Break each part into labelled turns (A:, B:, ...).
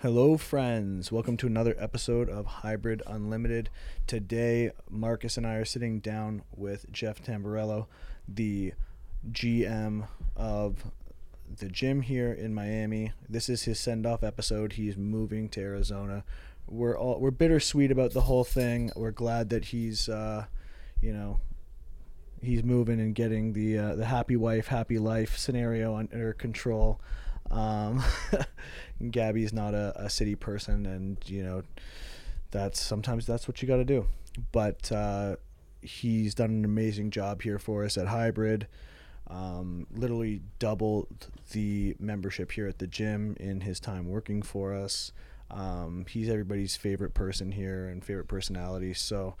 A: Hello, friends. Welcome to another episode of Hybrid Unlimited. Today, Marcus and I are sitting down with Jeff Tamborello, the GM of the gym here in Miami. This is his send-off episode. He's moving to Arizona. We're all we're bittersweet about the whole thing. We're glad that he's, uh, you know, he's moving and getting the uh, the happy wife, happy life scenario under control. Um, Gabby's not a, a city person, and you know that's sometimes that's what you got to do. But uh, he's done an amazing job here for us at Hybrid. Um, literally doubled the membership here at the gym in his time working for us. Um, he's everybody's favorite person here and favorite personality. So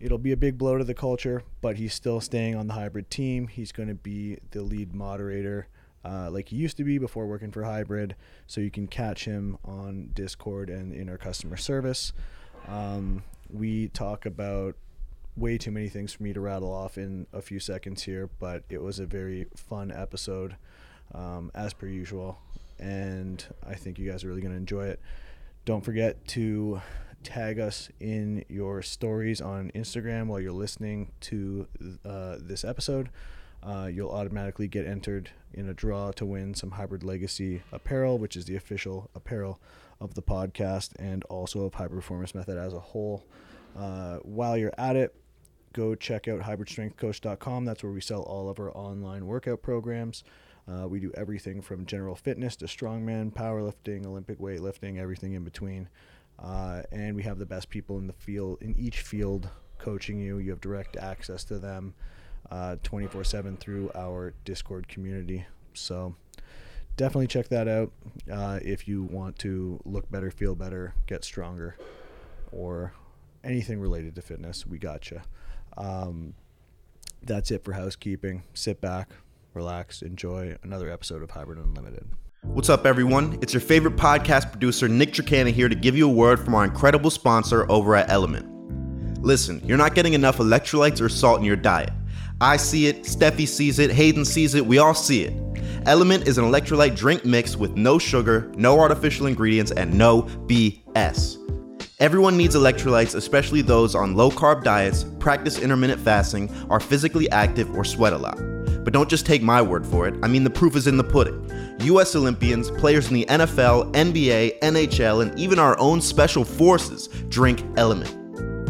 A: it'll be a big blow to the culture, but he's still staying on the hybrid team. He's going to be the lead moderator uh, like he used to be before working for hybrid. So you can catch him on Discord and in our customer service. Um, we talk about way too many things for me to rattle off in a few seconds here, but it was a very fun episode, um, as per usual. And I think you guys are really going to enjoy it. Don't forget to tag us in your stories on Instagram while you're listening to uh, this episode. Uh, you'll automatically get entered in a draw to win some Hybrid Legacy apparel, which is the official apparel of the podcast and also of Hybrid Performance Method as a whole. Uh, while you're at it, go check out hybridstrengthcoach.com. That's where we sell all of our online workout programs. Uh, we do everything from general fitness to strongman, powerlifting, Olympic weightlifting, everything in between. Uh, and we have the best people in the field, in each field, coaching you. You have direct access to them 24 7 uh, through our Discord community. So definitely check that out uh, if you want to look better, feel better, get stronger, or anything related to fitness. We gotcha. Um, that's it for housekeeping. Sit back, relax, enjoy another episode of Hybrid Unlimited.
B: What's up, everyone? It's your favorite podcast producer, Nick Tricana, here to give you a word from our incredible sponsor over at Element. Listen, you're not getting enough electrolytes or salt in your diet. I see it, Steffi sees it, Hayden sees it, we all see it. Element is an electrolyte drink mix with no sugar, no artificial ingredients, and no BS. Everyone needs electrolytes, especially those on low carb diets, practice intermittent fasting, are physically active, or sweat a lot. But don't just take my word for it, I mean, the proof is in the pudding. US Olympians, players in the NFL, NBA, NHL, and even our own special forces drink Element.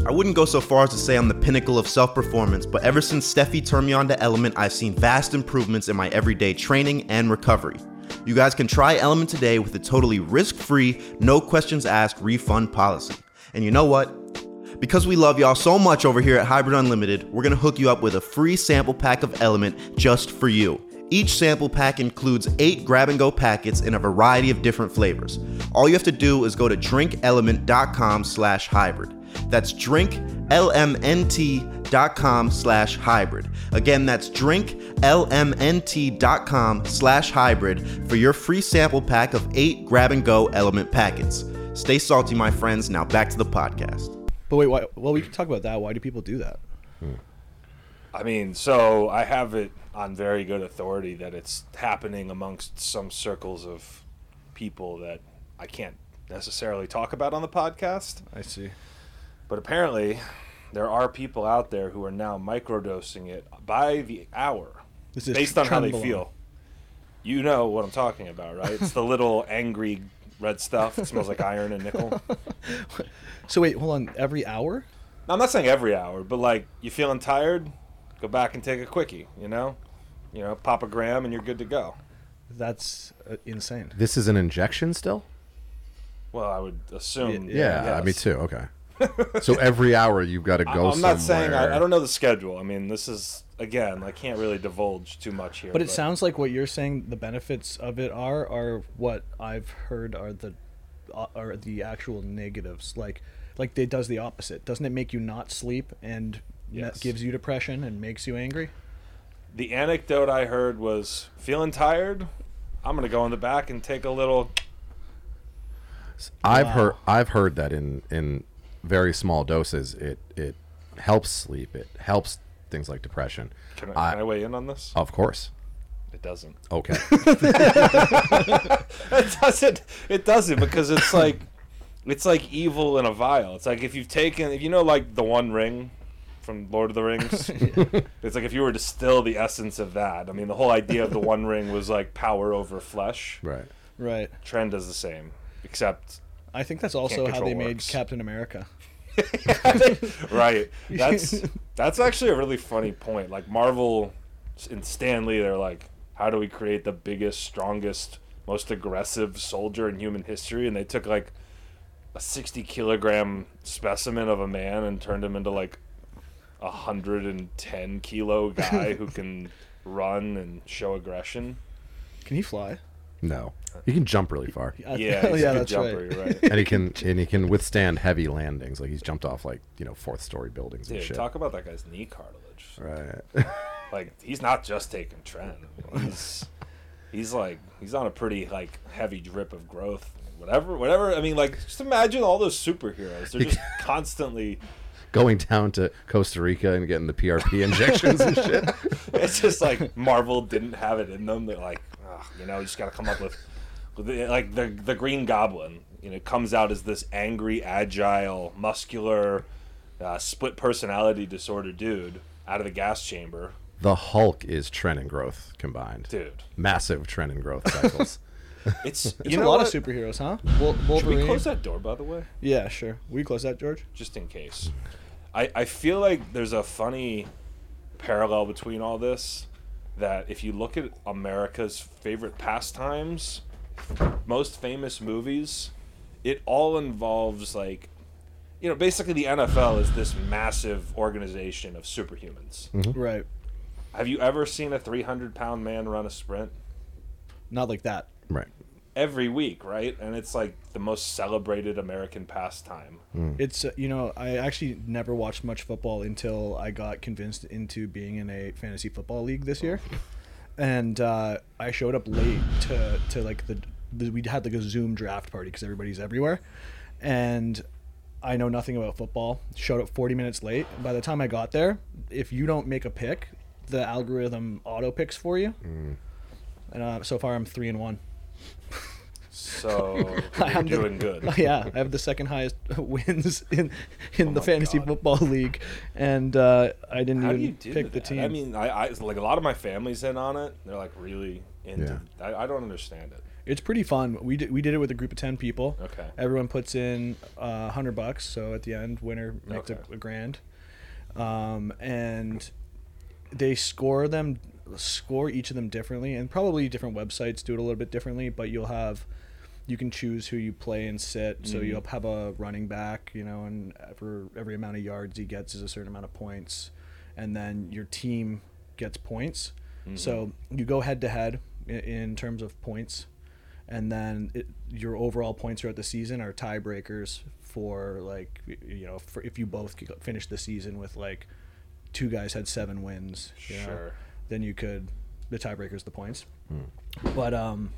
B: I wouldn't go so far as to say I'm the pinnacle of self performance, but ever since Steffi turned me on to Element, I've seen vast improvements in my everyday training and recovery. You guys can try Element today with a totally risk free, no questions asked refund policy. And you know what? Because we love y'all so much over here at Hybrid Unlimited, we're gonna hook you up with a free sample pack of Element just for you. Each sample pack includes eight grab and go packets in a variety of different flavors. All you have to do is go to drinkelement.com slash hybrid. That's drinklmnt.com slash hybrid. Again, that's drinklmnt.com slash hybrid for your free sample pack of eight grab and go element packets. Stay salty, my friends. Now back to the podcast.
A: But wait, why, well, we can talk about that. Why do people do that?
C: I mean, so I have it on very good authority that it's happening amongst some circles of people that I can't necessarily talk about on the podcast.
A: I see.
C: But apparently, there are people out there who are now microdosing it by the hour,
A: This is
C: based on how they
A: Trenbolone.
C: feel. You know what I'm talking about, right? It's the little angry red stuff. It smells like iron and nickel.
A: So wait, hold on. Every hour?
C: Now, I'm not saying every hour, but like you feeling tired, go back and take a quickie. You know, you know, pop a gram and you're good to go.
A: That's uh, insane.
D: This is an injection still?
C: Well, I would assume.
A: Y-
D: Yeah,
C: yes.
D: me too. Okay. so every hour you've got to
C: I-
D: go
C: I'm
D: somewhere.
C: not saying I, I don't know the schedule. I mean, this is again, I can't really divulge too much here.
A: But it sounds like what you're saying the benefits of it are are what I've heard are the uh, are the actual negatives. Like like it does the opposite. Doesn't it make you not sleep and that
C: Yes.
A: gives you depression and makes you angry?
C: the anecdote I heard was feeling tired. I'm gonna go in the back and take a little.
D: I've heard I've heard that in in very small doses it it helps sleep. It helps things like depression.
C: Can I,
D: I-
C: can I weigh in on this?
D: Of course.
C: It doesn't.
D: Okay.
C: It doesn't. It doesn't because it's like, it's like evil in a vial. It's like if you've taken, if you know, like the One Ring from Lord of the Rings. It's like if you were to distill the essence of that. I mean, the whole idea of the One Ring was like power over flesh.
D: right.
A: Right.
C: Trend does the same, except
A: I think that's also how
C: control
A: they made
C: works.
A: Captain America.
C: right. That's that's actually a really funny point. Like Marvel and Stanley, they're like, how do we create the biggest, strongest, most aggressive soldier in human history? And they took like a sixty kilogram specimen of a man and turned him into like a hundred and ten kilo guy who can run and show aggression.
A: Can he fly?
D: No. He can jump really far.
A: I-
C: Yeah, he's
A: yeah,
C: a good
A: that's
C: jumper.
A: right.
C: You're right.
D: And he can and he can withstand heavy landings. Like he's jumped off like, you know, fourth story buildings and
C: Dude,
D: shit.
C: talk about that guy's knee cartilage.
D: right.
C: like he's not just taking trend. I mean, he's he's like he's on a pretty like heavy drip of growth. Whatever, whatever. I mean, like just imagine all those superheroes. They're just constantly.
D: Going down to Costa Rica and getting the PRP injections and shit.
C: It's just like Marvel didn't have it in them. They're like, "Ugh, you know, you just got to come up with, with the- like the the Green Goblin. You know, comes out as this angry, agile, muscular, uh, split personality disorder dude out of the gas chamber,
D: The Hulk is trend and growth combined.
C: dude.
D: Massive trend and growth cycles.
C: It's,
A: It's
C: you know
A: a lot
C: what?
A: of superheroes, huh?
C: Should we
A: Wolverine.
C: close that door, by the way?
A: Yeah, sure. We close that, George.
C: just in case. I, I feel like there's a funny parallel between all this that if you look at America's favorite pastimes, most famous movies, it all involves like you know, basically the NFL is this massive organization of superhumans.
A: Right.
C: Have you ever seen a 300 pound man run a sprint?
A: Not like that.
D: right.
C: Every week, right? And it's like the most celebrated American pastime.
A: It's uh, you know I actually never watched much football until I got convinced into being in a fantasy football league this year, and uh, I showed up late to to like the, the we had like a Zoom draft party because everybody's everywhere, and I know nothing about football. Showed up 40 minutes late. By the time I got there, if you don't make a pick, the algorithm auto picks for you. And uh, so far, I'm three and one.
C: So you're
A: I'm the-
C: doing good. Oh
A: yeah, I have the second highest wins in in the
C: my
A: fantasy
C: God.
A: football league, and uh, I didn't
C: How do you
A: even
C: do
A: pick the
C: that?
A: team.
C: I mean, I, I like a lot of my family's in on it. They're like really into. I, I don't understand it.
A: it's pretty fun. We did we did it with a group of ten people.
C: Okay.
A: Everyone puts in uh, hundred bucks, so at the end, winner makes
C: Okay.
A: a, a grand, um, and they score them score each of them differently, and probably different websites do it a little bit differently. But you'll have you can choose who you play and sit. So you'll have a running back, you know, and for every amount of yards he gets is a certain amount of points, and then your team gets points. So you go head to head in terms of points, and then it, your overall points throughout the season are tiebreakers for like y- you know for if you both c- finish the season with like two guys had seven wins, you know,
C: Sure.
A: then you could the tiebreakers the points.
C: Hmm.
A: But um,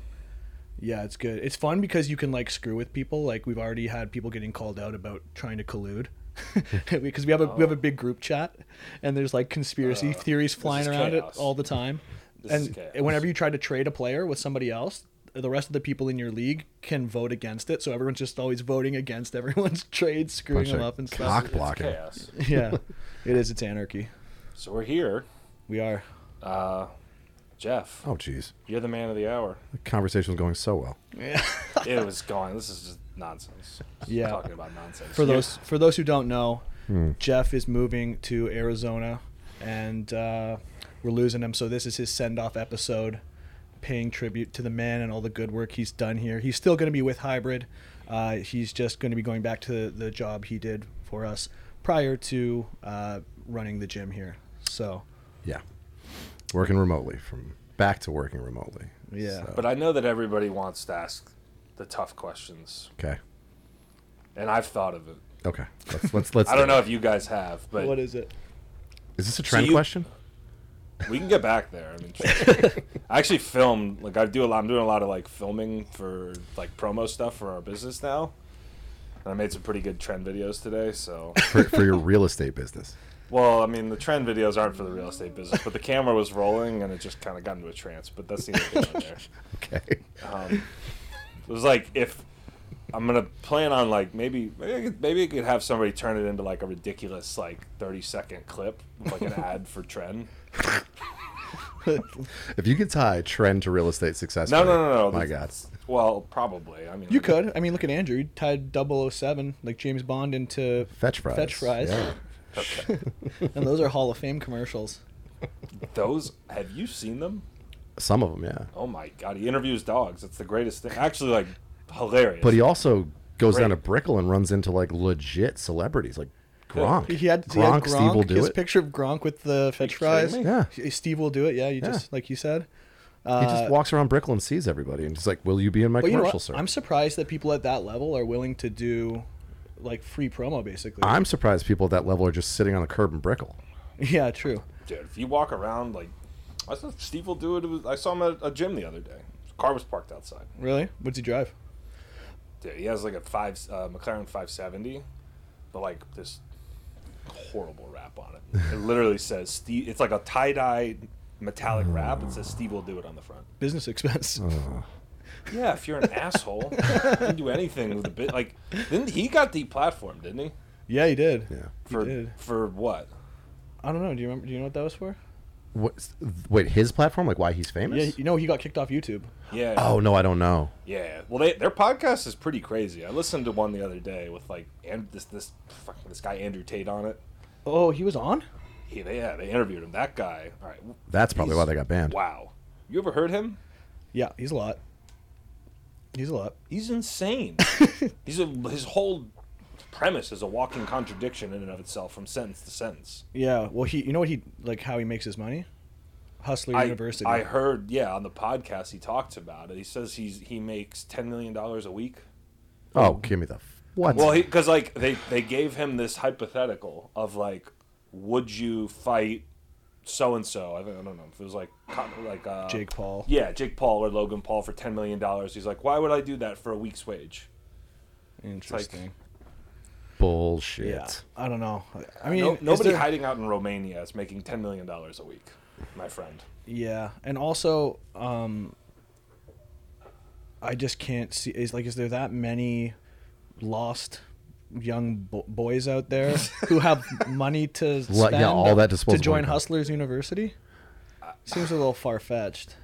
A: yeah, it's good. It's fun because you can like screw with people. Like we've already had people getting called out about trying to collude. because we have a we
C: Oh.
A: have a big group chat and there's like conspiracy theories flying
C: Uh, is
A: around
C: chaos.
A: it all the time.
C: This is
A: and
C: chaos.
A: whenever you try to trade a player with somebody else, the rest of the people in your league can vote against it. So everyone's just always voting against everyone's trade, screwing
D: Bunch
A: them
D: of
A: up and stuff.
D: cock blocking.
C: Chaos.
A: yeah. It is it's anarchy.
C: So we're here,
A: We are
C: Jeff.
D: Oh, jeez.
C: You're the man of the hour.
D: The conversation was going so well.
C: It was gone. This is just nonsense. Just
A: Yeah.
C: talking about nonsense.
A: for those for those who don't know, Jeff is moving to Arizona, and uh, we're losing him. So this is his send off episode, paying tribute to the man and all the good work he's done here. He's still going to be with Hybrid. Uh, he's just going to be going back to the, the job he did for us prior to uh, running the gym here. So
D: Yeah. Working remotely from back to working remotely.
A: Yeah.
D: So,
C: But I know that everybody wants to ask the tough questions,
D: okay.
C: and I've thought of it.
D: Okay. Let's let's let's
C: I don't know if you guys have, but
A: what is it?
D: Is this a trend
C: you-
D: question?
C: we can get back there. I mean, sure. I actually filmed like I do a lot. I'm doing a lot of like filming for like promo stuff for our business now. And I made some pretty good trend videos today, so
D: For, for your real estate business.
C: Well, I mean, the trend videos aren't for the real estate business, but the camera was rolling and it just kind of got into a trance. But that's the only thing on there. Um,
D: Okay.
C: It was like if I'm gonna plan on like maybe maybe I could, maybe I could have somebody turn it into like a ridiculous like 30 second clip, of, like an ad for trend.
D: If you could tie trend to real estate success,
C: No,
D: rate,
C: no, no, no.
D: My God,
C: that's- Well, probably. I mean,
A: You could. I mean, look at Andrew. You tied 007, like James Bond, into
D: fetch fries.
A: Fetch fries.
D: Yeah.
A: and those are Hall of Fame commercials.
C: Those have you seen them?
D: Some of them, yeah.
C: Oh my god, he interviews dogs. It's the greatest thing. Actually, like hilarious.
D: But he also goes down to
C: Great.
D: Brickell and runs into like legit celebrities, like Gronk.
A: He he had, he had
D: Gronk,
A: Gronk.
D: Steve will do
A: his
D: it.
A: picture of Gronk with the Fetch fries.
C: kidding
D: me?
A: S- Steve will do it. Yeah, you
D: Yeah.
A: just like you said.
D: he just walks around Brickell and sees everybody, and he's like, "Will you be in my
A: But Uh, you know
D: commercial,
A: what?
D: sir?"
A: I'm surprised that people at that level are willing to do like free promo, basically.
D: I'm surprised people at that level are just sitting on the curb in Brickell.
A: yeah, true.
C: dude. If you walk around, like I saw Steve will do it. it was, I saw him at a gym the other day. His car was parked outside.
A: Really? What's he drive?
C: Dude, he has like a five uh, McLaren 570, but like this horrible wrap on it. It literally says Steve. It's like a tie dye metallic wrap. It says Steve will do it on the front.
A: Business expense.
D: Oh.
C: Yeah, if you're an asshole, you can do anything with a bit. Like, didn't he got deplatformed? Didn't he?
A: Yeah, he did.
D: Yeah.
A: He
C: For
A: did.
C: for what?
A: I don't know. Do you remember? Do you know what that was for?
D: What, wait, his platform? Like why he's famous?
A: Yeah, you know he got kicked off YouTube.
C: Yeah.
D: oh no, I don't know.
C: Yeah, well, they, their podcast is pretty crazy. I listened to one the other day with like and this this fucking this guy Andrew Tate on it.
A: Oh, he was on.
C: He they, yeah they interviewed him. That guy. All right.
D: That's probably why
C: he's-
D: they got banned.
C: Wow. You ever heard him?
A: Yeah, he's a lot. He's a lot.
C: He's insane. He's a, his whole premise is a walking contradiction in and of itself from sentence to sentence.
A: Yeah. Well, he. You know what he like? How he makes his money? Hustler
C: I,
A: University.
C: I heard yeah on the podcast he talks about it. He says he's he makes ten million dollars a week.
D: Oh, give me the f- what?
C: Well, because like they they gave him this hypothetical of like, would you fight so and so? I don't I don't know if it was like co- like uh,
A: Jake Paul.
C: Yeah, Jake Paul or Logan Paul for ten million dollars. He's like, why would I do that for a week's wage?
A: Interesting.
D: Bullshit.
A: yeah. I don't know. I- I mean,
C: No,
A: is
C: nobody
A: there-
C: hiding out in Romania is making ten million dollars a week, my friend.
A: Yeah, and also, um, I just can't see. Is like, is there that many lost young bo- boys out there who have money to spend
D: yeah, all that
A: to
D: disposable
A: join
D: income.
A: Hustlers University? Seems a little far fetched.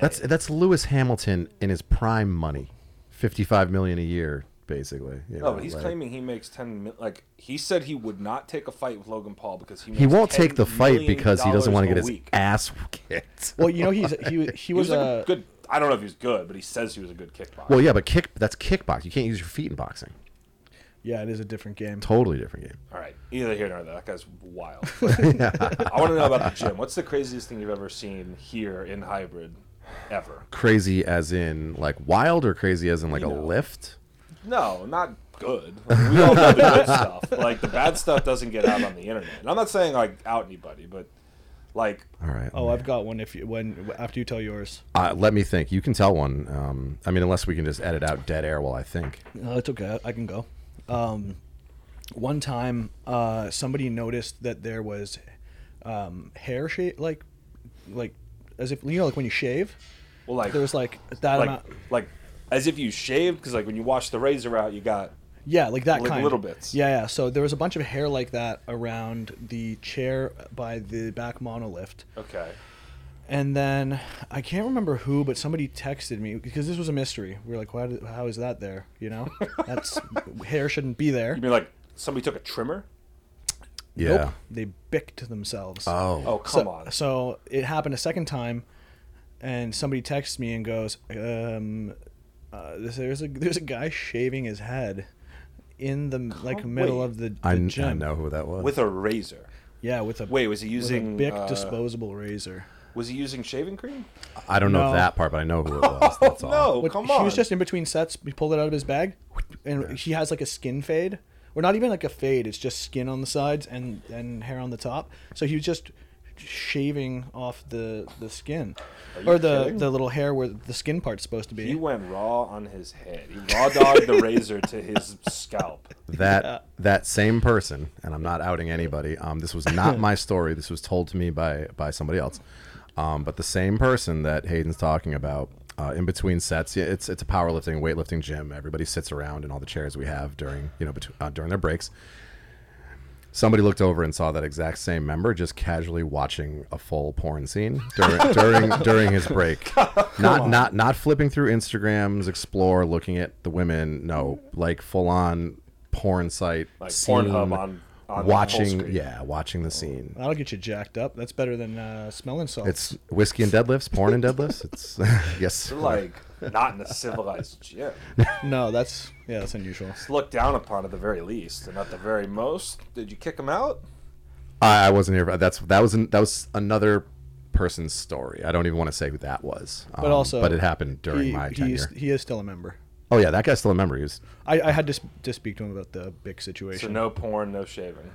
D: That's that's Lewis Hamilton in his prime money, fifty-five million a year, basically.
C: No,
D: you
A: Oh,
D: know,
C: but he's
D: like-
C: claiming he makes ten mil- like he said he would not take a fight with Logan Paul because he makes
D: he won't take
C: $10
D: the fight
C: million
D: because he doesn't want to get
C: a
D: his
C: week.
D: ass kicked.
A: Well, you know, he's he was- he
C: He was
A: was
C: like
A: a
C: a good. I don't know if he was good, but he says he was a good kickboxer.
D: Well, yeah, but kick that's kickbox. You can't use your feet in boxing.
A: yeah. It is a different game.
D: Totally different game.
C: All right. Either here nor there. That guy's wild. I want to know about the gym. What's the craziest thing you've ever seen here in hybrid ever?
D: Crazy as in like wild or crazy as in like a
C: know.
D: lift?
C: No, not good. Like, we all know the good stuff. Like, the bad stuff doesn't get out on the internet. And I'm not saying, like, out anybody, but, like,
D: All right.
A: Oh, I've got one. If you when after you tell yours,
D: Uh, let me think. You can tell one. Um, I mean, unless we can just edit out dead air while I think.
A: No, it's okay. I can go. Um, one time, uh, somebody noticed that there was um, hair shape, like, like as if you know, like when you shave,
C: well, like,
A: there was like that
C: like,
A: amount.
C: like, as if you shaved, because, like, when you wash the razor out, you got.
A: Yeah, like that
C: Like
A: kind.
C: little bits.
A: Yeah, yeah. So there was a bunch of hair like that around the chair by the back monolift.
C: Okay.
A: And then I can't remember who, but somebody texted me because this was a mystery. We are like, why? Did, how is that there? You know, that's hair shouldn't be there.
C: You mean, like, somebody took a trimmer?
D: Yeah.
A: Nope. They bicked themselves.
D: Oh.
C: Oh, come
A: so,
C: on.
A: So it happened a second time, and somebody texts me and goes, um, uh, this, "There's a there's a guy shaving his head in the like middle
C: wait.
A: of the, the
D: I, kn-
A: gym.
D: I know who that was.
C: With a razor.
A: Yeah, with a
C: Wait, was he
A: with a
C: using.
A: big
C: uh,
A: disposable razor.
C: Was he using shaving cream?
D: I don't know
A: No.
D: that part, but I know who it was. That's all.
C: No,
A: What-
C: Oh, come
A: He
C: on.
A: was just in between sets. He pulled it out of his bag, and he has like a skin fade, or not even like a fade. It's just skin on the sides and and hair on the top. So he was just shaving off the the skin, or the the little hair where the skin part's supposed to be.
C: He went raw on his head. He raw dogged the razor to his scalp.
D: that that same person, and I'm not outing anybody. Um, this was not my story. This was told to me by by somebody else. Um, but the same person that Hayden's talking about uh, in between sets, yeah, it's it's a powerlifting weightlifting gym. Everybody sits around in all the chairs we have during you know between, uh, during their breaks. Somebody looked over and saw that exact same member just casually watching a full porn scene during during, during his break. Not not not flipping through Instagrams, explore, looking at the women. No, like full on porn site,
C: Like
D: scene,
C: Pornhub on- on the full
D: watching.
C: screen.
D: yeah, watching the scene.
A: That'll get you jacked up. That's better than uh, smelling salts.
D: It's whiskey and deadlifts, porn and deadlifts. It's yes,
C: Like not in a civilized gym.
A: no, that's yeah, that's unusual.
C: It's looked down upon at the very least, and at the very most, did you kick him out?
D: I, I wasn't here. but That's that was an, that was another person's story. I don't even want to say who that was.
A: But
D: um,
A: also,
D: but it happened during
A: he,
D: my
A: he's-
D: tenure.
A: He is still a member.
D: Oh yeah, that guy's still a member. He was
A: I, I had to, sp- to speak to him about the Bic
C: So
A: situation.
C: no porn, no shaving.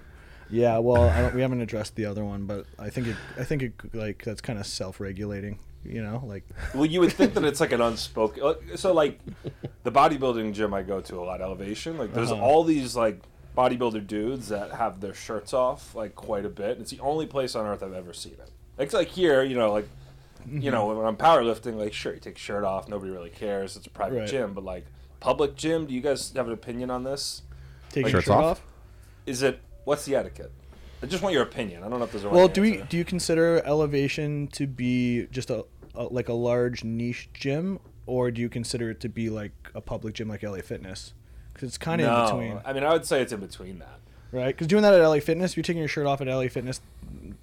A: Yeah, well, I don't, we haven't addressed the other one, but I think it, I think it, like that's kind of self-regulating. You know, like
C: Well, you would think that it's like an unspoken. uh, So, like, the bodybuilding gym I go to a lot, Elevation. Like,
A: Uh-huh.
C: there's all these like bodybuilder dudes that have their shirts off like quite a bit. It's the only place on earth I've ever seen it. It's like here, you know, like, you know,
A: Mm-hmm.
C: when I'm powerlifting, like, sure, you take shirt off, nobody really cares. It's a private
A: Right.
C: gym, but like public gym, do you guys have an opinion on this?
A: taking your
D: Shirts
A: shirt off.
D: off?
C: Is it what's the etiquette? I just want your opinion. I don't know if there's a
A: Well,
C: right
A: do we
C: answer.
A: do you consider elevation to be just a, a like a large niche gym, or do you consider it to be like a public gym like LA Fitness? Because it's kind of
C: no.
A: in between,
C: I mean, I would say it's in between that.
A: right? Because doing that at LA Fitness, if you're taking your shirt off at LA Fitness.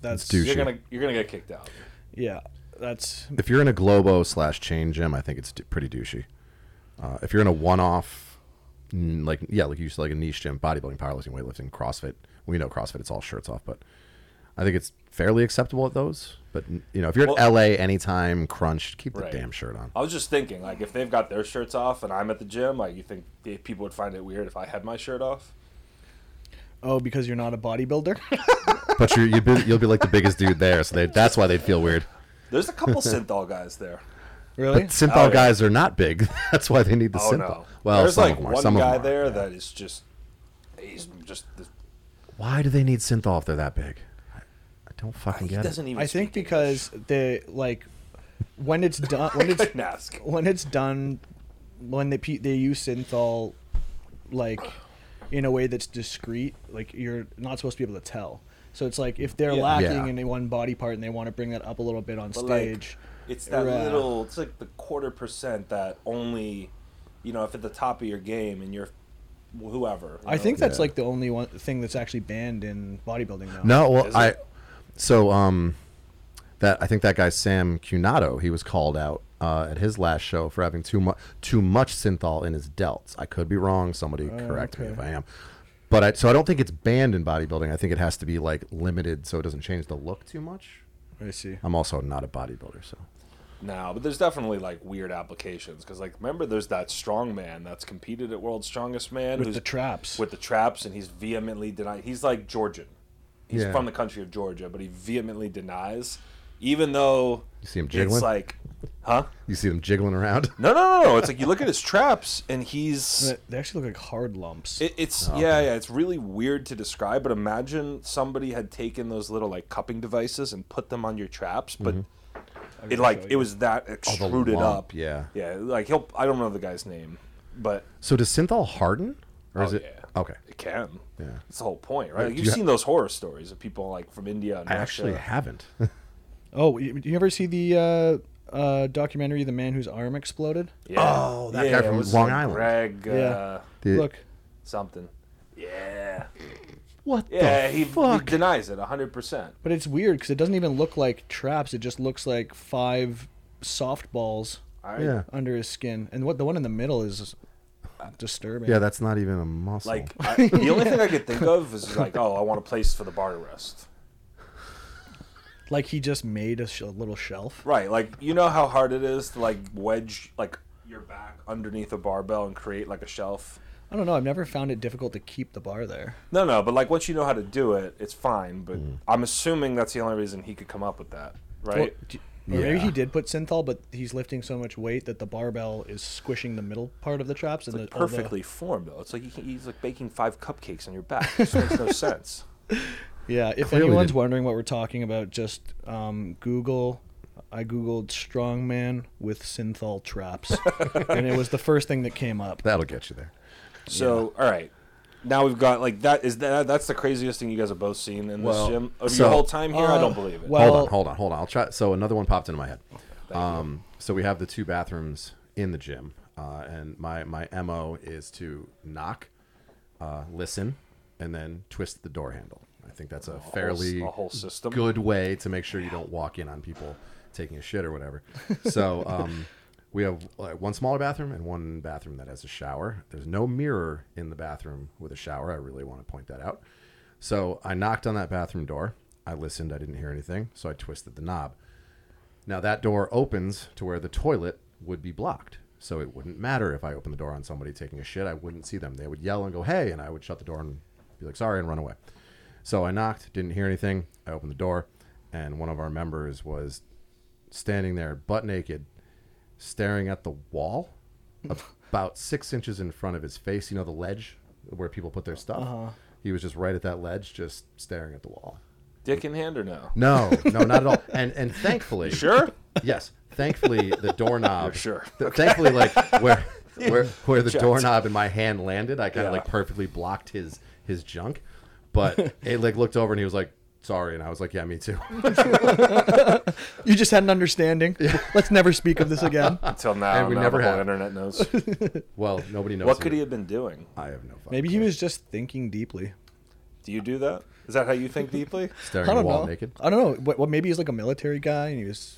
A: That's
D: douche.
C: You're
D: Sure.
C: gonna you're gonna get kicked out.
A: yeah. That's
D: if you're in a Globo slash chain gym, I think it's d- pretty douchey. Uh, if you're in a one-off, n- like yeah, like you said, like a niche gym, bodybuilding, powerlifting, weightlifting, CrossFit. We know CrossFit; it's all shirts off, but I think it's fairly acceptable at those. But n- you know, if you're
C: Well-
D: in LA anytime, crunch, keep the
C: Right.
D: damn shirt on.
C: I was just thinking, like, if they've got their shirts off and I'm at the gym, like, you think the- people would find it weird if I had my shirt off?
A: oh, because you're not a bodybuilder.
D: But you're, you'd be, you'll be like the biggest dude there, so they, that's why they'd feel weird.
C: There's a couple synthol guys there.
A: really?
D: Synthol
C: Oh, yeah.
D: guys are not big. That's why they need the
C: Oh
D: synthol.
C: no!
D: Well,
C: there's
D: some
C: like
D: of them are.
C: one
D: Some of
C: guy
D: them are.
C: there that is just, he's just this,
D: Why do they need synthol if they're that big? I, I don't fucking
C: he
D: get it.
C: doesn't even.
A: I think
C: speak
A: because they like when it's done when it's
C: English. Nask.
A: when it's done when they pe- they use synthol like in a way that's discreet like you're not supposed to be able to tell so it's like if they're
C: Yeah.
A: lacking
D: Yeah.
A: in one body part and they want to bring that up a little bit on
C: But, like,
A: stage
C: It's that
A: Right.
C: little. It's like the quarter percent that only, you know, if at the top of your game and you're, whoever. you
A: i
C: know?
A: think that's
D: Yeah.
A: like the only one thing that's actually banned in bodybuilding now
D: No, well,
C: Is
D: I.
C: it?
D: So, um, that I think that guy Sam Cunato, he was called out uh, at his last show for having too much too much synthol in his delts. I could be wrong. Somebody
C: Oh,
D: correct me
A: okay.
D: if I am. But I, so I don't think it's banned in bodybuilding. I think it has to be like limited so it doesn't change the look too much.
A: i see
D: I'm also not a bodybuilder, so
C: No, but there's definitely like weird applications because like remember there's that strong man that's competed at World's Strongest Man
A: with the traps
C: with the traps and he's vehemently denying he's like Georgian. He's
D: Yeah.
C: from the country of Georgia, but he vehemently denies even though
D: You see him
C: it's
D: jiggling?
C: like huh?
D: you see them jiggling around.
C: No, no, no, no. It's like you look at his traps and he's
A: they actually look like hard lumps
C: it, it's
D: Oh,
C: yeah, yeah, it's really weird to describe, but imagine somebody had taken those little like cupping devices and put them on your traps, but it like it was that extruded
D: Mm-hmm. Oh, lump,
C: up.
D: yeah.
C: Yeah, like he'll I don't know the guy's name, but
D: So does synthol harden, or is
C: Oh,
D: it
C: yeah.
D: okay?
C: it can.
D: Yeah.
C: That's the whole point, right? Like,
D: do
C: you've
D: you ha-
C: seen those horror stories of people like from India and
D: I
C: Russia.
D: actually haven't.
A: oh you, you ever see the uh, uh, documentary the man whose arm exploded
C: Yeah.
D: Oh, that
C: Yeah,
D: guy
C: it
D: from
C: was
D: Long
C: like
D: Island.
C: Greg, uh,
A: Yeah.
D: The-
A: look
C: something. Yeah.
D: what
C: Yeah,
D: the
C: he, he
D: fuck?
C: denies it 100%.
A: But it's weird because it doesn't even look like traps. It just looks like five softballs
C: All right.
D: yeah,
A: under his skin, and what the one in the middle is disturbing.
D: yeah, that's not even a muscle.
C: Like I, the only thing I could think of is like, oh, I want a place for the bar to rest.
A: like he just made a, sh- a little shelf.
C: Right, like you know how hard it is to like wedge like your back underneath a barbell and create like a shelf.
A: I don't know. I've never found it difficult to keep the bar there.
C: No, no, but like once you know how to do it, it's fine. But
D: Mm.
C: I'm assuming that's the only reason he could come up with that, right?
A: Well, d- or maybe
D: Yeah.
A: he did put synthol, but he's lifting so much weight that the barbell is squishing the middle part of the traps and
C: Like,
A: the, all the-
C: perfectly formed though. It's like you can, he's like baking five cupcakes on your back. It just makes no sense.
A: Yeah, if
D: Clearly
A: anyone's
D: did.
A: wondering what we're talking about, just um, Google. I googled strongman with synthol traps, and it was the first thing that came up.
D: That'll get you there.
C: So all right, now we've got like that is that that's the craziest thing you guys have both seen in
D: Well,
C: this gym of
D: so-
C: your whole time here. I
A: Uh,
C: don't believe it.
A: well-
D: hold on, hold on, hold on. I'll try. So another one popped into my head. Um, so we have the two bathrooms in the gym, uh, and my my mo is to knock, uh, listen, and then twist the door handle. I think that's a fairly
C: a whole system.
D: good way to make sure you don't walk in on people taking a shit or whatever. So um, we have uh, one smaller bathroom and one bathroom that has a shower. There's no mirror in the bathroom with a shower. I really want to point that out. So I knocked on that bathroom door. I listened. I didn't hear anything. So I twisted the knob. Now that door opens to where the toilet would be blocked. So it wouldn't matter if I opened the door on somebody taking a shit. I wouldn't see them. They would yell and go, hey, and I would shut the door and be like, sorry, and run away. So I knocked, didn't hear anything. I opened the door, and one of our members was standing there, butt naked, staring at the wall about six inches in front of his face. You know, the ledge where people put their stuff? He was just right at that ledge, just staring at the wall.
C: Dick in hand or no?
D: No, no, not at all. And and thankfully,
C: Sure.
D: Yes. Thankfully, the doorknob.
C: You're sure.
D: th- Thankfully, like where where where the
C: Checked.
D: doorknob in my hand landed, I kind of
C: Yeah.
D: like perfectly blocked his his junk. But it like looked over and he was like, "Sorry," and I was like, "Yeah, me too."
A: You just had an understanding. Let's never speak of this again.
C: Until now,
D: And we
C: now
D: never
C: the whole
D: have.
C: internet knows.
D: well, nobody knows.
C: what
D: who-
C: could he have been doing?
D: I have no. fucking
A: Maybe he
D: clue.
A: was just thinking deeply.
C: Do you do that? Is that how you think deeply?
D: staring
A: I
D: at the
A: don't
D: wall
A: know.
D: naked.
A: I don't know. What, what? Maybe he's like a military guy, and he was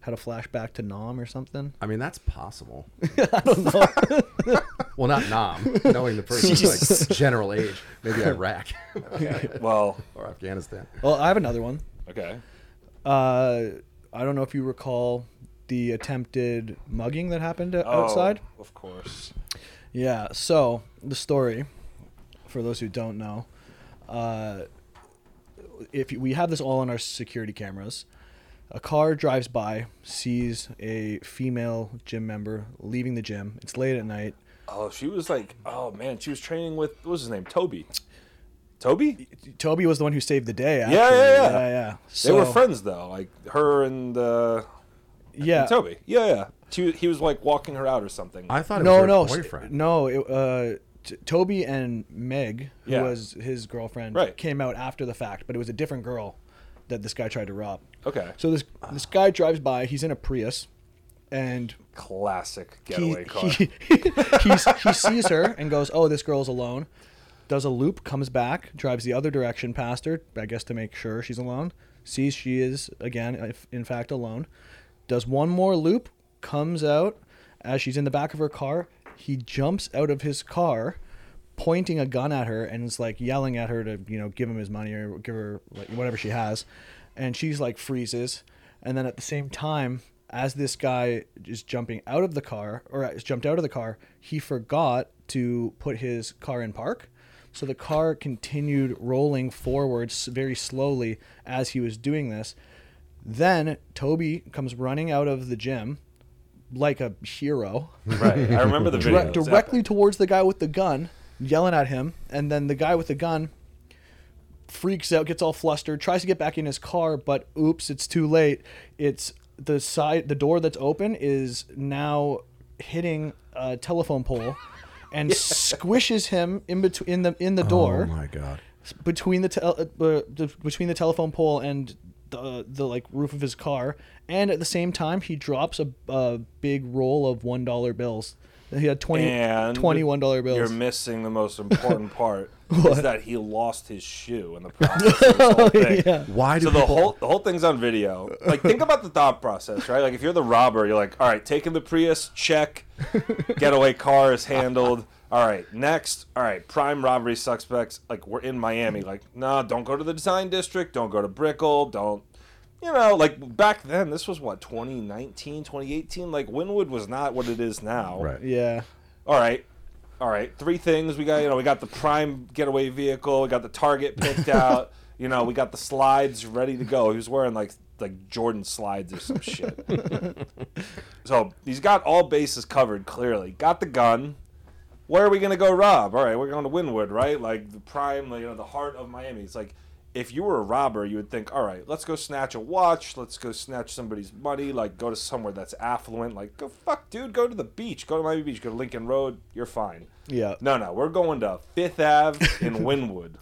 A: had a flashback to Nam or something.
D: I mean, that's possible. I don't know. well, not Nam. Knowing the person's like general age, maybe Iraq
C: well,
D: or Afghanistan.
A: Well, I have another one.
C: okay.
A: Uh, I don't know if you recall the attempted mugging that happened uh, outside.
C: Oh, of course.
A: Yeah. So the story, for those who don't know, uh, if you- we have this all on our security cameras, a car drives by, sees a female gym member leaving the gym. It's late at night.
C: Oh, she was like, oh man, she was training with what was his name? Toby. Toby?
A: Toby was the one who saved the day. Actually.
C: yeah, yeah.
A: yeah, yeah.
C: They were
A: So-
C: friends though, like her and, uh,
A: Yeah,
C: and Toby. Yeah, yeah. She, he was like walking her out or something.
D: I thought it
A: no,
D: was her
A: no, s-
D: boyfriend.
A: no. It, uh, t- Toby and Meg, who
C: Yeah.
A: was his girlfriend,
C: Right.
A: came out after the fact, but it was a different girl that this guy tried to rob.
C: okay.
A: So this this guy drives by. He's in a Prius, and
C: Classic
A: he
C: getaway car.
A: he, he's, he sees her and goes, "Oh, this girl's alone." Does a loop, comes back, drives the other direction past her, I guess to make sure she's alone. Sees she is again, if in fact alone. Does one more loop, comes out as she's in the back of her car. He jumps out of his car, pointing a gun at her and is like yelling at her to you know give him his money or give her like whatever she has, and she's like freezes. And then at the same time, as this guy is jumping out of the car or has jumped out of the car, he forgot to put his car in park. So the car continued rolling forwards very slowly as he was doing this. Then Toby comes running out of the gym like a hero
C: right. I remember the video.
A: dire-
C: It was
A: directly towards the guy with the gun, yelling at him, and then the guy with the gun freaks out, gets all flustered, tries to get back in his car, but oops, it's too late. It's the side, the door that's open is now hitting a telephone pole, and squishes him in between in the in the door
D: Oh my god.
A: between the tel- uh, uh, the- between the telephone pole and the uh, the like roof of his car, and at the same time he drops a, a big roll of one dollar bills. He had 20,
C: And
A: 21 dollar
C: You're
A: bills.
C: missing the most important part is that he lost his shoe in the process. Of this
A: Oh,
C: whole thing.
D: Why do
C: so the
D: people-
C: whole the whole thing's on video. Like think about the thought process, right? Like if you're the robber, you're like, all right, taking the Prius, check. Getaway car is handled. All right, next. All right, prime robbery suspects. Like we're in Miami. Like no, don't go to the design district. Don't go to Brickell. Don't. You know, like back then, this was what 2019, 2018. Like Winwood was not what it is now.
D: Right.
A: yeah,
C: All right. all right, three things. We got you know we got the prime getaway vehicle. We got the target picked out. You know we got the slides ready to go. He was wearing like like Jordan slides or some shit. so he's got all bases covered. Clearly, got the gun. Where are we gonna go rob? All right, we're going to Wynwood, right? Like the prime, like, you know, the heart of Miami. It's like if you were a robber, you would think, all right, let's go snatch a watch. Let's go snatch somebody's money. Like go to somewhere that's affluent. Like go fuck, dude. Go to the beach. Go to Miami Beach. Go to Lincoln Road. You're fine.
A: Yeah.
C: No, no, we're going to Fifth Ave in Wynwood.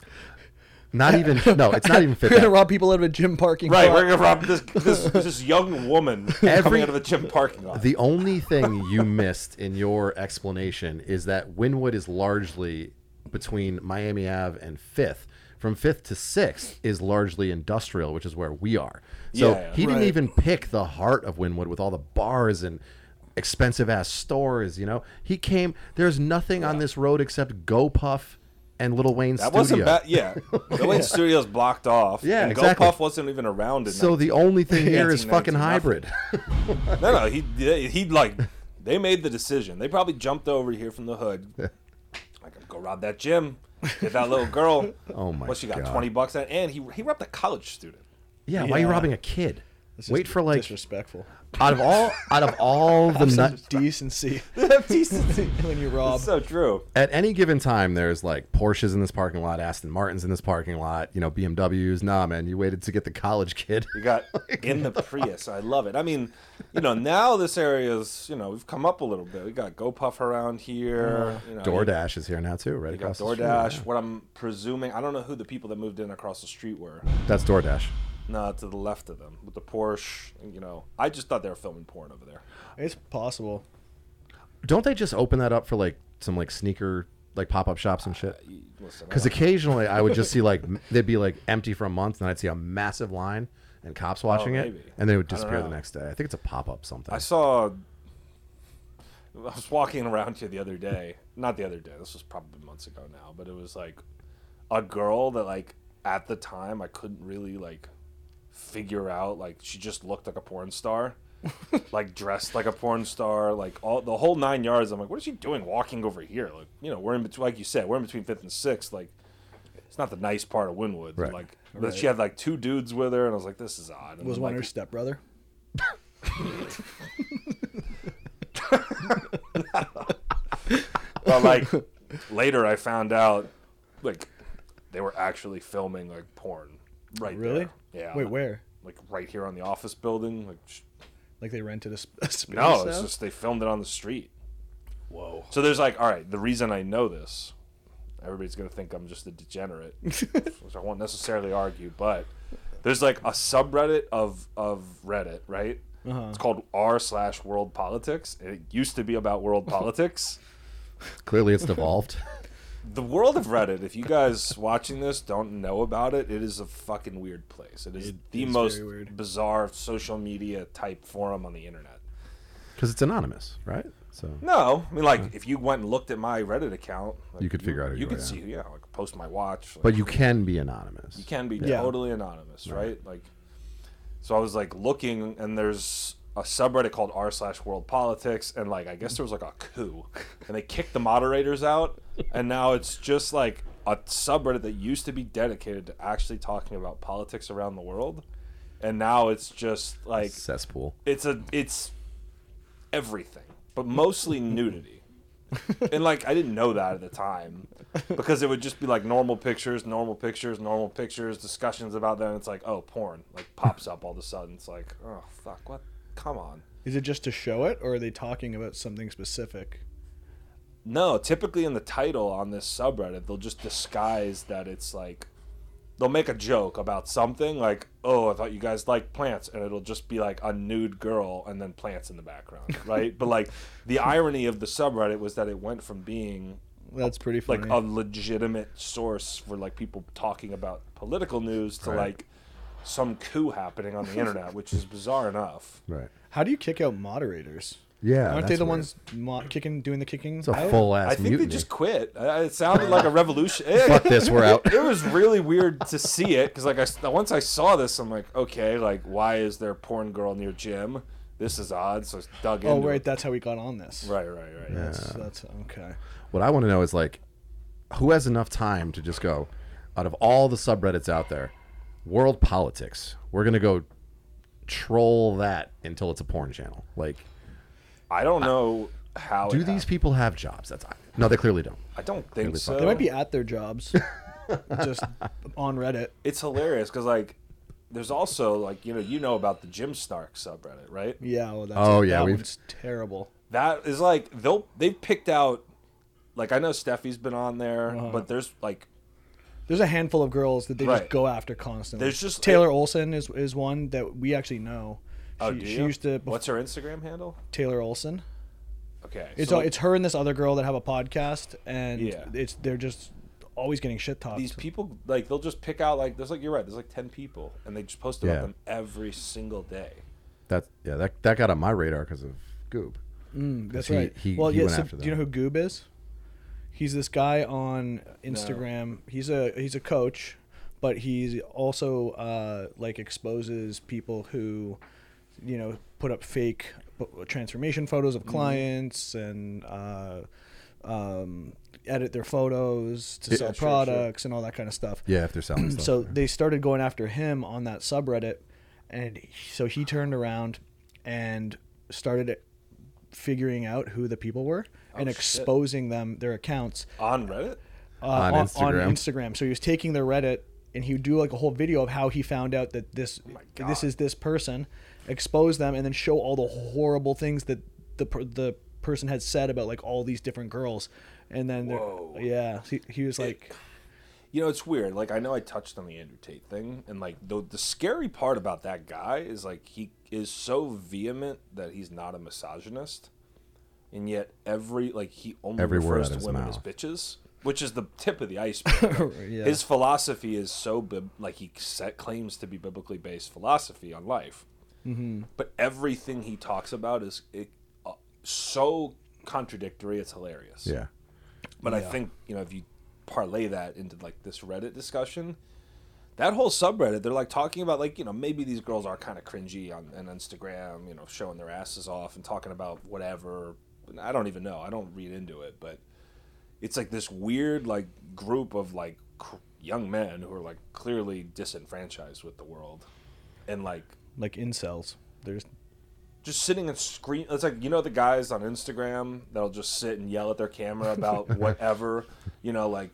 D: Not even no, it's not even
A: We're
D: fit.
A: gonna
D: that-
A: rob people out of a gym parking
C: Right,
A: lot.
C: we're gonna rob this this, this young woman coming out of the gym parking lot.
D: The only thing you missed in your explanation is that Winwood is largely between Miami Ave and Fifth. From Fifth to Sixth is largely industrial, which is where we are. So
C: Yeah,
D: he didn't
A: right.
D: even pick the heart of Winwood with all the bars and expensive ass stores. You know, he came. There's nothing on this road except GoPuff and Little Wayne
C: that
D: Studio.
C: wasn't bad. Yeah, the Wayne Studio's blocked off.
D: Yeah,
C: and
D: exactly.
C: GoPuff wasn't even around. In
D: So the only thing here is
C: 1990,
D: fucking
C: nothing.
D: hybrid.
C: that- no, no, he they- he like they made the decision. They probably jumped over here from the hood. Like go rob that gym, get that little girl.
D: Oh my
C: What she got?
D: God.
C: Twenty bucks. At, and he he robbed a college student.
D: yeah, why are you
A: Yeah.
D: robbing a kid?
A: It's
D: Wait
A: just
D: for like
A: disrespectful.
D: out of all out of all the
A: Some
D: nut,
A: decency
C: Decency.
A: when you rob.
C: so true.
D: at any given time there's like Porsches in this parking lot, Aston Martins in this parking lot, you know, BMWs. Nah, man, you waited to get the college kid.
C: You got in the Prius. I love it. I mean, you know, now this area is, you know, we've come up a little bit. We got GoPuff around here. You know,
D: DoorDash is here now too, right
C: You got
D: across the street.
C: DoorDash. What I'm presuming, I don't know who the people that moved in across the street were.
D: That's DoorDash.
C: No, to the left of them with the Porsche. You know, I just thought they were filming porn over there.
A: It's possible.
D: Don't they just open that up for like some like sneaker like pop up shops and
C: Uh,
D: shit?
C: Listen, I
D: Because occasionally I would just see like m- they'd be like empty for a month, and I'd see a massive line and cops watching it,
C: Oh, maybe.
D: and they would
C: I don't
D: disappear the
C: know.
D: next day. I think it's a pop up something.
C: I saw. I was walking around here the other day. Not the other day. This was probably months ago now, but it was like a girl that like at the time I couldn't really like figure out. Like she just looked like a porn star, like dressed like a porn star, like all the whole nine yards. I'm like, what is she doing walking over here? Like you know, we're in between. Like you said, we're in between fifth and sixth. Like it's not the nice part of Winwood.
D: Right.
C: Like, but she had like two dudes with her, and I was like, this is odd. And
A: Was
C: then,
A: one
C: like,
A: her stepbrother?
C: But like later, I found out like they were actually filming like porn right
A: Really?
C: there. Yeah.
A: Wait, where?
C: Like right here on the office building. Like sh-
A: Like they rented a, sp- a space
C: no,
A: out?
C: it's just they filmed it on the street. Whoa. So there's like, all right, the reason I know this, everybody's gonna think I'm just a degenerate, which I won't necessarily argue, but there's like a subreddit of of Reddit, right?
A: Uh-huh.
C: It's called r slash world politics. and It used to be about world politics.
D: Clearly, it's devolved.
C: the world of Reddit, if you guys watching this don't know about it, it is a fucking weird place. It is the
A: is
C: most
A: very weird.
C: bizarre social media type forum on the internet.
D: Because it's anonymous, right? So
C: No, I mean like if you went and looked at my Reddit account, like,
D: You could figure out who
C: you,
D: you
C: could
D: were,
C: see who, yeah, like post my watch. like,
D: But you can be anonymous.
C: you can be
A: Yeah.
C: totally anonymous, right. Like, so I was like looking, and there's a subreddit called r slash world politics, and like I guess there was like a coup, and they kicked the moderators out, and now it's just like a subreddit that used to be dedicated to actually talking about politics around the world, and now it's just like
D: Cesspool.
C: it's a it's everything, but mostly nudity. and like I didn't know that at the time because it would just be like normal pictures, normal pictures, normal pictures, discussions about them. It's like, oh, porn like pops up all of a sudden. It's like, oh fuck, what? Come on.
A: Is it just to show it, or are they talking about something specific?
C: No, typically in the title on this subreddit, they'll just disguise that it's like they'll make a joke about something like, "Oh, I thought you guys liked plants," and it'll just be like a nude girl and then plants in the background, right? but like the irony of the subreddit was that it went from being
A: That's pretty funny.
C: like a legitimate source for like people talking about political news to like some coup happening on the internet, which is bizarre enough.
D: Right.
A: How do you kick out moderators?
D: Yeah,
A: aren't they
D: that's
A: the
D: weird.
A: ones mo- kicking, doing the kicking?
D: It's a
A: out?
D: full ass
C: I think
D: mutiny.
C: they just quit. I- I- It sounded like a revolution.
D: Fuck this, we're out.
C: it was really weird to see it because like I s- once I saw this, I'm like, okay, like why is there a porn girl near Jim? This is odd. So I dug into
A: oh, right.
C: it.
A: That's how we got on this.
C: right, right, right.
A: That's, that's okay.
D: What I want to know is like, who has enough time to just go out of all the subreddits out there, world politics. We're gonna go troll that until it's a porn channel. Like,
C: I don't know how.
D: do
C: it
D: these
C: happened.
D: people have jobs? That's no, they clearly don't.
C: I don't think so.
A: They might be at their jobs, just on Reddit.
C: It's hilarious because like, there's also like you know you know about the Jim Snark subreddit, right?
A: Yeah. Well, that's,
D: Oh, yeah,
A: That
D: we've-
A: one's terrible.
C: That is like they'll they've picked out. Like I know Steffi's been on there,
A: Uh-huh.
C: but there's like
A: There's a handful of girls that they
C: Right.
A: just go after constantly.
C: There's just-
A: Taylor Olson is is one that we actually know.
C: oh,
A: she,
C: do
A: she
C: you?
A: used to
C: What's her Instagram handle?
A: Taylor Olson.
C: Okay,
A: It's
C: so,
A: all
C: like,
A: it's her and this other girl that have a podcast, and
C: Yeah.
A: it's they're just always getting shit talked.
C: these people like they'll just pick out like there's like you're right there's like ten people and they just post about
D: Yeah.
C: them every single day.
D: That yeah, that that got on my radar because of Goob.
A: That's
D: he-
A: right.
D: he-
A: well,
D: he
A: yeah.
D: went
A: so
D: after
A: do you know who Goob is? He's this guy on Instagram. He's a he's a coach, but he's also uh, like exposes people who, you know, put up fake b- transformation photos
D: Mm-hmm.
A: of clients and uh, um, edit their photos to sell
C: sure, sure.
A: products and all that kind of stuff.
D: Yeah, if they're selling stuff.
A: So they started going after him on that subreddit, and he- so he turned around and started figuring out who the people were and
C: Oh, shit.
A: exposing them their accounts
C: On Reddit?
A: uh, on, on
D: Instagram.
A: Instagram. So he was taking their Reddit and he would do like a whole video of how he found out that this
C: Oh
A: this is this person, expose them, and then show all the horrible things that the per- the person had said about like all these different girls, and then they're-
C: Whoa.
A: yeah, he, he was like.
C: You know, it's weird. Like I know I touched on the Andrew Tate thing, and like the the scary part about that guy is like he is so vehement that he's not a misogynist, and yet every like he only
D: Every word
C: refers
D: out of
C: to
D: his
C: women
D: mouth.
C: as bitches, which is the tip of the iceberg. Like,
A: Yeah.
C: His philosophy is so bib- like he set, claims to be biblically based philosophy on life, mm-hmm. but everything he talks about is it, uh, so contradictory. It's hilarious.
D: yeah,
C: But I think you know if you parlay that into like this Reddit discussion, that whole subreddit they're like talking about like you know maybe these girls are kind of cringy on, on Instagram, you know, showing their asses off and talking about whatever. And I don't even know. I don't read into it, but it's like this weird like group of like cr- young men who are like clearly disenfranchised with the world, and like
A: like incels. There's
C: just sitting and scream. It's like you know the guys on Instagram that'll just sit and yell at their camera about whatever. You know, like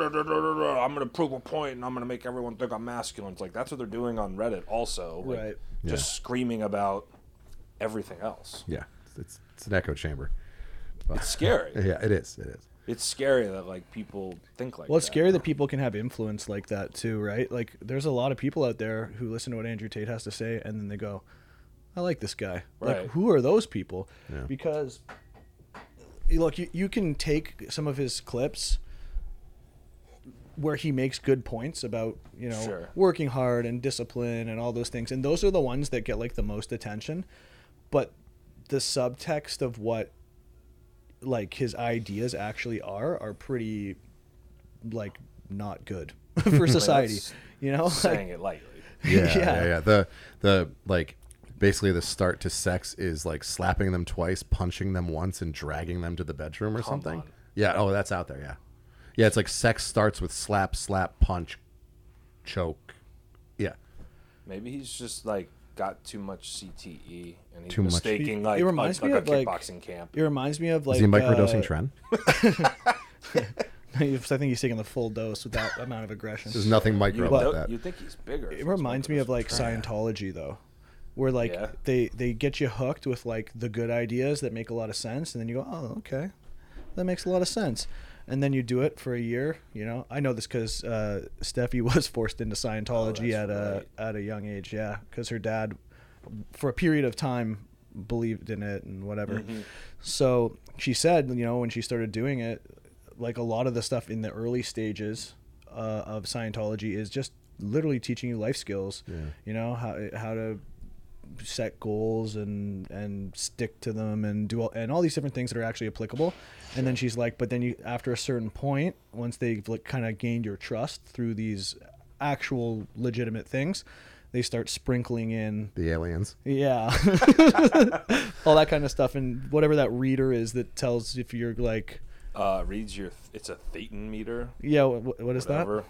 C: I'm gonna prove a point and I'm gonna make everyone think I'm masculine. It's like that's what they're doing on Reddit also. like,
A: Right.
C: Just screaming about everything else.
D: yeah. It's it's an echo chamber.
C: It's scary.
D: Yeah, it is. It is.
C: it's scary that like people think like.
A: well, it's
C: that.
A: scary that people can have influence like that too, right? Like, there's a lot of people out there who listen to what Andrew Tate has to say, and then they go, "I like this guy."
C: Right.
A: Like, who are those people? Because, you- look, you, you can take some of his clips where he makes good points about you know
C: Sure.
A: working hard and discipline and all those things, and those are the ones that get like the most attention. But the subtext of what like his ideas actually are are pretty like not good for society.
C: that's
A: you know,
C: Saying it lightly.
D: yeah,
A: Yeah.
D: yeah, yeah. The the like basically the start to sex is like slapping them twice, punching them once, and dragging them to the bedroom or something.
C: on.
D: Yeah. Oh, that's out there. Yeah. Yeah. It's like sex starts with slap, slap, punch, choke. Yeah.
C: Maybe he's just like got too much CTE and he's
D: Too much.
C: mistaking like
A: It
C: a-
A: reminds
C: like
A: me
C: a
A: of, like-
C: kickboxing camp.
A: it reminds me of like
D: Is he microdosing
A: uh,
D: trend?
A: I think he's taking the full dose with that amount of aggression.
D: There's nothing micro
C: You
D: about that.
C: you think he's bigger? if
A: It
C: he's
A: reminds me
C: microdosing
A: of like
C: Trump.
A: Scientology though, where like
C: Yeah.
A: they they get you hooked with like the good ideas that make a lot of sense, and then you go, oh okay, that makes a lot of sense, and then you do it for a year. You know, I know this because uh, Steffi was forced into Scientology
C: Oh,
A: at
C: that's
A: a at a young age, yeah, because her dad, for a period of time, believed in it and whatever. So she said, you know, when she started doing it, like a lot of the stuff in the early stages uh, of Scientology is just literally teaching you life skills. You know how how to set goals and and stick to them and do all and all these different things that are actually applicable. And then she's like, but then you after a certain point, once they've like kind of gained your trust through these actual legitimate things, they start sprinkling in
D: The aliens.
A: yeah. All that kind of stuff and whatever that reader is that tells if you're like
C: uh, reads your. It's a thetan meter.
A: Yeah, what, what is
C: Whatever.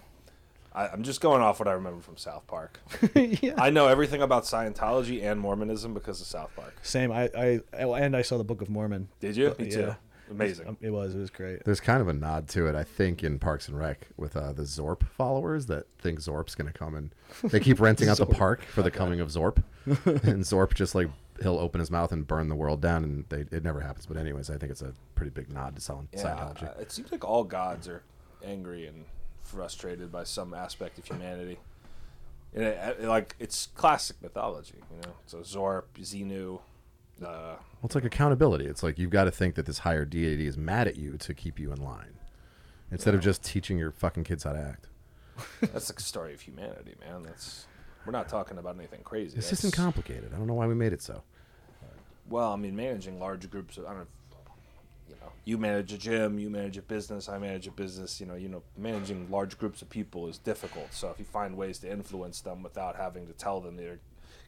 C: I, I'm just going off what I remember from South Park.
A: that? yeah.
C: I know everything about Scientology and Mormonism because of South Park.
A: Same. I, I oh, and I saw the Book of Mormon.
C: Did
D: Uh,
C: you? Me
A: Yeah.
C: too. Amazing.
A: Um, It was. It was great.
D: There's kind of a nod to it, I think, in Parks and Rec with uh, the Zorp followers that think Zorp's going to come and they keep renting out the park for the coming of Zorp, and Zorp just like he'll open his mouth and burn the world down, and they, it never happens. But anyways, I think it's a pretty big nod to Sci-
C: Yeah,
D: Scientology.
C: uh, it seems like all gods are angry and frustrated by some aspect of humanity. And it, it- like it's classic mythology, you know. So Zorp, Xenu, uh,
D: Well, it's like accountability. It's like you've got to think that this higher deity is mad at you to keep you in line, instead of just teaching your fucking kids how to act.
C: that's the story of humanity, man. That's we're not talking about anything crazy.
D: It's
C: That's-
D: just complicated. I don't know why we made it so.
C: Well, I mean, managing large groups. Of, I don't know. You know, you manage a gym, you manage a business, I manage a business. You know, you know, managing large groups of people is difficult. So if you find ways to influence them without having to tell them they're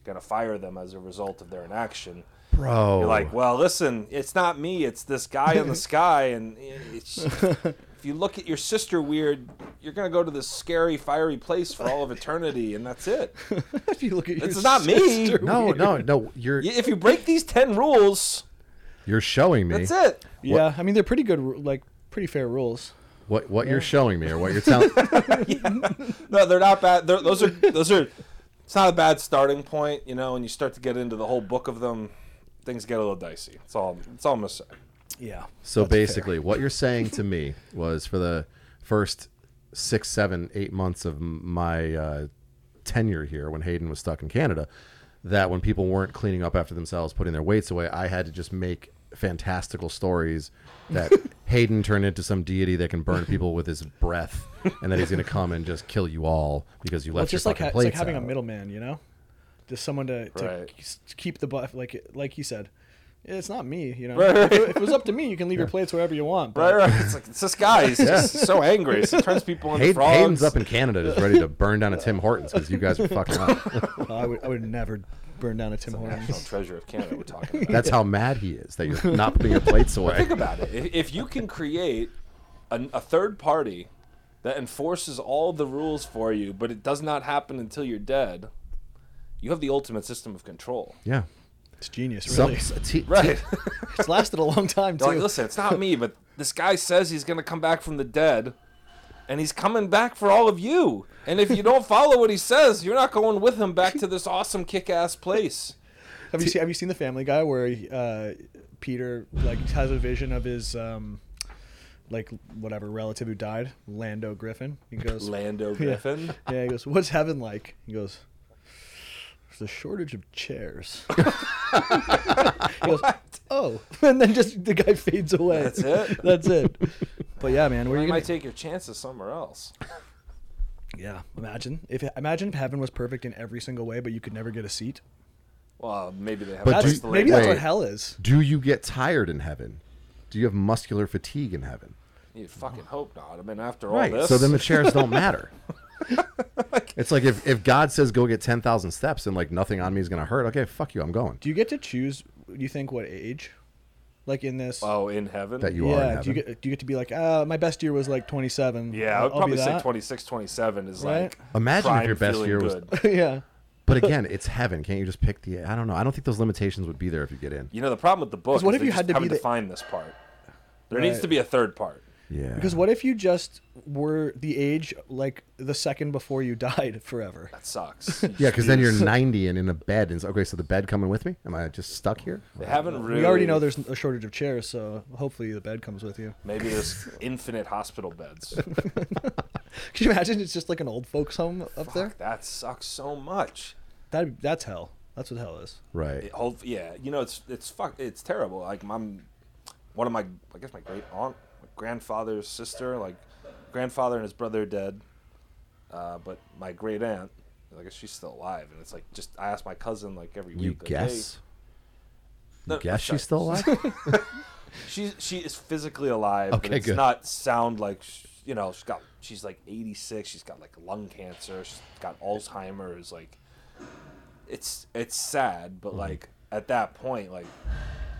C: gonna fire them as a result of their inaction,
D: Bro,
C: you're like, well, listen, it's not me, it's this guy in the sky, and it's, if you look at your sister weird, you're gonna go to this scary, fiery place for all of eternity, and that's it.
A: if you look at your
C: This is not me.
A: sister-
D: no, no, no. You're
C: Y- If you break these ten rules,
D: you're showing me
C: that's it.
A: Yeah, I mean they're pretty good, ru- like pretty fair rules.
D: what what you're showing me or what you're telling.
C: No, they're not bad. They're, those are those are. It's not a bad starting point, you know. When you start to get into the whole book of them, things get a little dicey. It's all. It's all I'm gonna say.
A: Yeah.
D: So basically, what you're saying to me was for the first six, seven, eight months of m- my uh, tenure here, when Hayden was stuck in Canada, that when people weren't cleaning up after themselves, putting their weights away, I had to just make fantastical stories that Hayden turned into some deity that can burn people with his breath, and that he's going to come and just kill you all because you
A: Well,
D: left
A: it's just
D: your
A: like ha-
D: fucking
A: it's like
D: plates
A: having a
D: out.
A: middleman, you know, just someone to, to
C: Right.
A: k- s- keep the buff. Like like you said, it's not me, you know.
C: Right,
A: If,
C: right.
A: it, if it was up to me, you can leave your plates wherever you want. But
C: Right, right. It's like it's this guy. He's just so angry. He turns people into
D: Hayden,
C: frogs.
D: Hayden's up in Canada, just ready to burn down a Tim Hortons because you guys are fucking up.
A: I would I would never burn down a Tim
C: National
A: Hortons.
C: treasure of Canada. We're talking about.
D: That's how mad he is that you're not putting your plates away.
C: Think about it. If, if you can create a, a third party that enforces all the rules for you, but it does not happen until you're dead, you have the ultimate system of control.
D: Yeah.
A: It's genius,
D: Some,
A: really.
D: s- t-
C: Right.
A: it's lasted a long time too.
C: They're like, listen, it's not me, but this guy says he's gonna come back from the dead, and he's coming back for all of you. And if you don't follow what he says, you're not going with him back to this awesome kick-ass place.
A: Have you seen Have you seen the Family Guy where uh, Peter like has a vision of his um, like whatever relative who died, Lando Griffin? He goes,
C: Lando Griffin.
A: yeah, he goes, what's heaven like? He goes, there's a shortage of chairs. he goes, oh, and then just the guy fades away.
C: That's it?
A: That's it. But yeah, man, where
C: You
A: you gonna?
C: might take your chances somewhere else.
A: yeah, imagine if imagine if heaven was perfect in every single way, but you could never get a seat.
C: Well, maybe they have
D: But
C: a
A: That's,
C: place
D: you-
C: to lay
A: maybe that's
C: down.
A: what hell is.
D: Do you get tired in heaven? Do you have muscular fatigue in heaven?
C: You fucking hope not. I mean, after all this,
D: So then the chairs don't matter. it's like if, if God says go get 10,000 steps and like nothing on me is going to hurt, okay, fuck you, I'm going.
A: Do you get to choose? Do you think what age? Like in this.
C: oh, in heaven.
D: That you are in
A: yeah, do
D: heaven.
A: you get do you get to be like, uh, my best year was like 27.
C: yeah,
A: I'll-
C: I would
A: I'll be
C: probably say
A: that."
C: 26, 27 is
A: Right?
C: like.
D: Imagine if
C: prime
D: your best
C: feeling
D: year was.
C: good.
A: yeah.
D: But again, it's heaven. Can't you just pick the. I don't know. I don't think those limitations would be there if you get in.
C: You know, the problem with the book is
A: what if
C: they
A: you
C: just
A: had to be
C: haven't
A: the-
C: defined this part. There needs
A: Right.
C: to be a third part.
D: Yeah.
A: Because what if you just were the age like the second before you died forever?
C: That sucks.
D: yeah, because then you're 90 and in a bed. And it's, okay, so the bed coming with me? Am I just stuck here?
C: They haven't really.
A: We already know there's a shortage of chairs, so hopefully the bed comes with you.
C: Maybe there's infinite hospital beds.
A: Can you imagine? It's just like an old folks home up there.
C: Fuck, that sucks so much.
A: That that's hell. That's what hell is.
D: Right.
C: It, hope- yeah, you know it's it's fuck it's terrible. Like my one of my I guess my great aunt, my grandfather's sister, like grandfather and his brother are dead. Uh, but my great aunt, like she's still alive, and it's like just I ask my cousin like every
D: You
C: week. like, hey-
D: guess?
C: No,
D: You guess
C: sorry.
D: she's still alive?
C: She she is physically alive, but
D: Okay,
C: it's
D: good.
C: not sound like sh you know she's got she's like 86. She's got like lung cancer. She's got Alzheimer's. Like it's it's sad,
D: Mm-hmm.
C: but like at that point, like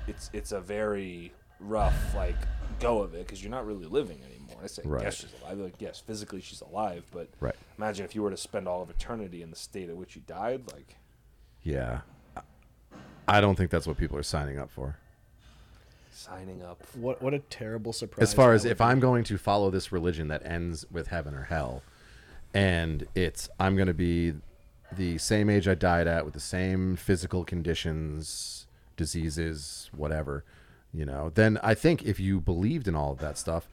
C: it's it's a very rough like go of it because you're not really living anymore. I say,
D: Right.
C: yes, she's alive. Like, yes, physically she's alive, but
D: Right.
C: imagine if you were to spend all of eternity in the state at which you died. Like,
D: Yeah. I don't think that's what people are signing up for.
C: signing up.
A: What what a terrible surprise.
D: As far
A: that
D: as
A: would
D: if I'm going to follow this religion that ends with heaven or hell, and it's I'm going to be the same age I died at with the same physical conditions, diseases, whatever, you know, then I think if you believed in all of that stuff,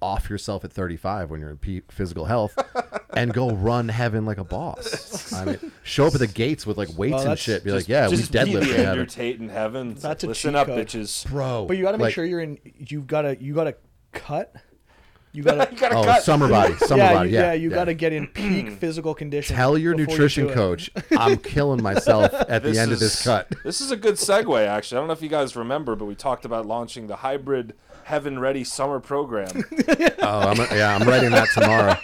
D: off yourself at 35 when you're in pe- physical health and go run heaven like a boss. I mean, show up at the gates with like weights and
A: that's
D: shit. Be like, yeah, we
C: Just be
D: deadlift in
C: the Andrew
D: heaven.
C: Tate in heaven. It's
A: That's
C: like,
A: a
C: listen
A: cheat
C: up,
A: code.
C: bitches.
D: Bro.
A: But you got to make
D: like-
A: sure you're in. You've got to. You got to cut. You got
C: you
A: to.
C: gotta
D: Oh,
C: cut.
D: summer body, summer
A: yeah,
D: body.
A: you,
D: yeah,
A: yeah, you got to get in peak physical condition.
D: Tell your
A: before you
D: nutrition
A: do it.
D: coach, I'm killing myself at the end of this cut.
C: This is a good segue, actually. I don't know if you guys remember, but we talked about launching the hybrid Heaven Ready Summer Program.
D: Oh, I'm, yeah, I'm writing that tomorrow.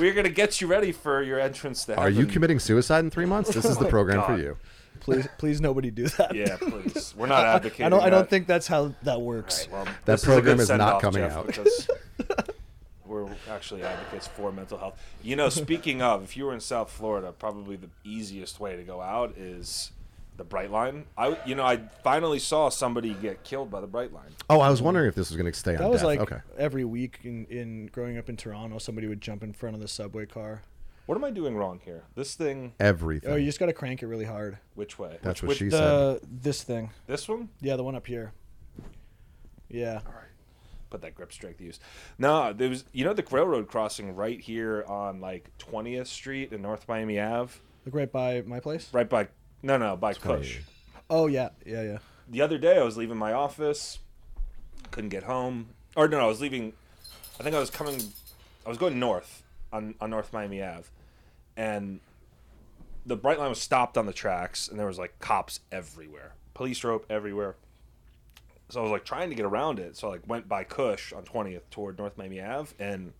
C: We're gonna get you ready for your entrance to heaven.
D: Are you committing suicide in three months? This is
A: Oh
D: the program for
C: God.
D: you.
A: Please, please, nobody do that.
C: Yeah, please. We're not
A: I
C: advocating.
A: don't. I don't
C: that.
A: think that's how that works.
C: Well, that
D: program is not coming out.
C: we're actually advocates for mental health. You know, speaking of, if you were in South Florida, probably the easiest way to go out is the Bright Line. I, you know, I finally saw somebody get killed by the Bright Line.
D: Oh, I was wondering if this was going to stay on
A: That was
D: death.
A: like
D: okay.
A: every week in, in growing up in Toronto, somebody would jump in front of the subway car.
C: What am I doing wrong here? This thing,
D: Everything.
A: Oh, you just got to crank it really hard.
C: which way?
D: That's what
C: which,
D: she
C: which-
D: said.
A: The this thing,
C: This one.
A: yeah, the one up here. Yeah,
C: put that grip strength to use. No, there was you know the railroad crossing right here on like 20th Street and North Miami Ave,
A: like right by my place.
C: right by no no by Cush.
A: Oh yeah, yeah, yeah.
C: The other day I was leaving my office, couldn't get home. Or no, I was leaving. I think I was coming. I was going north on on North Miami Ave, and the bright line was stopped on the tracks, and there was like cops everywhere, police rope everywhere. So I was like trying to get around it. So I like went by Cush on 20th toward North Miami Ave, and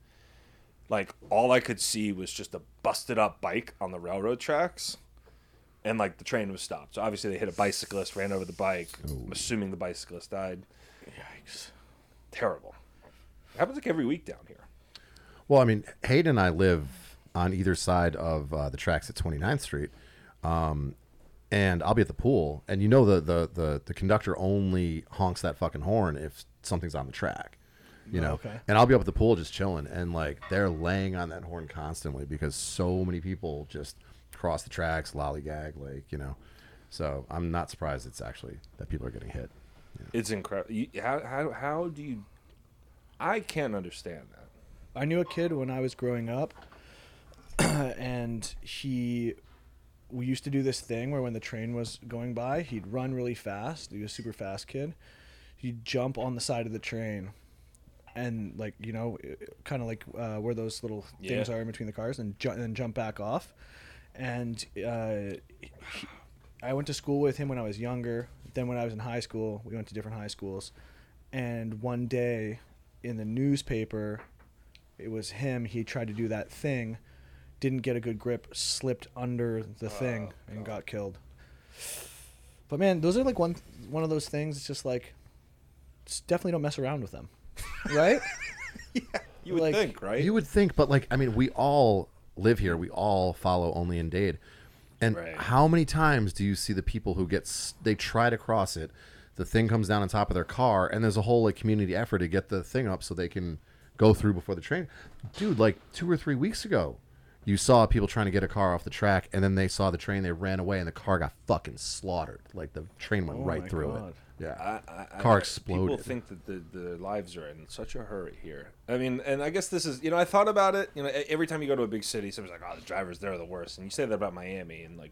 C: like all I could see was just a busted up bike on the railroad tracks, and like the train was stopped. So obviously they hit a bicyclist, ran over the bike. I'm assuming the bicyclist died.
A: Yikes.
C: Terrible. It happens like every week down here.
D: Well, I mean, Hayden and I live on either side of uh, the tracks at 29th Street, um, and I'll be at the pool, and you know the, the the the conductor only honks that fucking horn if something's on the track, you know.
A: okay.
D: And I'll be up at the pool just chilling, and like they're laying on that horn constantly because so many people just cross the tracks, lollygag, like you know. So I'm not surprised it's actually that people are getting hit.
C: It's incredible. How, how, how do you. I can't understand that.
A: I knew a kid when I was growing up, and he. We used to do this thing where when the train was going by, he'd run really fast. He was a super fast kid. He'd jump on the side of the train, and like you know, kind of like uh, where those little things
C: Yeah.
A: are in between the cars, and ju- and jump back off. And uh, he- I went to school with him when I was younger. Then when I was in high school, we went to different high schools. And one day, in the newspaper, it was him. He tried to do that thing, didn't get a good grip, slipped under the
C: Oh,
A: thing, and got killed. But man, those are like one one of those things. It's just like, just definitely don't mess around with them, right?
C: You would
A: Like,
C: think, right?
D: You would think, but like, I mean, we all live here. We all follow only in Dade. And
C: Right.
D: how many times do you see the people who get s- they try to cross it, the thing comes down on top of their car, and there's a whole like community effort to get the thing up so they can go through before the train. Dude, like two or three weeks ago, you saw people trying to get a car off the track, and then they saw the train, they ran away, and the car got fucking slaughtered. Like the train went right
A: my
D: through
A: God.
D: it. Yeah,
C: Oh I, I, I- People
D: car exploded.
C: think that the, the lives are in such a hurry here. I mean, and I guess this is, you know, I thought about it. You know, e- every time you go to a big city, somebody's like, oh, the drivers, they're the worst. And you say that about Miami, and like,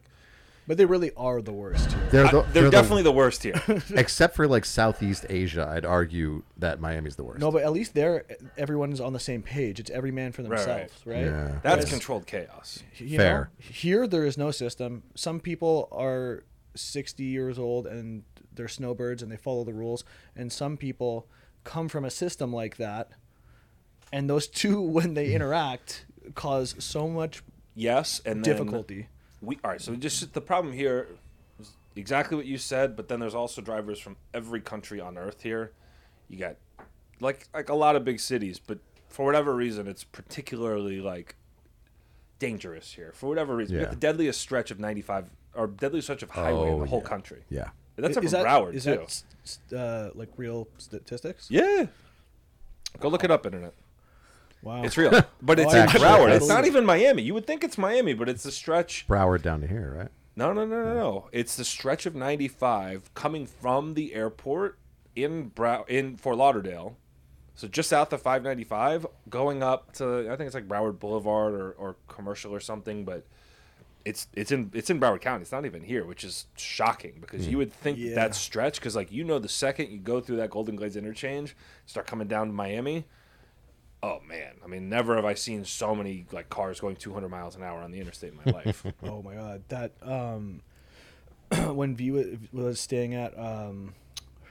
A: But they really are the worst. Here.
D: they're,
C: I-
D: the-
C: they're,
D: they're the-
C: definitely the worst here.
D: except for like Southeast Asia. I'd argue that Miami's the worst.
A: No, but at least there, everyone's on the same page. It's every man for
C: right.
A: themselves, right?
D: Yeah.
C: That's controlled chaos.
A: you
D: Fair.
A: know, here there is no system. Some people are 60 years old and they're snowbirds and they follow the rules, and some people come from a system like that, and those two, when they interact, cause so much
C: Yes, and then
A: difficulty.
C: We all right. So just the problem here is exactly what you said, but then there's also drivers from every country on Earth here. You got like like a lot of big cities, but for whatever reason, it's particularly like dangerous here. For whatever reason, we
D: Yeah.
C: have the deadliest stretch of 95 or deadliest stretch of highway in
D: Oh,
C: the whole
D: yeah.
C: country.
D: Yeah.
C: And that's up
A: is
C: from
A: that,
C: Broward
A: is
C: too.
A: that s- s- uh, like real statistics?
C: yeah, go look it up, internet.
A: Wow.
C: It's real, but it's
A: I
C: in
D: Oh, actually-
C: Broward.
D: I
C: It's not
A: believe
C: even Miami. You would think it's Miami, but it's the stretch
D: Broward down to here, right?
C: No, no, no, no, no. It's the stretch of 95 coming from the airport in Brow- in Fort Lauderdale. So just south of 595, going up to I think it's like Broward Boulevard or, or commercial or something, but it's it's in it's in Broward County. It's not even here, which is shocking because you would think that
A: Yeah.
C: that stretch because like you know the second you go through that Golden Glades interchange, start coming down to Miami. Oh man, I mean never have I seen so many like cars going 200 miles an hour on the interstate in my life.
A: Oh my god, that um, when V wa- was staying at um,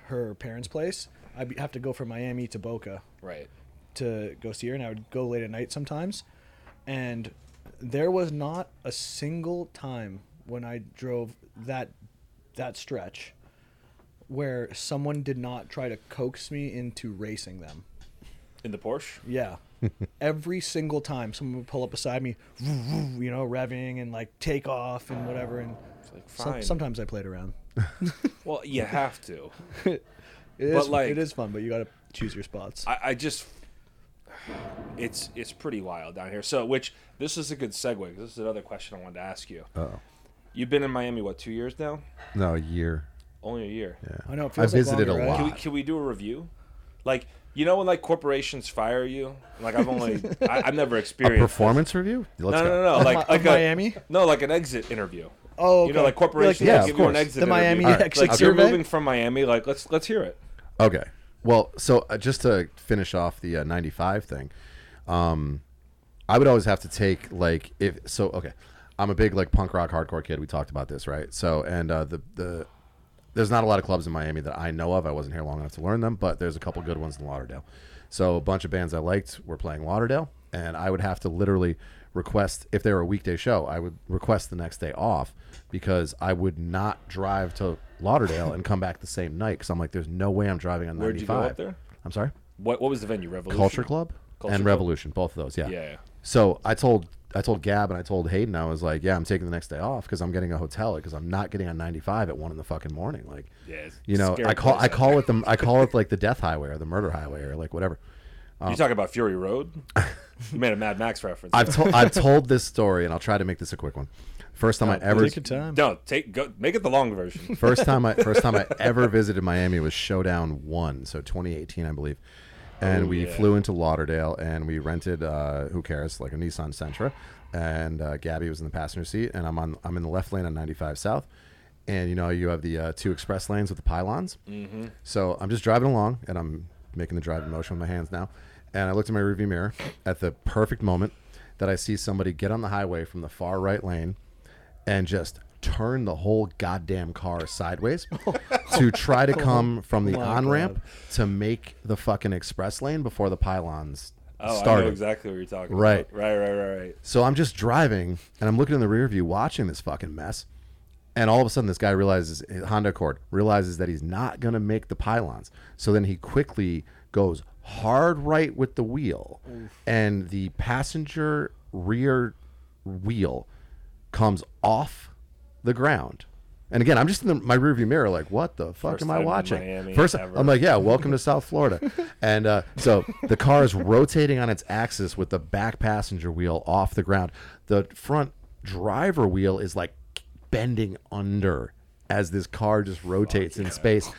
A: her parents' place, I'd be- have to go from Miami to Boca
C: right.
A: to go see her, and I would go late at night sometimes. And there was not a single time when I drove that that stretch where someone did not try to coax me into racing them.
C: In the Porsche?
A: Yeah. Every single time someone would pull up beside me, you know, revving and like take off and whatever. And
C: like,
A: some-
C: fine.
A: sometimes I played around.
C: Well, you have to.
A: It is,
C: But, like-
A: it is fun, but you got to choose your spots.
C: I, I just it's it's pretty wild down here. So, which this is a good segue. 'cause This is another question I wanted to ask you.
D: Oh.
C: You've been in Miami what two years now?
D: No, a year.
C: Only a year. Yeah.
A: I know. It
D: I
A: feels like
D: visited
A: longer,
D: a
A: right?
C: Can we
D: lot.
C: can we do a review? Like you know when like corporations fire you? Like I've only I, I've never
D: A
C: experienced.
D: performance review? Let's
C: no,
D: go.
C: no, no, no.
A: Of
C: Like,
A: Mi-
C: like
A: of
C: a,
A: Miami?
C: No, like an exit interview.
A: Oh,
C: You know,
A: okay.
C: like corporations
A: Like,
D: yeah,
C: give
D: of
C: you an
D: course.
C: exit
A: The
C: interview.
A: Miami
D: Alright.
A: exit
C: like you're
A: survey.
C: moving from Miami. Like let's let's hear it.
D: Okay. Well, so uh, just to finish off the uh, 95 thing, um, I would always have to take, like, if so, okay. I'm a big, like, punk rock hardcore kid. We talked about this, right? So, and uh, the, the, there's not a lot of clubs in Miami that I know of. I wasn't here long enough to learn them, but there's a couple good ones in Lauderdale. So, a bunch of bands I liked were playing Lauderdale, and I would have to literally request, if they were a weekday show, I would request the next day off because I would not drive to Lauderdale and come back the same night because I'm like, there's no way I'm driving on
C: Where'd you
D: 95.
C: go up there?
D: I'm sorry?
C: What what was the venue? Revolution.
D: Culture Club
C: Culture
D: and
C: Club.
D: Revolution, both of those, yeah.
C: Yeah, yeah.
D: So I told I told Gab and I told Hayden I was like, yeah, I'm taking the next day off because I'm getting a hotel because I'm not getting on 95 at one in the fucking morning. Like,
C: Yeah, it's
D: you know,
C: scary
D: I call
C: place
D: I
C: out
D: call it the I call it like the death highway or the murder highway or like whatever. Um,
C: You talking about Fury Road? you made a Mad Max reference.
D: I've told I've told this story and I'll try to make this a quick one. First time I ever
A: Take your time.
C: no, take go make it the long version. Oh,
D: First time I first time I ever visited Miami was Showdown One, so 2018, I believe. And we
C: Oh, yeah.
D: flew into Lauderdale and we rented uh, who cares like a Nissan Sentra, and uh, Gabby was in the passenger seat and I'm on I'm in the left lane on 95 South, and you know you have the uh, two express lanes with the pylons. Mm-hmm. So I'm just driving along and I'm making the driving motion with my hands now, and I looked in my rearview mirror at the perfect moment that I see somebody get on the highway from the far right lane and just turn the whole goddamn car sideways to try to come from the
A: my God.
D: on ramp to make the fucking express lane before the pylons
C: Oh, I
D: started.
C: know exactly what you're talking
D: Right.
C: about. Right, right, right, right.
D: So I'm just driving and I'm looking in the rear view watching this fucking mess. And all of a sudden, this guy realizes his Honda Accord realizes that he's not going to make the pylons. So then he quickly goes hard right with the wheel, and the passenger rear wheel comes off the ground. And again, I'm just in the, my rearview mirror, like, what the fuck
C: First
D: am I
C: time in
D: watching?
C: Miami
D: First,
C: ever.
D: I'm like, yeah, welcome to South Florida. And uh, so the car is rotating on its axis with the back passenger wheel off the ground. The front driver wheel is like bending under as this car just rotates in space.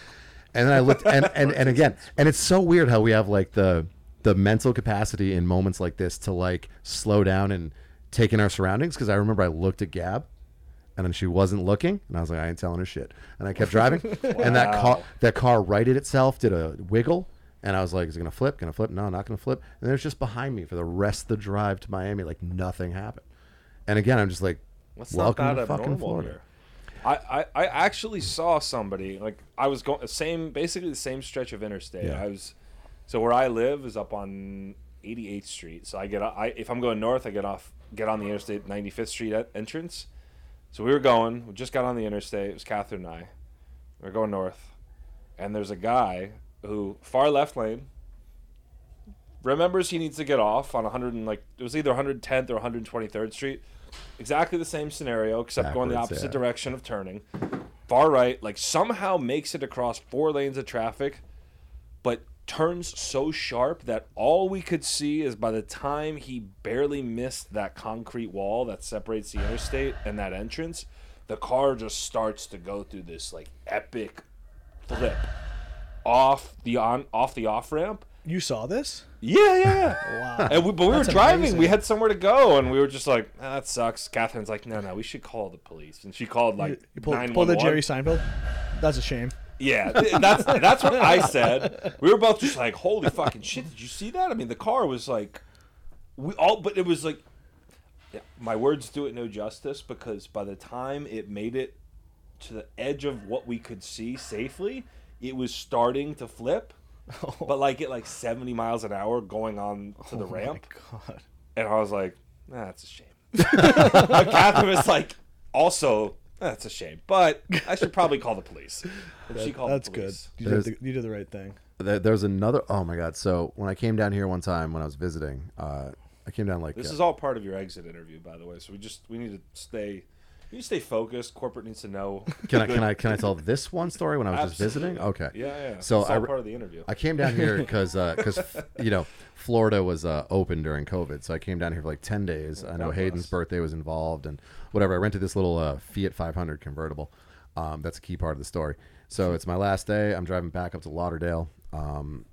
D: And then I looked, and, and, and again, and it's so weird how we have like the the mental capacity in moments like this to like slow down and take in our surroundings. Because I remember I looked at Gab and then she wasn't looking, and I was like, I ain't telling her shit. And I kept driving, and that car that car righted itself, did a wiggle, and I was like, is it gonna flip? Gonna flip? No, not gonna flip. And it was just behind me for the rest of the drive to Miami, like nothing happened. And again, I'm just like,
C: What's
D: welcome
C: not
D: to
C: that
D: fucking
C: abnormal
D: Florida.
C: here? I, I, I actually saw somebody like I was going same basically the same stretch of interstate.
D: Yeah.
C: I was so where I live is up on 88th Street. So I get o- I if I'm going north, I get off get on the interstate 95th Street at entrance. So we were going. We just got on the interstate. It was Catherine and I. We are going north, and there's a guy who far left lane remembers he needs to get off on 100 and like it was either 110th or 123rd Street. Exactly the same scenario, except going the
D: Backwards,
C: opposite
D: yeah.
C: direction of turning. Far right, like somehow makes it across four lanes of traffic, but turns so sharp that all we could see is by the time he barely missed that concrete wall that separates the interstate and that entrance, the car just starts to go through this like epic flip off the on off the off ramp.
A: You saw this?
C: Yeah, yeah.
A: Wow.
C: And we, but we
A: That's
C: were driving.
A: amazing.
C: We had somewhere to go, and we were just like, "Ah, "That sucks." Catherine's like, "No, no, we should call the police." And she called like
A: You pull,
C: nine
A: pull
C: one
A: the Jerry
C: one.
A: Seinfeld. That's a shame.
C: Yeah, th- that's that's what I said. We were both just like, "Holy fucking shit! Did you see that?" I mean, the car was like, we all, but it was like, yeah, my words do it no justice because by the time it made it to the edge of what we could see safely, it was starting to flip. But like at like seventy miles an hour going on to the ramp,
A: God.
C: and I was like, nah, that's a shame. But Catherine was like, also, "Ah, that's a shame, but I should probably call the police. And she called
A: That's
C: the
A: good.
C: police.
A: You did, the, you did the right thing.
D: There, there's another. Oh my god! So when I came down here one time when I was visiting, uh, I came down like
C: This
D: uh,
C: is all part of your exit interview, by the way. So we just we need to stay, we need to stay focused. Corporate needs to know.
D: Can I can I can I tell this one story when I was just visiting? Okay.
C: Yeah, yeah.
D: So
C: it's
D: I
C: all
D: re-
C: part of the interview.
D: I came down here because because you know Florida was uh, open during COVID, so I came down here for like ten days. I know Hayden's birthday was involved and whatever. I rented this little uh, Fiat 500 convertible. Um, that's a key part of the story. So it's my last day. I'm driving back up to Lauderdale. Um,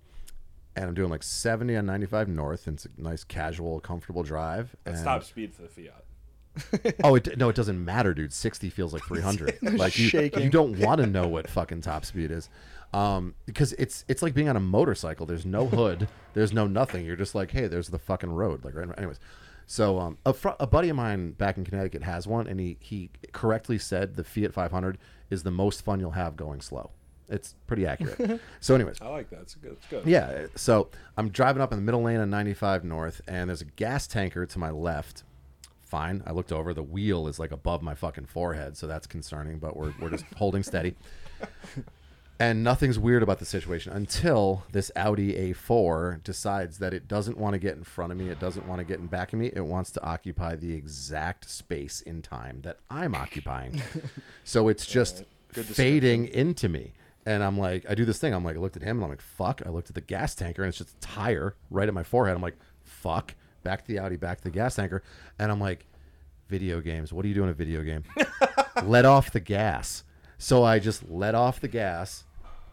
D: and I'm doing like 70 on 95 north, and it's a nice, casual, comfortable drive. And
C: Stop speed for the Fiat.
D: Oh it, no, it doesn't matter, dude. Sixty feels like three hundred. like you,
A: shaking.
D: you don't want to know what fucking top speed is, um, because it's it's like being on a motorcycle. There's no hood. there's no nothing. You're just like, hey, there's the fucking road. Like, right. Anyways, so um, a, fr- a buddy of mine back in Connecticut has one, and he he correctly said the Fiat 500 is the most fun you'll have going slow. It's pretty accurate. so, anyways,
C: I like that. It's good. It's good.
D: yeah. So I'm driving up in the middle lane on 95 North, and there's a gas tanker to my left. Fine. I looked over. The wheel is like above my fucking forehead, so that's concerning, but we're, we're just holding steady. And nothing's weird about the situation until this Audi A4 decides that it doesn't want to get in front of me. It doesn't want to get in back of me. It wants to occupy the exact space in time that I'm occupying. so it's just fading into me. And I'm like, I do this thing. I'm like, I looked at him and I'm like, fuck. I looked at the gas tanker and it's just a tire right at my forehead. I'm like, fuck. Back to the Audi, back to the gas tanker. And I'm like, video games. What do you do in a video game? let off the gas. So I just let off the gas,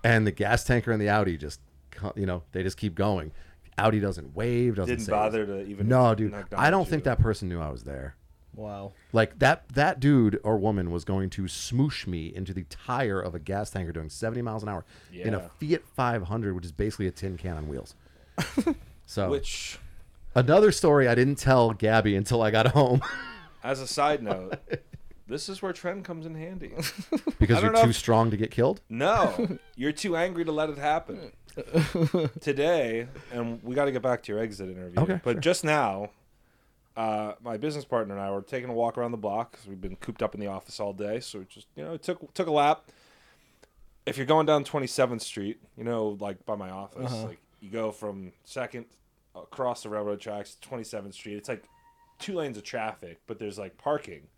D: and the gas tanker and the Audi just, co- you know, they just keep going. Audi doesn't wave. Doesn't
C: Didn't
D: say-
C: bother to even.
D: No, dude.
C: acknowledge
D: I don't
C: you.
D: think that person knew I was there.
A: Wow.
D: Like that that dude or woman was going to smoosh me into the tire of a gas tanker doing 70 miles an hour in a Fiat 500, which is basically a tin can on wheels. so
C: Which,
D: another story I didn't tell Gabby until I got home
C: as a side note, this is where trend comes in handy.
D: because
C: don't
D: you're
C: know
D: too
C: if-
D: strong to get killed.
C: No, you're too angry to let it happen. Today, and we got to get back to your exit interview.
D: Okay,
C: but just now, uh, my business partner and I were taking a walk around the block 'cause we've been cooped up in the office all day. So we just you know it took took a lap. If you're going down 27th Street, you know like by my office, like you go from Second across the railroad tracks to 27th Street. It's like two lanes of traffic, but there's like parking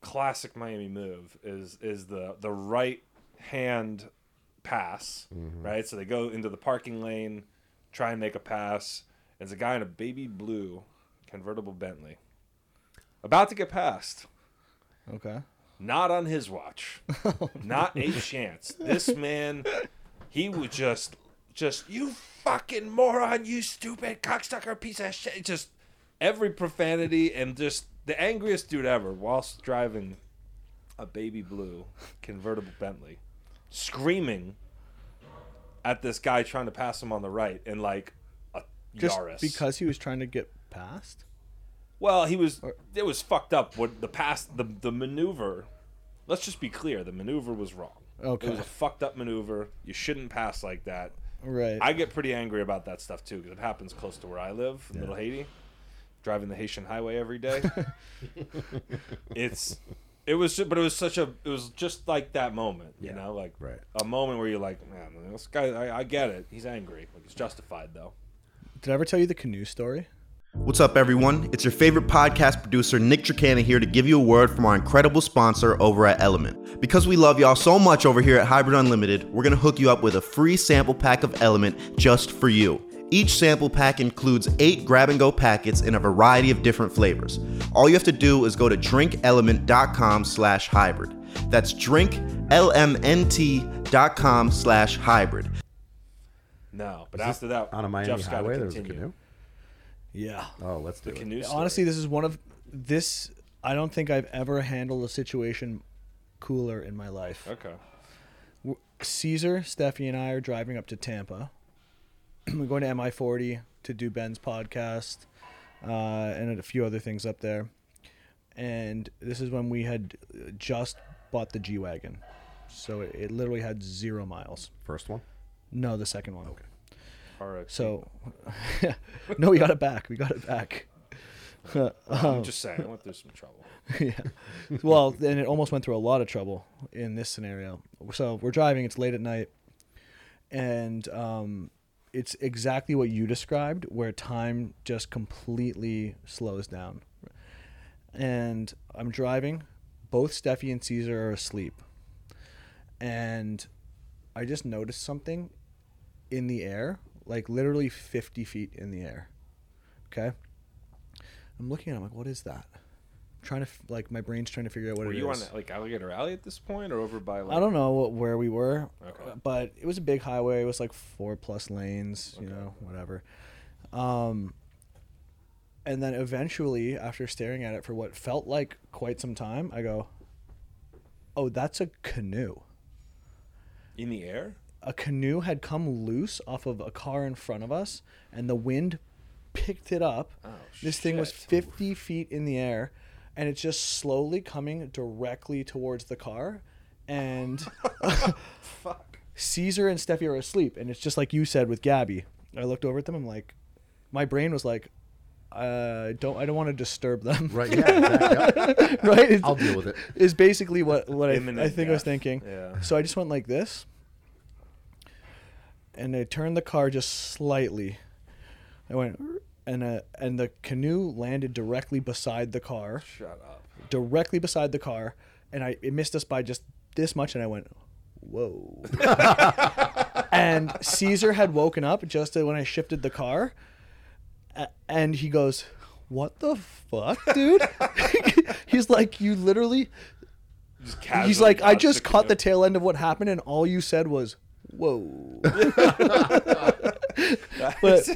C: classic Miami move is is the the right hand pass, right? So they go into the parking lane, try and make a pass. There's a guy in a baby blue convertible Bentley about to get passed.
A: Okay.
C: Not on his watch.
A: Oh,
C: Not a chance. This man, he was just, just you fucking moron, you stupid cocksucker piece of shit. Just every profanity and just the angriest dude ever, whilst driving a baby blue convertible Bentley, screaming at this guy trying to pass him on the right and like a
A: Just
C: Yaris.
A: because he was trying to get past.
C: Well, he was. It was fucked up. What the past the the maneuver. Let's just be clear. The maneuver was wrong.
A: Okay.
C: It was a fucked up maneuver. You shouldn't pass like that.
A: Right.
C: I get pretty angry about that stuff too because it happens close to where I live, in Little Haiti. Driving the Haitian highway every day. it's. It was, ju- but it was such a. It was just like that moment, you know, like
D: right.
C: a moment where you're like, man, this guy. I, I get it. He's angry. Like it's justified though.
A: Did I ever tell you the canoe story?
B: What's up, everyone? It's your favorite podcast producer, Nick Tricana, here to give you a word from our incredible sponsor over at Element. Because we love y'all so much over here at Hybrid Unlimited, we're going to hook you up with a free sample pack of Element just for you. Each sample pack includes eight grab and go packets in a variety of different flavors. All you have to do is go to drinkelement.com slash hybrid. That's drinklmnt.com slash hybrid.
C: No, but
D: Is this
C: after that,
D: on a Miami
C: Jeff's gotta
D: highway, there was a
C: continue.
D: canoe.
A: Yeah.
D: Oh, let's do
C: The
D: it.
C: canoe. story.
A: Honestly, this is one of this. I don't think I've ever handled a situation cooler in my life.
C: Okay.
A: Caesar, Steffi, and I are driving up to Tampa. We're going to MI 40 to do Ben's podcast uh, and a few other things up there. And this is when we had uh, just bought the G Wagon. So it, it literally had zero miles.
D: First one.
A: No, the second one. Okay.
C: All right.
A: So, no, we got it back. We got it back.
C: I'm just saying, I went through some trouble.
A: yeah. Well, then it almost went through a lot of trouble in this scenario. So we're driving. It's late at night, and um, it's exactly what you described, where time just completely slows down. And I'm driving. Both Steffi and Caesar are asleep, and I just noticed something in the air, like literally 50 feet in the air. Okay. I'm looking at it, I'm like, what is that? I'm trying to, f- like, my brain's trying to figure out what
C: Were
A: it is.
C: you on like Alligator Alley at this point, or over by? Like,
A: I don't know what, where we were, uh,
C: Okay.
A: but it was a big highway. It was like four plus lanes, you know, whatever. Um, and then eventually, after staring at it for what felt like quite some time, I go, oh, that's a canoe.
C: in the air.
A: a canoe had come loose off of a car in front of us, and the wind picked it up. this thing was
C: Oh, shit.
A: 50 feet in the air, and it's just slowly coming directly towards the car. And
C: Fuck.
A: Caesar and Steffi are asleep, and it's just like you said with Gabby. I looked over at them. I'm like, my brain was like, uh, don't I don't want to disturb them.
D: Right. Yeah. Exactly. Yep.
A: right? It's-
D: I'll deal with it.
A: Is basically what what I, I
C: Imminent
A: think I was
C: death.
A: thinking.
C: Yeah.
A: So I just went like this, and I turned the car just slightly. I went, and uh, and the canoe landed directly beside the car,
C: Shut up.
A: directly beside the car, and I it missed us by just this much, and I went, whoa. and Caesar had woken up just when I shifted the car, a- and he goes, "What the fuck, dude?" He's like, "You literally."
C: Just
A: He's
C: casually
A: like, "I
C: dodged
A: just caught the
C: canoe.
A: tail end of what happened, and all you said was." Whoa! but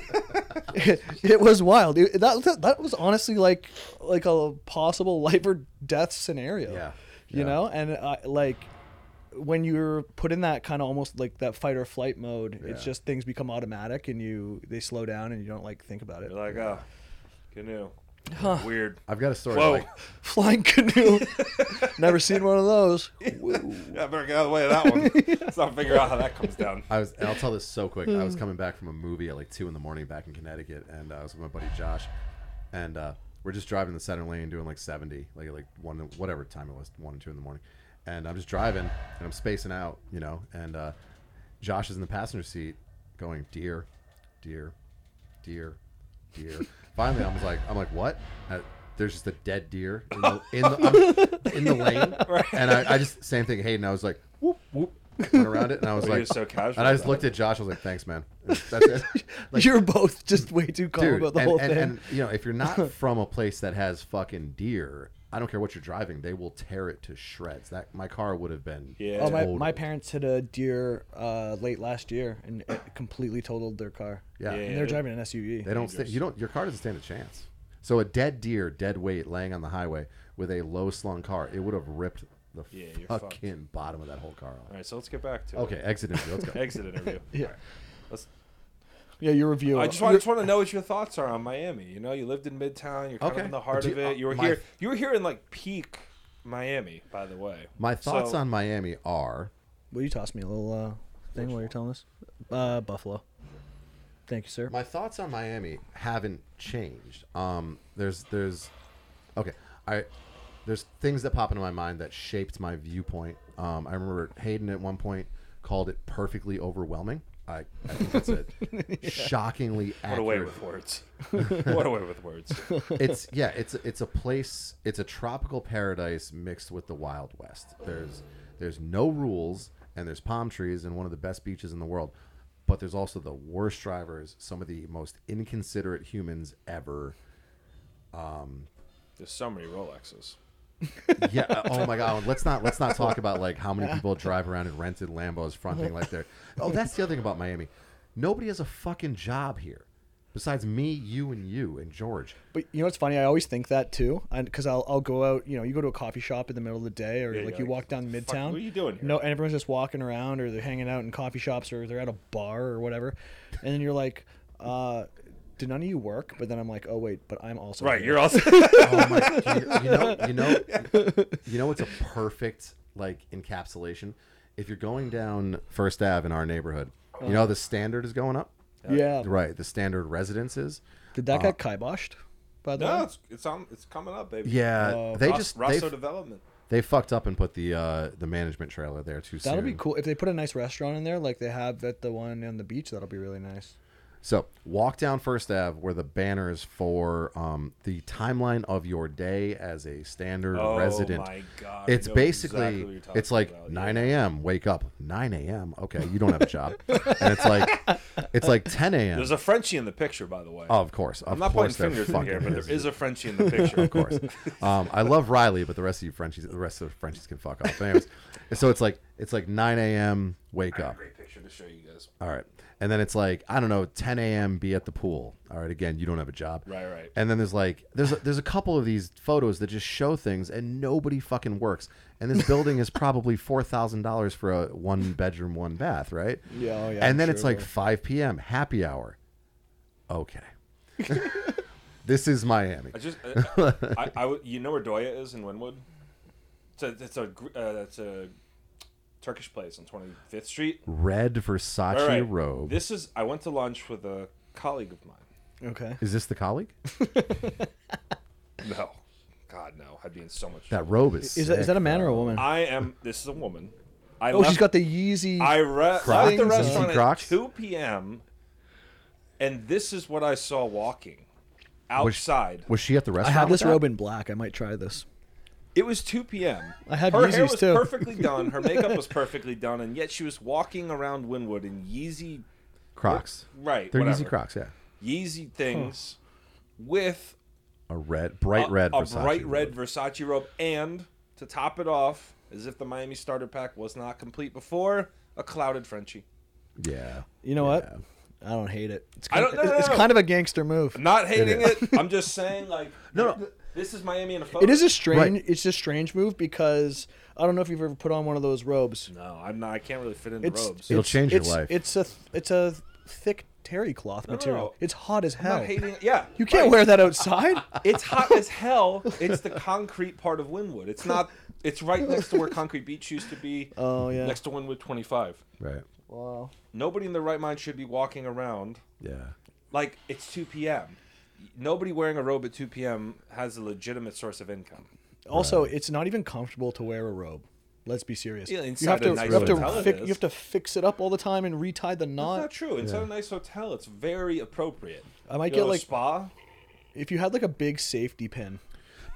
A: it, it was wild. It- that, that that was honestly like like a possible life or death scenario.
D: Yeah.
A: You
D: Yeah.
A: know, and uh, like when you're put in that kind of almost like that fight or flight mode, it's
D: Yeah.
A: just things become automatic and you they slow down and you don't like think about it.
C: You're like, oh, canoe. Weird.
D: I've got a story.
C: Whoa.
D: like-
A: Flying canoe. Never seen one of those.
C: Yeah, I better get out of the way of that one. Let's not figure out how that comes down.
D: I was, and I'll tell this so quick. I was coming back from a movie at like two in the morning back in Connecticut, and uh, I was with my buddy Josh, and uh, we're just driving the center lane, doing like seventy, like like one whatever time it was, one and two in the morning, and I'm just driving and I'm spacing out, you know, and uh, Josh is in the passenger seat, going deer, deer, deer, deer. Finally, I was like, I'm like, what? Uh, there's just a dead deer in the, in the, I'm in the lane, and I, I just same thing. Hayden, I was like, whoop whoop. Went around it, and I was
C: Well, you're
D: like,
C: so casual
D: And I just
C: about
D: looked at Josh. I was like, "Thanks, man." That's it. Like,
A: You're both just way too calm
D: dude,
A: about the
D: and,
A: whole
D: and,
A: thing.
D: and you know, if you're not from a place that has fucking deer, I don't care what you're driving, they will tear it to shreds. That my car would have been.
C: Yeah.
A: oh, my,
D: totaled.
A: my parents hit a deer uh, late last year and it completely totaled their car.
D: Yeah.
C: Yeah.
A: And they're driving an SUV.
D: They don't. St- you don't. Your car doesn't stand a chance. So a dead deer, dead weight, laying on the highway with a low slung car, it would have ripped the
C: Yeah, you're fucked.
D: fucking bottom of that whole car.
C: All
D: Off.
C: right, so let's get back to it.
D: Okay, exit interview. Let's go.
C: Exit interview.
A: Yeah.
C: Let's,
A: Yeah, your review.
C: I just want, I just want to know what your thoughts are on Miami. You know, you lived in Midtown. You're kind
D: Okay.
C: of in the heart
D: Do-
A: uh,
C: of it. You were
D: my-
C: here. You were here in like peak Miami, by the way.
D: My
C: So-
D: thoughts on Miami are.
A: Will you toss me a little uh, thing while you're telling us? Uh, Buffalo. Thank you, sir.
D: My thoughts on Miami haven't changed. Um, there's there's okay. I there's things that pop into my mind that shaped my viewpoint. Um, I remember Hayden at one point called it perfectly overwhelming. I, I think that's it. Shockingly
C: What a way
D: accurate.
C: with words. what a way with words.
D: it's yeah, it's it's a place. It's a tropical paradise mixed with the Wild West. There's there's no rules and there's palm trees and one of the best beaches in the world. But there's also the worst drivers, some of the most inconsiderate humans ever.
C: There's so many Rolexes.
D: Yeah. Oh my God. Let's not let's not talk about like how many people drive around in rented Lambos, fronting like they're. Oh, that's the other thing about Miami. Nobody has a fucking job here, besides me, you, and you, and George.
A: But you know what's funny? I always think that too, because I'll, I'll go out. You know, you go to a coffee shop in the middle of the day, or
C: Yeah,
A: like
C: you're
A: you
C: like,
A: walk down
C: "Fuck,
A: Midtown.
C: what are you doing here?"
A: No, and everyone's just walking around, or they're hanging out in coffee shops, or they're at a bar or whatever. And then you're like, uh, "Do none of you work?" But then I'm like, "Oh wait, but I'm also
C: Right,
A: here."
C: you're also
D: Oh my! You, you know, you know, you know. It's a perfect like encapsulation. If you're going down First Ave in our neighborhood, you know the standard is going up.
A: yeah."
D: Right, the standard residences.
A: Did that get kiboshed? By the
C: No,
A: way,
C: it's it's on it's coming up, baby.
D: Yeah, they
C: Uh, Ros-
D: just
C: Rosso
D: they,
C: development.
D: they fucked up and put the uh, the management trailer there too soon.
A: that'll be cool if they put a nice restaurant in there, like they have at the one on the beach. That'll be really nice.
D: So walk down First Ave where the banner is for um, the timeline of your day as a standard
C: Oh
D: resident.
C: my God, I
D: It's
C: know exactly what
D: basically
C: you're talking
D: it's like
C: about, yeah.
D: 9 a.m. Wake up 9 a.m. Okay, you don't have a job, and it's like it's like 10 a.m.
C: There's a Frenchie in the picture, by the way.
D: oh, of course, of
C: I'm not pointing
D: course there
C: fingers in
D: fucking
C: here, but there
D: is.
C: is a Frenchie in the picture. of
D: course. Um, I love Riley, but the rest of you Frenchies, the rest of the Frenchies can fuck off. Anyways, so it's like it's like 9 a.m. Wake up.
C: Great picture to show you guys.
D: All right. And then it's like, I don't know, 10 a.m. be at the pool. All right. Again, you don't have a job.
C: Right, right.
D: And then there's like, there's a, there's a couple of these photos that just show things and nobody fucking works. And this building is probably $4,000 for a one bedroom, one bath, right?
A: Yeah, oh, yeah,
D: And
A: I'm
D: then
A: sure
D: it's like
A: it will.
D: 5 p.m. happy hour. Okay. this is Miami.
C: I just, I, I, I would- you know where Doya is in Wynwood? It's a, it's a, gr- uh, it's a Turkish place on 25th Street.
D: Red Versace
C: All right.
D: robe.
C: This is, I went to lunch with a colleague of mine.
A: Okay.
D: is this the colleague?
C: No. God, no. I'd be in so much
D: That robe is.
A: Is that, is
D: sick,
A: that a man or a
D: bro.
A: woman?
C: I am, this is a woman. I
A: oh,
C: left,
A: she's got the Yeezy.
C: I re- left
D: Crocs?
C: the
A: Yeezy
C: restaurant at
D: Crocs?
C: 2 p.m. And this is what I saw walking outside.
D: Was she at the
A: I
D: restaurant?
A: have
D: with
A: this
D: that?
A: robe in black. I might try this.
C: It was 2 p.m.
A: I had
C: her hair
A: Yeezys,
C: was
A: too.
C: perfectly done, her makeup was perfectly done, and yet she was walking around Wynwood in Yeezy,
D: Crocs.
C: right?
D: They're
C: whatever.
D: Yeezy Crocs, yeah.
C: Yeezy things with
D: A red, bright
C: a,
D: red,
C: a
D: Versace
C: bright red
D: robe.
C: Versace robe, and to top it off, as if the Miami starter pack was not complete before, a clouded Frenchie.
D: Yeah.
A: You know what? I don't hate it. It's
C: I
A: kind,
C: don't- no, no,
A: it's
C: no.
A: kind of a gangster move.
C: I'm not hating
D: is.
C: it. I'm just saying, like,
D: No, no.
C: this is Miami in a photo.
A: It is a strange.
D: Right.
A: It's a strange move because I don't know if you've ever put on one of those robes.
C: No, I'm not. I can't really fit in
A: It's
C: robes.
D: It'll
A: it's-
D: change your
A: it's-
D: life.
A: It's a th- it's a thick terry cloth
C: no,
A: material.
C: no.
A: It's hot as
C: I'm
A: hell.
C: not hating. it. Yeah,
A: You can't
C: right.
A: wear that outside.
C: It's hot as hell. It's the concrete part of Wynwood. It's not. It's right next to where Concrete Beach used to be.
A: Oh, yeah.
C: Next to Wynwood 25.
D: Right.
A: wow.
C: Nobody in their right mind should be walking around
D: Yeah.
C: like it's 2 p.m. Nobody wearing a robe at 2 p.m. has a legitimate source of income.
A: Also, it's not even comfortable to wear a robe. Let's be serious.
C: Yeah,
A: you
C: inside
A: have
C: a
A: to,
C: nice
A: you, have
C: hotel
A: to
C: it
A: fix,
C: is.
A: you have to fix it up all the time and retie the knot.
C: That's not true. Inside a nice hotel, it's very appropriate.
A: I might
C: You go
A: get,
C: to a
A: like-
C: spa.
A: If you had like a big safety pin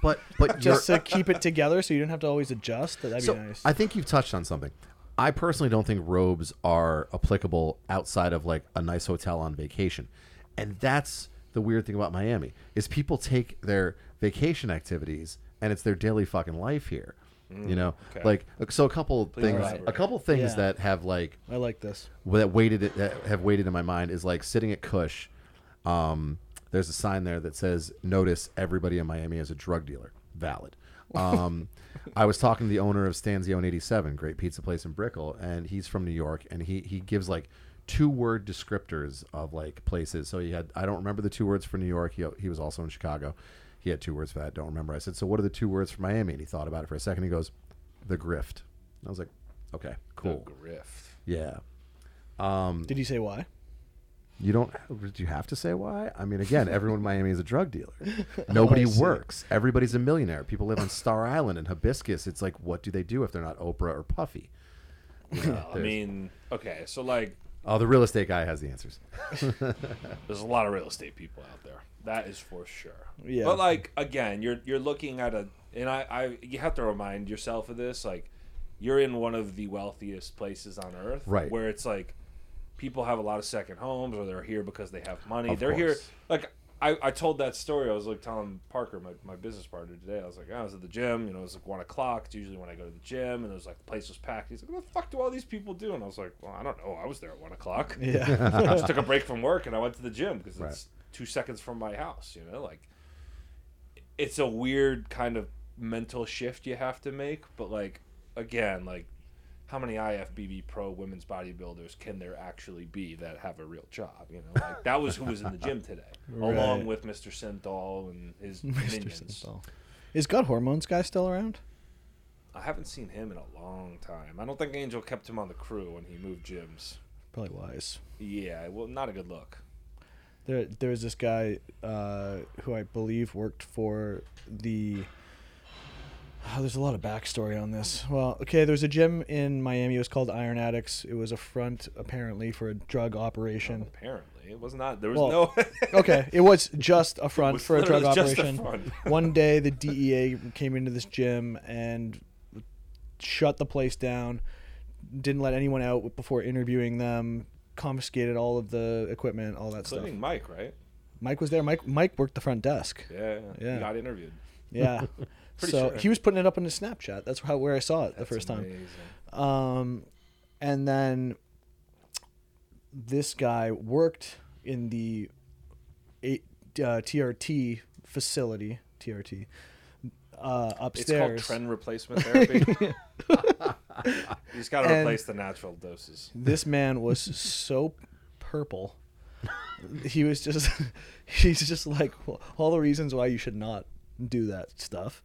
D: But but you're,
A: just to keep it together, so you don't have to always adjust, that'd be
D: so
A: nice.
D: I think you've touched on something. I personally don't think robes are applicable outside of like a nice hotel on vacation, and that's the weird thing about Miami is people take their vacation activities and it's their daily fucking life here. you know, like so a couple things,
C: elaborate.
D: a couple things
A: Yeah.
D: that have like
A: I like this.
D: that waited that have waited in my mind is like sitting at Cush. Um, there's a sign there that says, "Notice everybody in Miami is a drug dealer." Valid. Um, I was talking to the owner of Stanzione 87, great pizza place in Brickell, and he's from New York, and he he gives like two word descriptors of like places. So he had I don't remember the two words for New York. He he was also in Chicago. He had two words for that. Don't remember. I said, "So what are the two words for Miami?" And he thought about it for a second. He goes, "The grift." And I was like, "Okay, cool,
C: Grift.
D: yeah."
A: Did you say why?
D: You don't. Do you have to say why? I mean, again, everyone in Miami is a drug dealer. Nobody
A: see.
D: works. Everybody's a millionaire. People live on Star Island and Hibiscus. It's like, what do they do if they're not Oprah or Puffy? You know,
C: I
D: there's-
C: mean, okay, so like
D: Oh, the real estate guy has the answers.
C: There's a lot of real estate people out there. That is for sure.
A: Yeah.
C: But like again, you're you're looking at a and I, I you have to remind yourself of this, like you're in one of the wealthiest places on earth.
D: Right.
C: Where it's like people have a lot of second homes or they're here because they have money.
D: Of
C: they're here
D: course.
C: like I, I told that story. I was like telling Parker, my, my business partner today. I was like, I was at the gym. You know, it was like one o'clock. It's usually when I go to the gym, and it was like the place was packed. He's like, "What the fuck do all these people do?" And I was like, "Well, I don't know. I was there at one o'clock."
A: Yeah.
C: I just took a break from work and I went to the gym because it's
D: Right.
C: two seconds from my house. You know, like it's a weird kind of mental shift you have to make. But like again, like how many IFBB pro women's bodybuilders can there actually be that have a real job? You know, like that was who was in the gym today, along
A: Right.
C: with Mr. Synthol and his
A: Mr.
C: minions.
A: Sinthal. Is gut hormones guy still around?
C: I haven't seen him in a long time. I don't think Angel kept him on the crew when he moved gyms.
A: Probably wise.
C: Yeah, well, not a good look.
A: There, there was this guy uh, who I believe worked for the. Oh, there's a lot of backstory on this. Well, okay, there's a gym in Miami. It was called Iron Addicts. It was a front, apparently, for a drug operation.
C: Apparently, it was not. There was
A: Well,
C: no.
A: okay, it was just a front
C: Oh. was
A: for a drug
C: literally just a
A: operation.
C: front.
A: One day, the DEA came into this gym and shut the place down. Didn't let anyone out before interviewing them. Confiscated all of the equipment, all that stuff.
C: Including Mike, right?
A: Mike was there. Mike Mike worked the front desk.
C: Yeah,
A: Yeah.
C: He got interviewed.
A: Yeah.
C: Pretty
A: so
C: sure.
A: he was putting it up on his Snapchat. That's how where I saw it the
C: That's
A: first time.
C: amazing.
A: Um, and then this guy worked in the eight, uh, TRT facility. TRT uh,
C: It's
A: upstairs.
C: called trend replacement therapy. you just got to
A: And-
C: replace the natural doses.
A: this man was so purple. He was just, he's just like well, all the reasons why you should not do that stuff.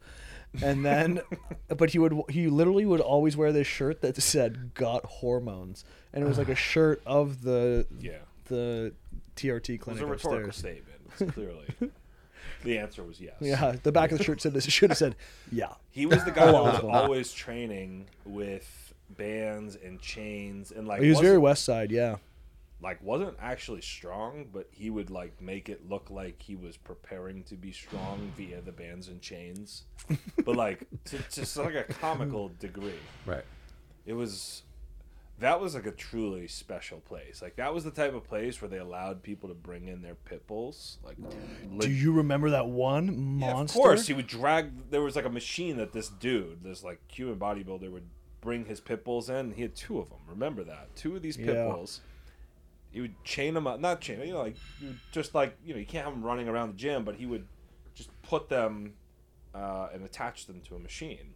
A: And then, but he would, he literally would always wear this shirt that said "Got Hormones," and it was like a shirt of the
C: Yeah.
A: the TRT
C: It was
A: clinic
C: a rhetorical
A: upstairs.
C: statement. It's clearly. the answer was yes.
A: Yeah, the back of the shirt said this. It should have said, "Yeah."
C: He was the guy that was
A: Awful.
C: always training with bands and chains and like
A: He was very
C: wasn't-
A: West Side. Yeah,
C: like wasn't actually strong, but he would like make it look like he was preparing to be strong via the bands and chains, but like to just like a comical degree.
D: Right.
C: It was that was like a truly special place. Like that was the type of place where they allowed people to bring in their pit bulls. Like,
A: do you remember that one
C: Yeah,
A: monster?
C: of course he would drag. There was like a machine that this dude, this like Cuban bodybuilder, would bring his pit bulls in. He had two of them. Remember that? Two of these pit
A: Yeah.
C: bulls. He would chain them up, not chain. You know, like you would just like you know, you can't have them running around the gym, but he would just put them uh, and attach them to a machine,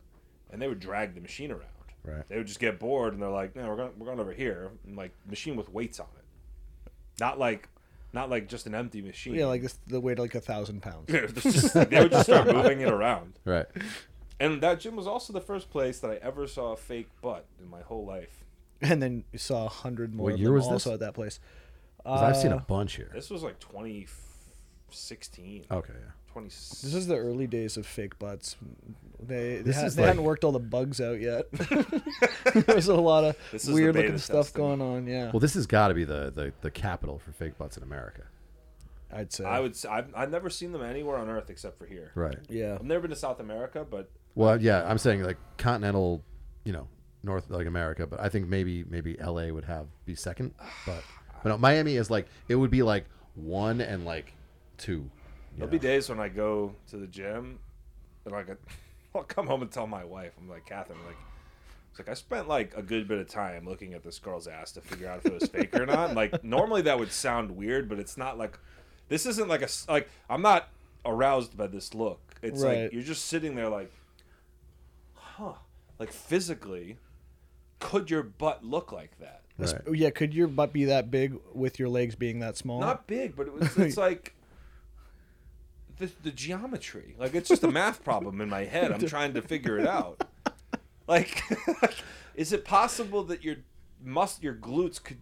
C: and they would drag the machine around.
D: Right.
C: They would just get bored, and they're like, "No, we're going, we're going over here." And like machine with weights on it, not like, not like just an empty machine.
A: Yeah, like this, the weight of like a thousand pounds.
C: It was just- they would just start moving it around.
D: Right.
C: And that gym was also the first place that I ever saw a fake butt in my whole life.
A: and then you saw a hundred more
D: What
A: of
D: year
A: them
D: was
A: also
D: this?
A: at that place.
D: 'Cause I've seen a bunch here.
C: This was like 2016.
D: Okay. Yeah.
C: 20.
A: This is the early days of fake butts. They they,
D: This
A: ha-
D: is
A: they
D: like-
A: hadn't worked all the bugs out yet. There's a lot of
C: This is the
A: weird looking
C: beta
A: stuff
C: testing.
A: going on. Yeah,
D: Well, this has got to be the, the the capital for fake butts in America.
A: I'd say.
C: I would. s- I've, I've never seen them anywhere on Earth except for here.
D: Right.
A: Yeah,
C: I've never been to South America, but
D: Well, yeah, I'm saying like continental, you know, North like America, but I think maybe maybe LA would have be second, but but no, Miami is like it would be like one and like two. you
C: there'll be
D: know.
C: days when I go to the gym, and like I'll come home and tell my wife. I'm like Catherine, like. it's Like I spent like a good bit of time looking at this girl's ass to figure out if it was fake or not. Like normally that would sound weird, but it's not like this isn't like a s- like I'm not aroused by this look. It's
A: Right.
C: like you're just sitting there like, huh? Like physically, could your butt look like that?
D: Right.
A: Oh, yeah. Could your butt be that big with your legs being that small?
C: not big, but it was it's like the the geometry. Like it's just a math problem in my head. I'm trying to figure it out. Like, is it possible that your must your glutes could?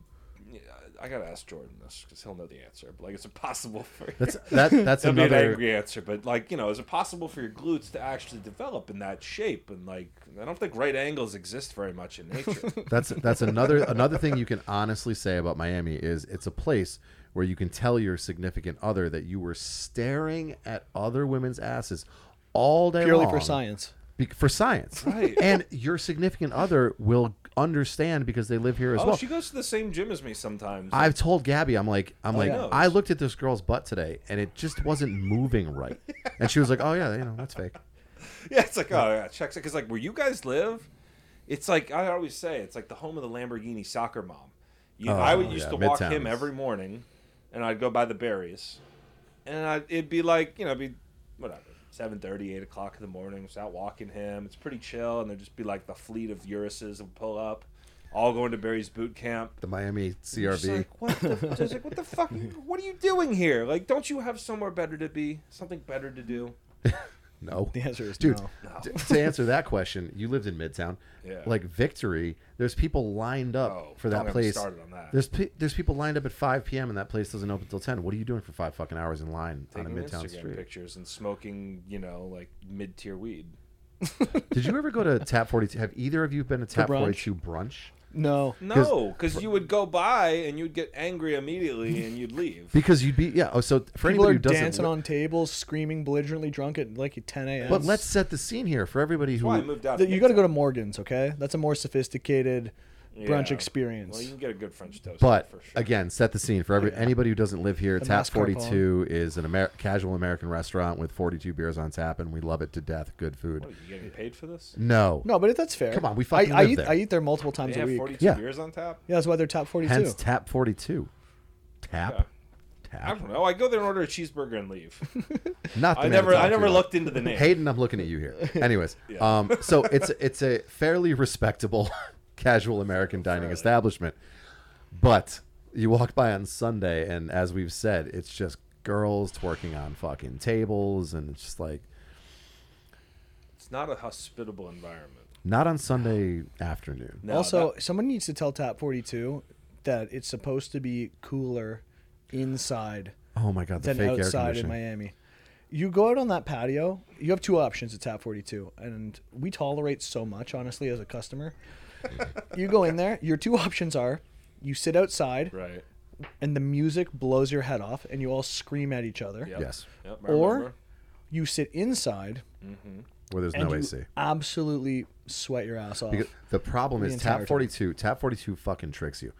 C: I gotta ask Jordan this because he'll know the answer. But like, is it possible for
D: That's that. That's
C: That'd be an
D: another.
C: angry answer, but like you know, is it possible for your glutes to actually develop in that shape? And like, I don't think right angles exist very much in nature.
D: That's that's another another thing you can honestly say about Miami is it's a place where you can tell your significant other that you were staring at other women's asses all day
A: Purely
D: long
A: for science.
D: Be- for science,
C: Right.
D: And your significant other will understand because they live here as
C: oh,
D: well.
C: she goes to the same gym as me sometimes.
D: I've told Gabby, I'm like, I'm like,
C: Oh, yeah.
D: I looked at this girl's butt today, and it just wasn't moving right. And she was like, Oh yeah, you know, that's fake.
C: yeah, it's like oh yeah, checks it because like where you guys live, it's like I always say it's like the home of the Lamborghini soccer mom. You, I would
D: Oh,
C: used
D: yeah,
C: to walk
D: Midtown
C: him
D: is-
C: every morning, and I'd go by the berries, and I, it'd be like you know it'd be whatever. 7.30 8 o'clock in the morning just out walking him it's pretty chill and there'd just be like the fleet of uruses would pull up all going to barry's boot camp
D: The Miami
C: Just
D: CRV.
C: like, what the, just like, what the fuck? What are you doing here? Like, don't you have somewhere better to be? Something better to do?
D: No.
A: The answer is
D: Dude,
A: no.
D: d- to answer that question, you lived in Midtown.
C: Yeah.
D: Like Victory, there's people lined up
C: Oh,
D: for
C: don't
D: that
C: get me
D: place.
C: started on that.
D: There's pe- there's people lined up at 5 p.m. and that place doesn't open till 10. What are you doing for five fucking hours in line
C: Taking
D: on a Midtown
C: Instagram
D: street?
C: pictures and smoking, you know, like mid-tier weed.
D: Did you ever go to Tap 42? Have either of you been to Tap
A: brunch?
D: 42 brunch?
A: No.
C: No, because you would go by and you'd get angry immediately and you'd leave.
D: Because you'd be yeah. Oh, so
A: People
D: for anybody
A: are
D: who doesn't,
A: dancing on tables, screaming belligerently drunk at like 10 a.m.
D: but let's set the scene here for everybody who
C: Why I moved out.
A: you got to go to Morgan's, okay? That's a more sophisticated brunch
C: Yeah.
A: experience.
C: Well, you can get a good French toast.
D: But
C: for sure.
D: again, set the scene for every, anybody who doesn't live here. Tap
A: mascarpone.
D: 42 is an Amer- casual American restaurant with 42 beers on tap, and we love it to death. Good food.
C: What, you getting paid for this?
D: No.
A: no, but that's fair.
D: Come on, we
A: I,
D: fucking
A: I
D: live
A: eat,
D: there.
A: I eat there multiple times
C: They
A: a
C: have
A: week.
C: forty-two
D: Yeah.
C: beers on tap.
A: Yeah, that's why they're top 42.
D: Hence Tap 42. Tap.
C: I
D: Tap.
C: don't know. I go there and order a cheeseburger and leave.
D: Not the
C: I
D: man to
C: never,
D: talk
C: I
D: to
C: never
D: about-
C: looked into the name.
D: Hayden, I'm looking at you here. Anyways, um, so it's it's a fairly respectable casual American dining establishment, but you walk by on Sunday, and as we've said, it's just girls twerking on fucking tables, and it's just like
C: It's not a hospitable environment.
D: not on Sunday afternoon.
C: No,
A: also,
C: that-
A: someone needs to tell Tap 42 that it's supposed to be cooler inside
D: Oh my god, the
A: than
D: fake air
A: outside in
D: conditioning.
A: Miami. You go out on that patio, you have two options at Tap 42, and we tolerate so much, honestly, as a customer. you go in there, your two options are you sit outside,
C: right.
A: and the music blows your head off, and you all scream at each other.
C: Yep.
D: Yes,
C: Yep, I
A: Or
C: remember.
A: You sit inside,
D: where there's
A: and
D: no
A: you
D: AC.
A: absolutely sweat your ass off.
D: Because the problem
A: The
D: is
A: entire
D: tap
A: time.
D: 42 tap 42 fucking tricks you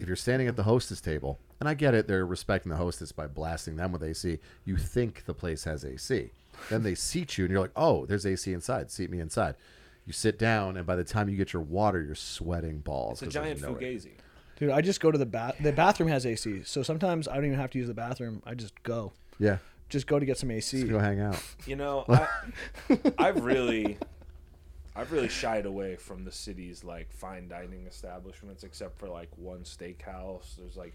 D: if you're standing at the hostess table and i get it they're respecting the hostess by blasting them with ac you think the place has ac then they seat you and you're like oh there's ac inside seat me inside you sit down and by the time you get your water you're sweating balls
C: It's a
D: 'cause
C: giant
D: there's no air.
C: fugazi.
A: Dude, I just go to the bath. The bathroom has AC, so sometimes I don't even have to use the bathroom. I just go,
D: yeah
A: just go to get some AC.
D: Just go hang out
C: You know, I, I've really, I've really shied away from the city's like fine dining establishments, except for like one steakhouse. There's like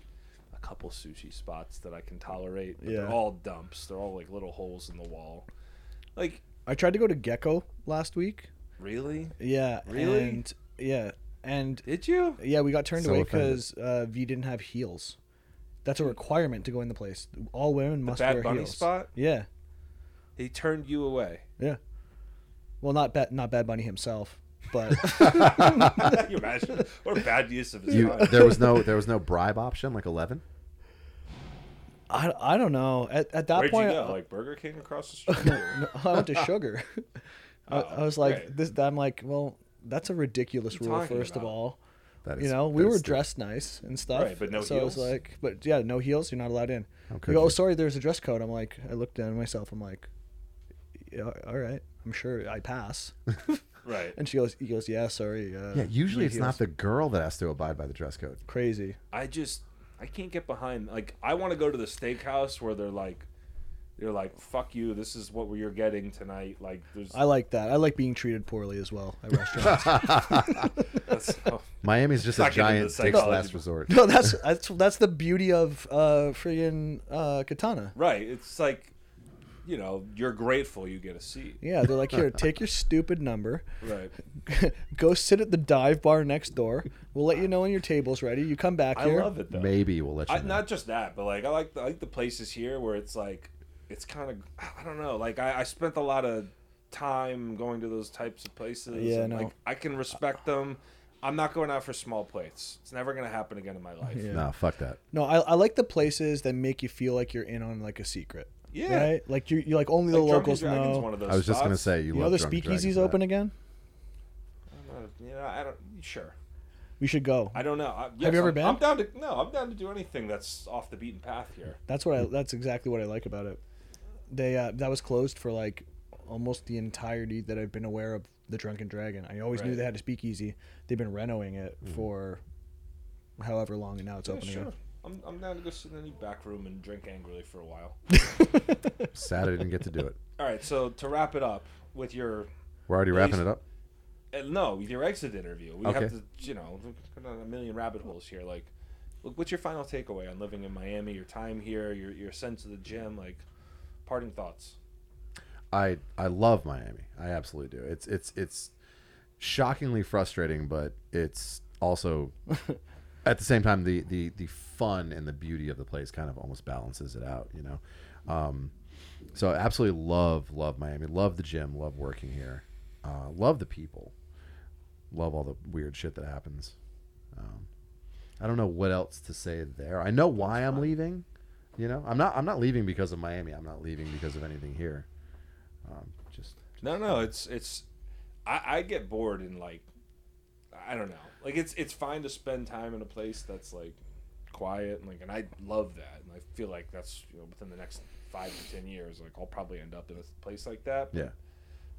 C: a couple sushi spots that I can tolerate. But They're
A: Yeah.
C: all dumps. They're all like little holes in the wall. Like
A: I tried to go to Gecko last week.
C: really?
A: Yeah,
C: Really?
A: and yeah, and
C: Did you?
A: yeah, we got turned
D: So
A: away
D: offended.
A: because uh, V didn't have heels. That's a requirement to go in the place. All women must
C: Bad
A: wear
C: Bunny
A: heels.
C: spot?
A: Yeah,
C: He turned you away.
A: yeah. Well, not bad, not Bad Bunny himself, but
C: Can you imagine what a bad use of his
D: you
C: time.
D: there was no there was no bribe option like 11
A: I, I don't know. At, at that
C: Where'd
A: point,
C: you go? Like Burger King across the street? or-
A: I went to Sugar. I, I was like,
C: Oh, great.
A: this. I'm like, well, that's a ridiculous
C: What are you
A: rule.
C: talking
A: First of
C: about?
A: all,
D: that
A: you know, we
D: that
A: were
D: stupid.
A: dressed nice and stuff.
C: Right, but no
A: so it was
C: heels?
A: like, but yeah, no heels. You're not allowed in.
D: could
A: You go,
D: you?"
A: oh, sorry, there's a dress code. I'm like, I looked down at myself. I'm like, yeah, all right, I'm sure I pass.
C: right.
A: and she goes, he goes, yeah, sorry. Uh,
D: yeah usually
A: no
D: it's not
A: heels."
D: the girl that has to abide by the dress code
A: crazy.
C: I just I can't get behind like I want to go to the steakhouse where they're like they're like fuck you this is what you're getting tonight like there's
A: I like that. I like being treated poorly as well at restaurants.
C: that's, oh,
D: miami's just a
C: Not getting into
D: giant
C: the
D: dick's
C: psychology.
D: last resort
A: no, that's that's that's the beauty of uh, friggin' uh, Katana.
C: right it's like you know, you're grateful you get a seat.
A: Yeah, they're like, here, take your stupid number.
C: Right.
A: Go sit at the dive bar next door. We'll let you know when your table's ready. You come back
C: I
A: here.
C: love it though.
D: Maybe we'll let you
C: I,
D: know.
C: not just that, but like I like the, I like the places here where it's like it's kind of I don't know. Like I, I spent a lot of time going to those types of places.
A: Yeah,
C: and
A: no.
C: Like I can respect them. I'm not going out for small plates. It's never gonna happen again in my life.
A: Yeah.
D: No, fuck that.
A: No, I, I like the places that make you feel like you're in on like a secret.
C: Yeah.
A: Right? Like you you like only
C: Like,
A: the
C: Drunken
A: locals
C: Dragon's
A: know.
C: one of those
D: I was just gonna
C: spots.
D: say you,
A: you know
D: love
A: the
D: Drunken Dragons
A: speakeasies
D: for that.
A: open again?
C: I'm not a- Uh, You know, I don't. Sure,
A: We should go.
C: I don't know. I, yes,
A: you ever
C: I'm,
A: been?
C: I'm down to no. I'm down to do anything that's off the beaten path here.
A: That's what I. That's exactly what I like about it. They uh, that was closed for like almost the entirety that I've been aware of the Drunken Dragon. I always knew
C: Right.
A: they had a speakeasy. They've been renovating it
D: Mm.
A: for however long, and now it's
C: Yeah,
A: open
C: sure.
A: again.
C: I'm, I'm down to go sit in any back room and drink angrily for a while.
D: Sad I didn't get to do it.
C: All right. So to wrap it up with your
D: We're already wrapping
C: least-
D: it up.
C: Uh, no, with your exit interview. We
D: Okay.
C: have to, you know, go down a million rabbit holes here. Like, look, what's your final takeaway on living in Miami? Your time here, your your sense of the gym, like, parting thoughts.
D: I I love Miami. I absolutely do. It's it's it's shockingly frustrating, but it's also at the same time the the the fun and the beauty of the place kind of almost balances it out. You know, um, so I absolutely love love Miami. Love the gym. Love working here. Uh, love the people. Love all the weird shit that happens. Um, I don't know what else to say there. I know why I'm leaving. You know, I'm not. I'm not leaving because of Miami. I'm not leaving because of anything here. Um, just
C: No, no, it's it's. I, I get bored in like, I don't know. Like it's it's fine to spend time in a place that's like quiet and like, and I love that, and I feel like that's you know within the next five to ten years, like I'll probably end up in a place like that.
D: yeah.
C: at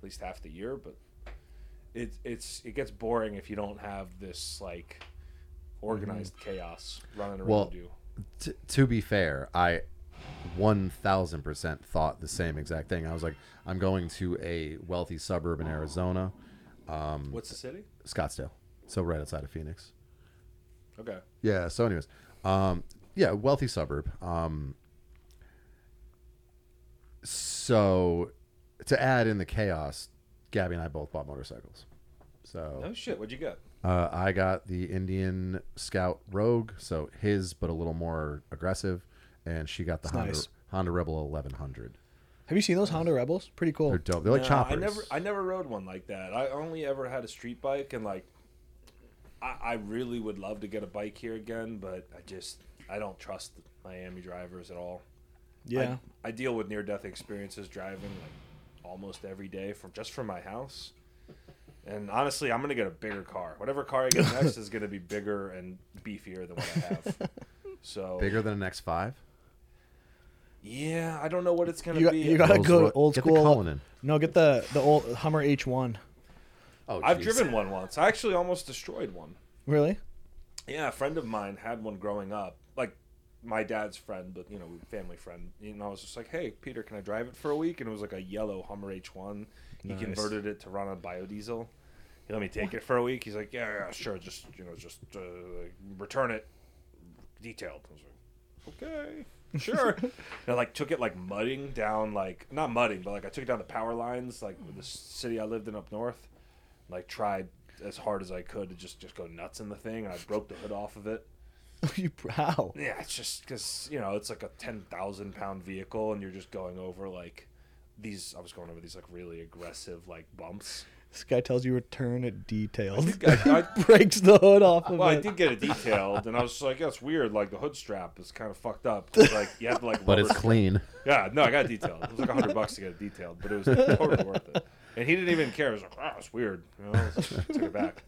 C: least half the year, but it it's it gets boring if you don't have this like organized chaos running around
D: Well-
C: you.
D: T- to be fair, I 1000% thought the same exact thing. I was like, I'm going to a wealthy suburb in Arizona,
C: What's the city?
D: Scottsdale. So right outside of Phoenix.
C: Okay.
D: Yeah. So, anyways, um, yeah, wealthy suburb. Um, so, to add in the chaos, Gabby and I both bought motorcycles. So
C: Oh shit, what'd you get?
D: uh, I got the Indian Scout Rogue, so his, but a little more aggressive, and she got the Honda,
A: nice.
D: Honda Rebel 1100.
A: Have you seen those Honda Rebels? Pretty cool.
D: They're dope. They're like
C: No,
D: choppers.
C: I never I never rode one like that. I only ever had a street bike and like I, I really would love to get a bike here again, but I just I don't trust Miami drivers at all.
A: yeah.
C: I, I deal with near death experiences driving like almost every day from just from my house. And honestly, I'm gonna get a bigger car. Whatever car I get next is gonna be bigger and beefier than what I have. So
D: Bigger than an X5.
C: yeah, I don't know what it's gonna
A: you got,
C: be.
A: you gotta
D: Rolls
A: go
D: Roy-
A: to old
D: get the
A: school.
D: Cullinan.
A: No, get the the old Hummer H one.
D: Oh,
C: I've
D: jeez.
C: driven one once. I actually almost destroyed one.
A: Really?
C: Yeah, a friend of mine had one growing up, like my dad's friend, but you know, family friend. And I was just like, "Hey, Peter, can I drive it for a week?" And it was like a yellow Hummer H1. He
A: Nice.
C: converted it to run on biodiesel. He let me take it for a week. He's like, "Yeah, yeah, sure, just you know, just uh, return it detailed." I was like, "Okay." Sure. and I like took it like mudding down like not mudding, but like I took it down the power lines, like the city I lived in up north like tried as hard as I could to just just go nuts in the thing, and I broke the hood off of it.
A: you how?
C: Yeah, it's just because you know it's like a ten thousand pound vehicle, and you're just going over like these. I was going over these like really aggressive like bumps.
A: This guy tells you return it detailed.
C: I- I-
A: Breaks the hood off of
C: Well, I
A: it.
C: did get it detailed, and I was just like, "That's weird. Like the hood strap is kind of fucked up. 'Cause, Like you have to like."
D: But
C: rubber-
D: it's clean.
C: yeah, no, I got it detailed. It was like a hundred bucks to get it detailed, but it was totally worth it. And he didn't even care. He was like, "Oh, it's weird." You know, I was like, took it back.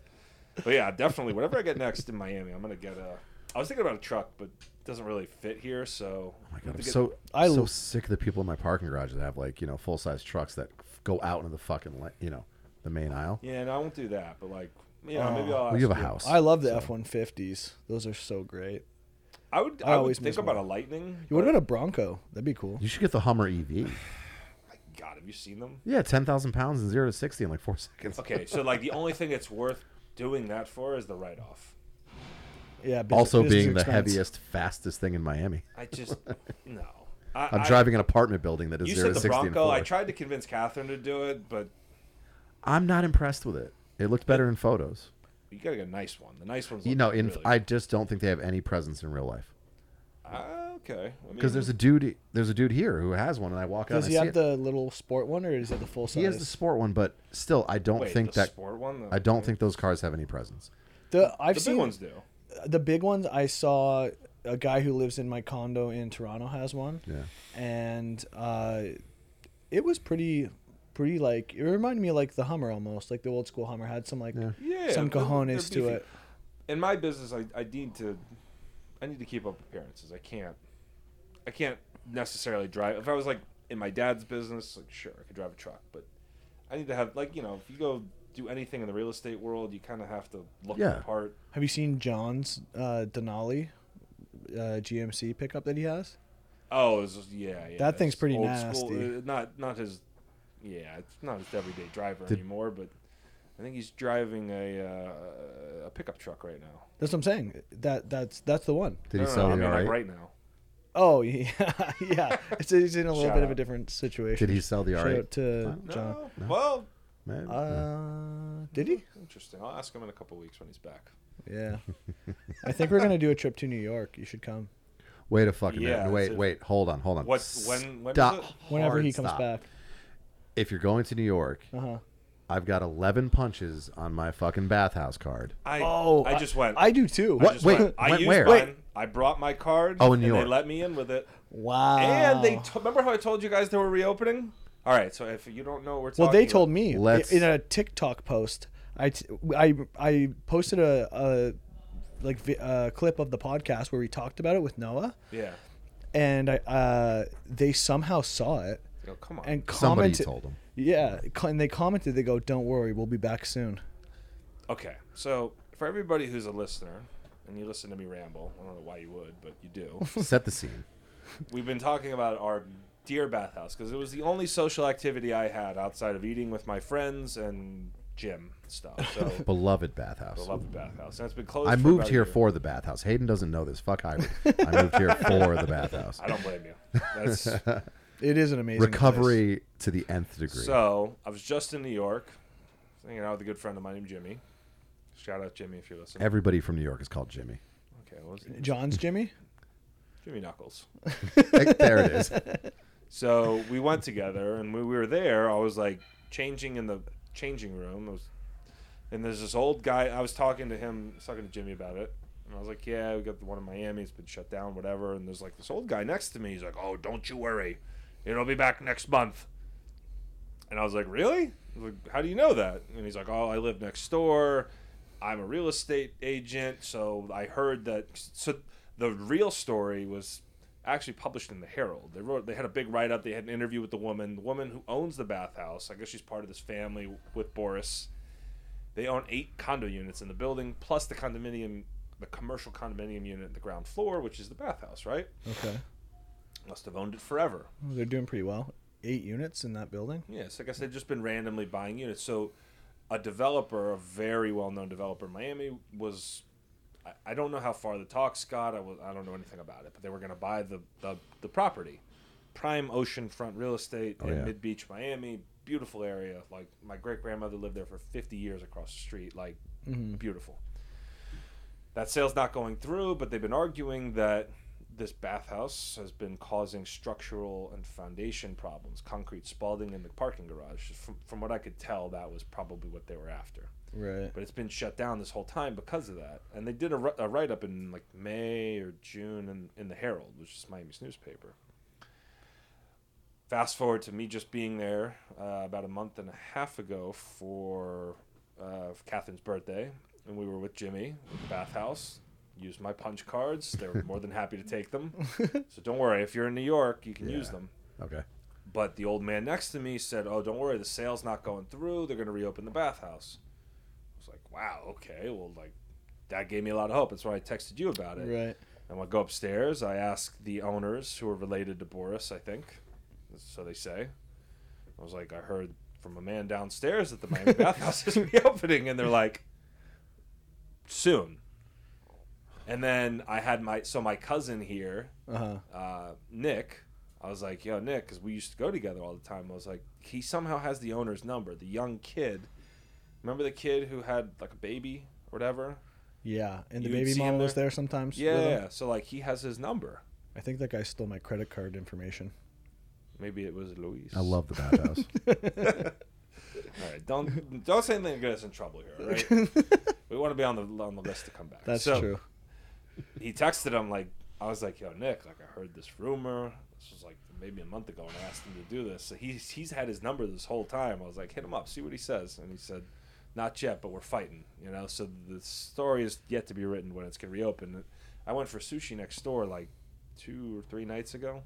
C: But yeah, definitely. Whatever I get next in Miami, I'm gonna get a. I was thinking about a truck, but it doesn't really fit here, so.
D: Oh my
C: I have
D: god,
C: to
D: I'm
C: get-
D: so
A: I
D: so
A: l-
D: sick of the people in my parking garage that have like you know full size trucks that f- go out into the fucking la- you know the main aisle.
C: Yeah, no, I won't do that. But like, you know, maybe I'll.
D: Oh, Well, you
C: ask
D: have a house.
A: I love the F one fifties. Those are so great.
C: I would.
A: I
C: I, would
A: always
C: think
A: miss
C: about
A: one.
C: a Lightning.
A: You would
C: but-
A: have been a Bronco. That'd be cool.
D: You should get the Hummer EV.
C: God, have you seen them?
D: Yeah, ten thousand pounds and zero to sixty in like four seconds.
C: Okay, so like the only thing it's worth doing that for is the write-off.
A: Yeah. bus-
D: Also
A: business
D: being the
A: expense.
D: heaviest, fastest thing in Miami.
C: I just no. I-
D: I'm
C: I-
D: driving an apartment building that is
C: You said
D: zero to
C: the
D: sixty in
C: Bronco. I
D: four.
C: tried to convince Catherine to do it, but
D: I'm not impressed with it. It looked better in photos.
C: you gotta get a nice one. The nice ones.
D: You
C: look
D: know, in
C: really
D: I just don't think they have any presence in real life.
C: Ah, okay.
D: Because there's a dude, there's a dude here who has one, and I walk out.
A: Does
D: and
A: he
D: I see
A: have
D: it.
A: the little sport one, or is it the full size?
D: He has the sport one, but still, I don't
C: Wait,
D: think
C: the
D: that.
C: sport one. The,
D: I don't think those cars have any presence.
A: The- I've
C: the
A: seen
C: big ones do.
A: the big ones. I saw a guy who lives in my condo in Toronto has one.
D: Yeah.
A: and uh, it was pretty, pretty like it reminded me of like the Hummer almost, like the old school Hummer had some like
D: Yeah.
C: Yeah,
A: some
C: they're- they're
A: cojones to
C: beefy.
A: it.
C: In my business, I, I need to, I need to keep up appearances. I can't, I can't necessarily drive. If I was like in my dad's business, like sure, I could drive a truck, but I need to have like you know, if you go do anything in the real estate world, you kind of have to look
D: Yeah.
C: the part.
A: Have you seen John's uh, Denali uh, GMC pickup that he has?
C: Oh, it's just- yeah, yeah.
A: That thing's
C: it's
A: pretty
C: old
A: nasty.
C: School. Uh, Not not his, yeah, it's not his everyday driver
D: Did-
C: anymore. But I think he's driving a uh, a pickup truck right now.
A: That's what I'm saying. That that's that's the one.
D: Did
C: No,
D: he
C: no,
D: sell
C: no, I
D: you
C: mean,
D: all
C: like,
D: right?
C: right now?
A: Oh yeah, yeah. It's, it's in a little
C: Shout
A: bit of a
C: out.
A: different situation.
D: Did he sell the
A: Shout
D: all right?
A: out to
D: Wow.
A: John.
C: No. Well,
D: Maybe.
A: Uh, did he?
C: Interesting. I'll ask him in a couple weeks when he's back.
A: Yeah. I think we're gonna do a trip to New York. You should come
D: wait a fucking
C: yeah,
D: minute. Wait,
C: it's a-
D: wait. Hold on, hold on.
C: What- when- when
D: Stop.
C: was it?
A: whenever
D: Hard
A: he comes
D: stop.
A: back.
D: If you're going to New York,
A: Uh huh.
D: I've got 11 punches on my fucking bathhouse card.
C: I
A: Oh,
C: I just went.
A: I do too.
C: I
D: What?
C: just
D: Wait,
C: went. I
D: went
C: used
D: where?
C: mine. I brought my card.
D: Oh, in
C: and
D: New York. Oh.
C: They let me in with it.
A: Wow.
C: And they t- remember how I told you guys they were reopening. All right. So if you don't know, what we're talking.
A: well, they
C: about-
A: told me
D: Let's-
A: in a TikTok post. I t- I I posted a, a like vi- a clip of the podcast where we talked about it with Noah,
C: Yeah.
A: and I uh, they somehow saw it
C: Oh, come on.
A: and
D: Somebody
A: commented.
D: told him.
A: Yeah, co- and they commented. They go, "Don't worry, we'll be back soon."
C: Okay, so for everybody who's a listener, and you listen to me ramble, I don't know why you would, but you do.
D: Set the scene.
C: We've been talking about our dear bathhouse because it was the only social activity I had outside of eating with my friends and gym stuff. So
D: Beloved bathhouse.
C: I love the bathhouse, and it's been closed.
D: I
C: for
D: moved
C: about a
D: here
C: year.
D: for the bathhouse. Hayden doesn't know this. Fuck Hybrid. I moved here for the bathhouse.
C: I don't blame you. That's,
A: It is an amazing place.
D: Recovery to the nth degree.
C: so I was just in New York, hanging out with a good friend of mine named Jimmy. Shout out Jimmy if you're listening.
D: Everybody from New York is called Jimmy.
C: Okay, what was it?
A: John's Jimmy.
C: Jimmy Knuckles.
D: there it is.
C: So we went together, and when we were there, I was like changing in the changing room. It was, and there's this old guy. I was talking to him, I was talking to Jimmy about it, and I was like, "Yeah, we got the one in Miami. It's been shut down, whatever." And there's like this old guy next to me. He's like, "Oh, don't you worry, it'll be back next month." And I was like, "Really? I was like, How do you know that?" And he's like, "Oh, I live next door. I'm a real estate agent, so I heard that." So the real story was actually published in the Herald. They wrote, they had a big write up. They had an interview with the woman, the woman who owns the bathhouse. I guess she's part of this family with Boris. They own eight condo units in the building, plus the condominium, the commercial condominium unit at the ground floor, which is the bathhouse, right?
A: Okay,
C: Must have owned it forever.
A: Well, they're doing pretty well. Eight units in that building.
C: Yes, I guess they've just been randomly buying units. So, a developer, a very well-known developer in Miami, was. I, I don't know how far the talks got. I was. I don't know anything about it, but they were going to buy the, the the property, prime oceanfront real estate in
D: yeah.
C: Mid Beach, Miami. Beautiful area. Like my great grandmother lived there for 50 years across the street. Like beautiful. That sale's not going through, but they've been arguing that this bathhouse has been causing structural and foundation problems, concrete spalding in the parking garage. From, from what I could tell, that was probably what they were after.
A: Right.
C: But it's been shut down this whole time because of that. And they did a, ri- a write up in like May or June in, in the Herald, which is Miami's newspaper. Fast forward to me just being there uh, about a month and a half ago for uh, Catherine's birthday, and we were with Jimmy at the bathhouse. Used my punch cards. They were more than happy to take them. So don't worry. If you're in New York, you can use
D: Yeah.
C: them.
D: Okay.
C: But the old man next to me said, "Oh, don't worry, the sale's not going through. They're going to reopen the bathhouse." I was like, "Wow, okay. Well, like that gave me a lot of hope. That's why I texted you about it."
A: Right.
C: And when I go upstairs, I ask the owners who are related to Boris, I think. So they say. I was like, I heard from a man downstairs that the Miami bathhouse is reopening, and they're like, soon. And then I had my so my cousin here,
A: Uh huh.
C: uh, Nick. I was like, yo, Nick, because we used to go together all the time. I was like, he somehow has the owner's number. The young kid, remember the kid who had like a baby or whatever?
A: Yeah, and the
C: You would
A: baby
C: see
A: mom
C: him
A: was
C: there?
A: there sometimes. with
C: Yeah,
A: him.
C: so like he has his number.
A: I think that guy stole my credit card information.
C: Maybe it was Luis.
D: I love the bathhouse.
C: All right, don't don't say anything to get us in trouble here. all Right? we want to be on the on the list to come back.
A: That's
C: So,
A: true.
C: He texted him like I was like, "Yo, Nick, like I heard this rumor. This was like maybe a month ago, and I asked him to do this. So he's he's had his number this whole time. I was like, hit him up, see what he says, and he said, not yet, but we're fighting. You know, so the story is yet to be written when it's gonna reopen. I went for sushi next door like two or three nights ago,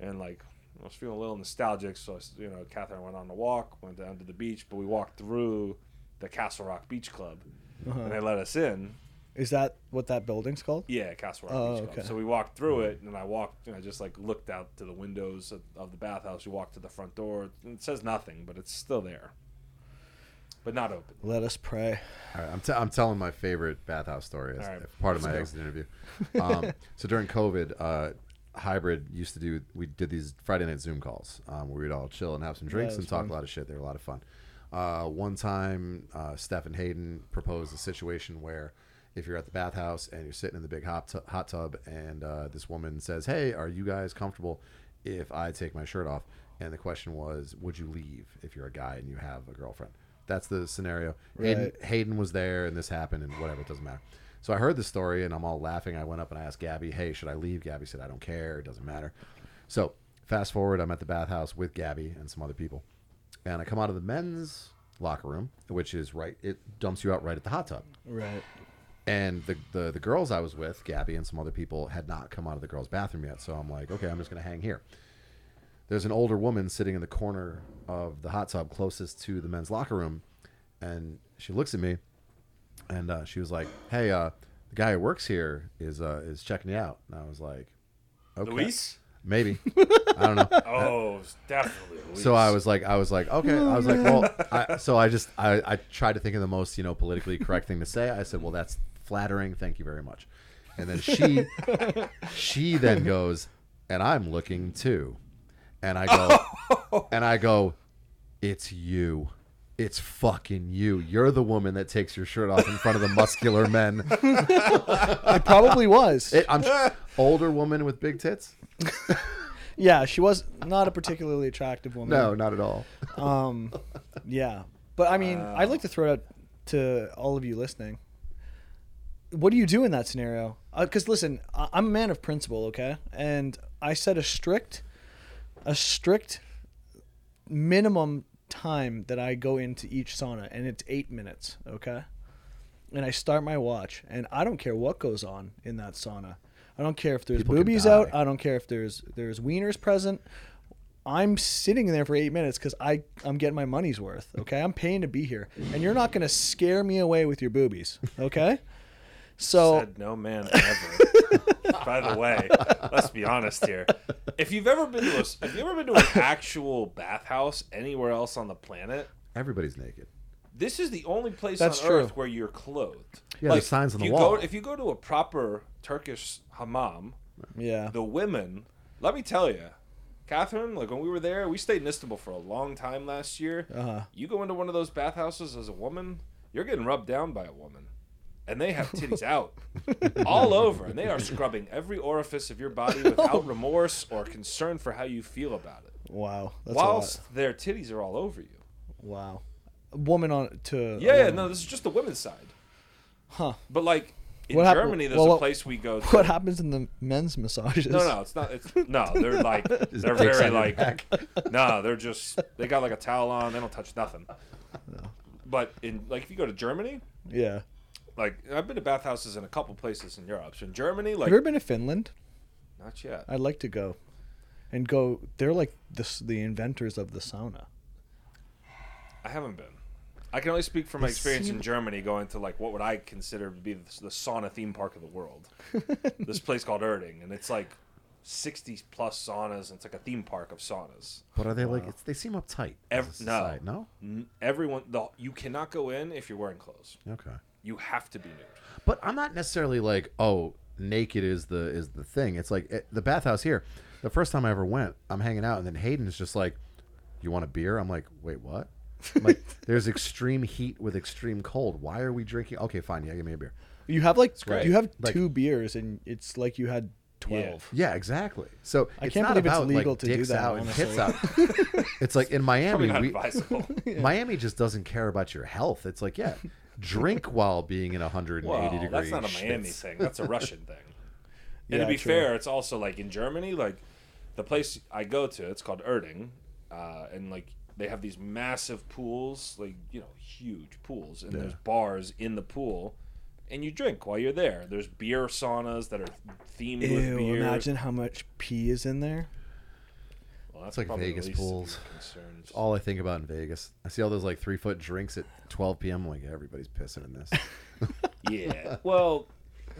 C: and like. I was feeling a little nostalgic, so I s you know, Catherine went on a walk, went down to the beach, but we walked through the Castle Rock Beach Club, and they let us in,
A: Is that what that building's called?
C: yeah, Castle Rock
A: Oh,
C: Beach Club.
A: okay.
C: So we walked through it, and I walked, and I just like looked out to the windows of, of the bathhouse. You walk to the front door, and it says nothing, but it's still there, but not open.
A: Let us pray.
D: All right, I'm, t- I'm telling my favorite bathhouse story as
C: All right,
D: part of my
C: let's go.
D: exit interview. Um, so during COVID, uh, Hybrid used to do we did these Friday night Zoom calls um, where we'd all chill and have some drinks
A: it
D: and
A: was
D: talk
A: fun.
D: a lot of shit. They were a lot of fun. Uh, one time, uh, Stephen Hayden proposed a situation where if you're at the bathhouse and you're sitting in the big hot, tu- hot tub, and uh, this woman says, "Hey, are you guys comfortable if I take my shirt off?" And the question was, "Would you leave if you're a guy and you have a girlfriend?" That's the scenario. Hayden,
A: Right.
D: Hayden was there and this happened and whatever, it doesn't matter. So I heard the story and I'm all laughing. I went up and I asked Gabby, hey, should I leave? Gabby said, I don't care. It doesn't matter. So fast forward, I'm at the bathhouse with Gabby and some other people. And I come out of the men's locker room, which is right, it dumps you out right at the hot tub.
A: Right.
D: And the, the, the girls I was with, Gabby and some other people, had not come out of the girls' bathroom yet. So I'm like, okay, I'm just going to hang here. There's an older woman sitting in the corner of the hot tub closest to the men's locker room. And she looks at me and uh, she was like, hey, uh, the guy who works here is, uh, is checking you out. And I was like, okay. Uh,
C: Luis?
D: Maybe. I don't know.
C: Oh, it's definitely. Luis.
D: So I was like, I was like, okay. I was like, well, I, so I just, I, I tried to think of the most, you know, politically correct thing to say. I said, well, that's flattering. Thank you very much. And then she, she then goes, and I'm looking too. And I go, and I go, it's you. It's fucking you. You're the woman that takes your shirt off in front of the muscular men.
A: I probably was.
D: It, I'm older woman with big tits.
A: yeah, she was not a particularly attractive woman.
D: No, not at all.
A: Yeah. But I mean, I'd like to throw it out to all of you listening. What do you do in that scenario? Because listen, I- I'm a man of principle, okay? And I set a strict, a strict minimum time that I go into each sauna, and it's eight minutes, okay? And I start my watch, and I don't care what goes on in that sauna. I don't care if there's
D: People can
A: boobies out.
D: die.
A: I don't care if there's there's wieners present. I'm sitting there for eight minutes because I I'm getting my money's worth. Okay, I'm paying to be here, and you're not gonna scare me away with your boobies. Okay, so
C: said no man ever. By the way, let's be honest here. If you've ever been to a, s- if you ever been to an actual bathhouse anywhere else on the planet,
D: Everybody's naked.
C: this is the only place
A: That's
C: on
A: true.
C: earth where you're clothed.
D: Yeah, there's signs
C: if
D: on the
C: you
D: wall.
C: Go, if you go to a proper Turkish hammam,
A: yeah,
C: the women, let me tell you, Catherine, like when we were there, we stayed in Istanbul for a long time last year.
A: Uh-huh.
C: You go into one of those bathhouses as a woman, you're getting rubbed down by a woman. And they have titties out all over, and they are scrubbing every orifice of your body without remorse or concern for how you feel about it.
A: wow, that's
C: Whilst their titties are all over you.
A: a lot. Wow, A woman on to a
C: Yeah, yeah,
A: woman.
C: no, this is just the women's side.
A: Uh, Huh.
C: But like in
A: What hap-
C: Germany, there's
A: well,
C: a
A: what-
C: place we go. To,
A: What happens in the men's massages?
C: No, no, it's not. It's no. They're like they're
D: dicks
C: very
D: on your
C: like no. They're just they got like a towel on. They don't touch nothing. But in like if you go to Germany,
A: Yeah.
C: like I've been to bathhouses in a couple places in Europe. So in Germany,
A: Have
C: like
A: you ever been to Finland?
C: not yet.
A: I'd like to go, and go. They're like the s- the inventors of the sauna.
C: I haven't been. I can only speak from my experience in
A: seem-
C: Germany, going to like what would I consider to be the, the sauna theme park of the world. this place called Erding, and it's like sixty plus saunas. And it's like a theme park of saunas.
D: But are they like? It's, they seem uptight. as
C: Ev-
D: a
C: no.
D: society. no.
C: N- Everyone, the, you cannot go in if you're wearing clothes.
D: Okay.
C: You have to be nude.
D: But I'm not necessarily like, oh, naked is the is the thing. It's like eh, the bathhouse here. The first time I ever went, I'm hanging out, and then Hayden's just like, "You want a beer?" I'm like, "Wait, what?" I'm like, "There's extreme heat with extreme cold. Why are we drinking?" Okay, fine, yeah, give me a beer.
A: You have like
C: great.
A: you have
D: Like-
A: two beers and it's like you had twelve.
D: Yeah, exactly. So
A: I
D: it's
A: can't
D: not
A: believe it's
D: about,
A: legal
D: like,
A: to do
D: dicks
A: that,
D: Out and
A: honestly.
D: tits out. it's like in
C: Probably
D: Miami,
C: not
D: we,
C: advisable.
D: Miami just doesn't care about your health. It's like, yeah, drink while being in 180
C: Well,
D: degrees.
C: that's not a Miami thing. That's a Russian thing.
A: Yeah,
C: And to be
A: true.
C: fair, it's also like in Germany, like the place I go to, it's called Erding, uh, and like they have these massive pools, like you know, huge pools, and there's bars in the pool, and you drink while you're there. There's beer saunas that are themed with
A: Ew,
C: beer.
A: imagine how much pee is in there.
C: Well, that's
D: like
C: probably the
D: Vegas
C: least of your
D: pools.
C: concerns.
D: All I think about in Vegas, I see all those like three foot drinks at 12 p.m. I'm like everybody's pissing in this.
C: Yeah. Well,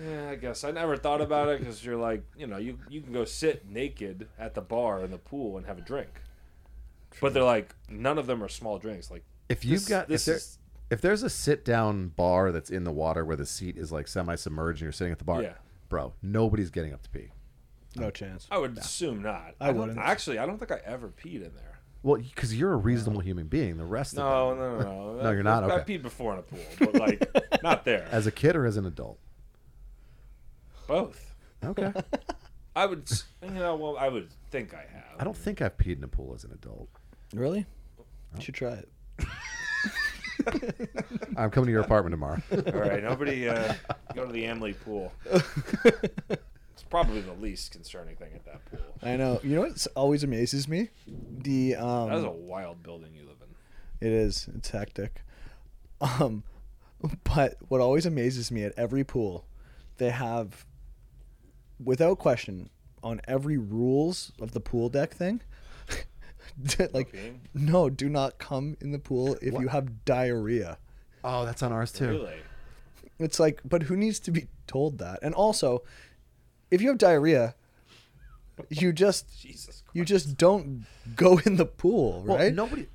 C: yeah, I guess I never thought about it because you're like, you know, you you can go sit naked at the bar in the pool and have a drink. But they're like, none of them are small drinks. Like,
D: If you've
C: This-
D: got
C: this
D: if, there,
C: is-
D: if there's a sit down bar that's in the water where the seat is like semi submerged and you're sitting at the bar,
C: Yeah.
D: bro, nobody's getting up to pee.
C: Oh.
A: No chance.
C: I would assume not.
A: I
C: don't-
A: wouldn't.
C: Actually, I don't think I ever peed in there.
D: Well, because you're a reasonable human being. The rest
C: No,
D: of them,
C: no, no, no.
D: No, you're not?
C: I, I
D: Okay.
C: peed before in a pool, but like, not there.
D: as a kid or as an adult.
C: Both.
D: Okay,
C: I would, s- you know, well, I would think I have.
D: I don't think I've peed in a pool as an adult.
A: Really? You should try it.
D: I'm coming to your apartment tomorrow.
C: All right, nobody uh, go to the Amley pool. it's probably the least concerning thing at that pool.
A: I know. You know what always amazes me? The um
C: That is a wild building you live in.
A: It is. It's hectic. Um, but what always amazes me at every pool, they have, without question, on every rules of the pool deck thing, like,
C: peeing?
A: no, do not come in the pool if you have diarrhea.
D: oh, that's on ours too.
C: Really?
A: It's like, but who needs to be told that? And also, if you have diarrhea, you just
C: Jesus Christ.
A: you just don't go in the pool,
D: Well,
A: right?
D: nobody.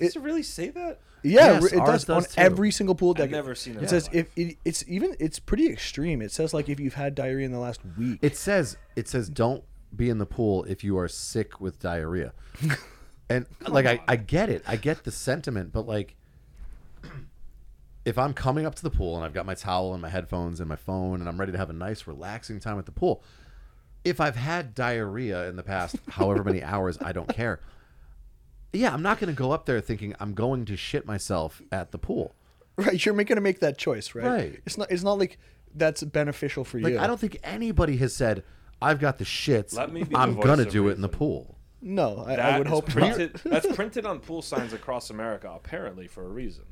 C: Does it really say that?
A: Yeah,
D: Yes,
A: it
D: ours
A: does,
D: does
A: on
D: too.
A: every single pool deck.
C: never seen it in
A: It says
C: my
A: if it, it's even it's pretty extreme. It says like if you've had diarrhea in the last week.
D: It says it says don't be in the pool if you are sick with diarrhea. and like I, I get it. I get the sentiment, but like if I'm coming up to the pool and I've got my towel and my headphones and my phone and I'm ready to have a nice relaxing time at the pool, if I've had diarrhea in the past however many hours, I don't care. Yeah, I'm not going to go up there thinking I'm going to shit myself at the pool.
A: right, you're making to make that choice, right?
D: Right.
A: It's not it's not like that's beneficial for
D: Like
A: you.
D: I don't think anybody has said I've got the shits.
C: Let me be the
D: I'm
C: voice
D: gonna
C: of
D: do it in the pool.
A: No, I,
C: That
A: I would
C: is
A: hope not.
C: printed, That's printed on pool signs across America, apparently for a reason,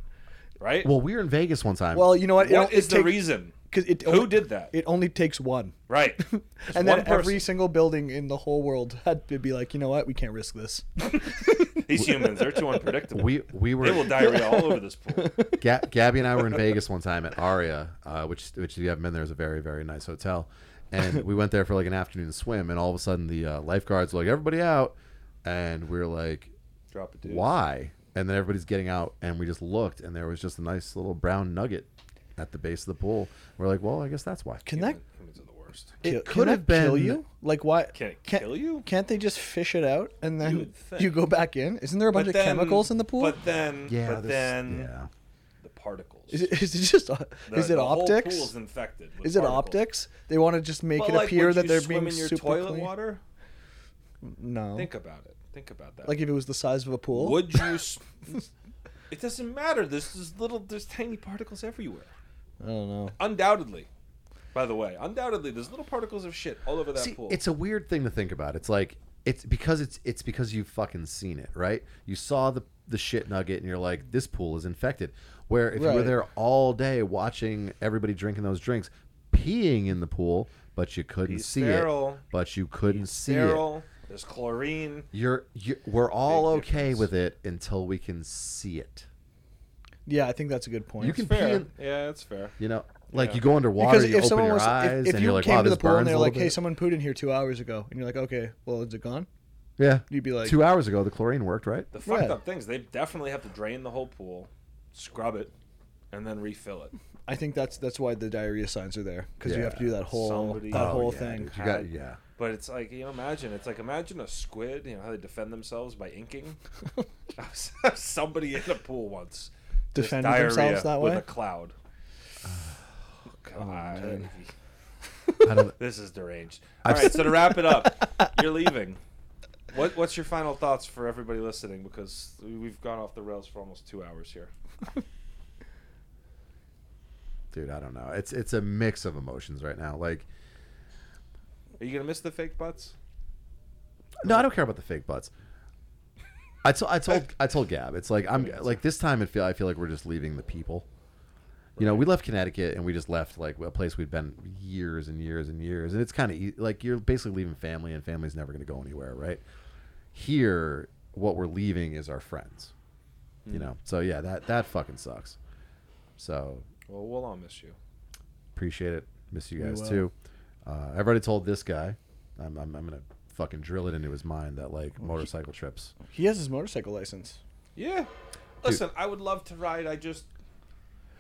C: right?
D: Well, we were in Vegas one time.
A: Well, you know what?
C: what
A: it
C: is the
A: take-
C: reason?
A: 'cause it
C: Who
A: only-
C: did that?
A: It only takes one.
C: right. Just
A: and then
C: one
A: every
C: person.
A: single building in the whole world had to be like, you know what? We can't risk this.
C: these humans, they're too unpredictable.
D: we we
C: they will
D: were
C: diarrhea all over this pool.
D: Ga- Gabby and I were in Vegas one time at Aria, uh, which which if you haven't been there is a very very nice hotel, and we went there for like an afternoon swim, and all of a sudden the uh, lifeguards were like everybody out, and we were like
C: Drop it, dude.
D: why? And then everybody's getting out, and we just looked, and there was just a nice little brown nugget at the base of the pool. We're like, well, I guess that's why.
A: Can that
C: Humans are the worst.
A: it
D: could have
A: kill
D: been-
A: you? Like why?
C: Can it
A: can't-
C: kill you?
A: Can't they just fish it out and
C: You
A: then
C: would think.
A: you go back in? Isn't there a bunch
C: But
A: of
C: then-
A: chemicals in the pool?
C: But then,
D: yeah,
C: but
D: this-
C: then
D: yeah.
C: the particles.
A: Is it, is it just
C: The-
A: is it
C: the
A: optics?
C: Whole pool's infected. with
A: is it
C: particles.
A: optics? They want to just make
C: Well,
A: it
C: like,
A: appear
C: would
A: that
C: you
A: they're
C: swim
A: being
C: in your
A: super
C: toilet
A: clean.
C: water.
A: No,
C: Think about it. Think about that.
A: like if it was the size of a
D: Oh.
A: pool.
C: Would you? s- it doesn't matter. There's just little. There's tiny particles everywhere.
A: I don't know.
C: Undoubtedly, by the way, undoubtedly, there's little particles of shit all over that
D: See,
C: pool.
D: it's a weird thing to think about. It's like it's because it's it's because you've fucking seen it, right? You saw the the shit nugget, and you're like, this pool is infected. Where if you were
A: Right.
D: there all day watching everybody drinking those drinks, peeing in the pool, but you couldn't
C: He's
D: see
C: sterile.
D: it, but you couldn't see it.
C: sterile. There's chlorine.
D: You're, you we're all
C: Big
D: okay
C: difference.
D: with it until we can see it.
A: Yeah, I think that's a good point.
D: You can pee
C: Fair.
D: in,
C: Yeah, that's fair.
D: you know, like you go underwater,
A: because
D: you
A: if
D: open
A: someone
D: your
A: was
D: eyes,
A: if, if
D: and
A: you
D: you're like,
A: came
D: wow,
A: to
D: this
A: the pool
D: burns
A: and
D: a
A: they're
D: little
A: like, hey,
D: bit.
A: someone pooed in here two hours ago, and you're like, okay, well, is it gone?
D: yeah,
A: you'd be like-
D: two hours ago, the chlorine worked, right?
C: The fucked
A: Right.
C: up things. They definitely have to drain the whole pool, scrub it, and then refill it.
A: I think that's that's why the diarrhea signs are there because you have to
D: Yeah.
A: do that whole
C: Somebody-
A: that
C: Oh,
A: whole
D: yeah,
A: thing.
D: dude, you got yeah.
C: But it's like you know, imagine it's like imagine a squid. You know how they defend themselves by inking. I saw Somebody in a pool once just
A: Defended
C: diarrhea
A: themselves that
C: with
A: way?
C: a cloud. God,
D: I don't-
C: this is deranged. All right, so to wrap it up, you're leaving. What What's your final thoughts for everybody listening? Because we- we've gone off the rails for almost two hours here.
D: dude, I don't know. It's it's a mix of emotions right now. Like,
C: Are you gonna miss the fake butts?
D: no, I don't care about the fake butts. I told I told I told Gab. It's like I'm like this time. It feel I feel like we're just leaving the people. You know, we left Connecticut and we just left like a place we'd been years and years and years, and it's kind of e- like you're basically leaving family, and family's never going to go anywhere, right? Here, what we're leaving is our friends. You know, so yeah, that that fucking sucks. So
C: Well, we'll all miss you.
D: Appreciate it. Miss you
A: We
D: guys
A: will.
D: too. Uh, I've already told this guy. I'm, I'm, I'm gonna fucking drill it into his mind that like
C: Oh,
D: motorcycle trips.
A: He has his motorcycle license.
C: Yeah. Listen, I would love to ride. I just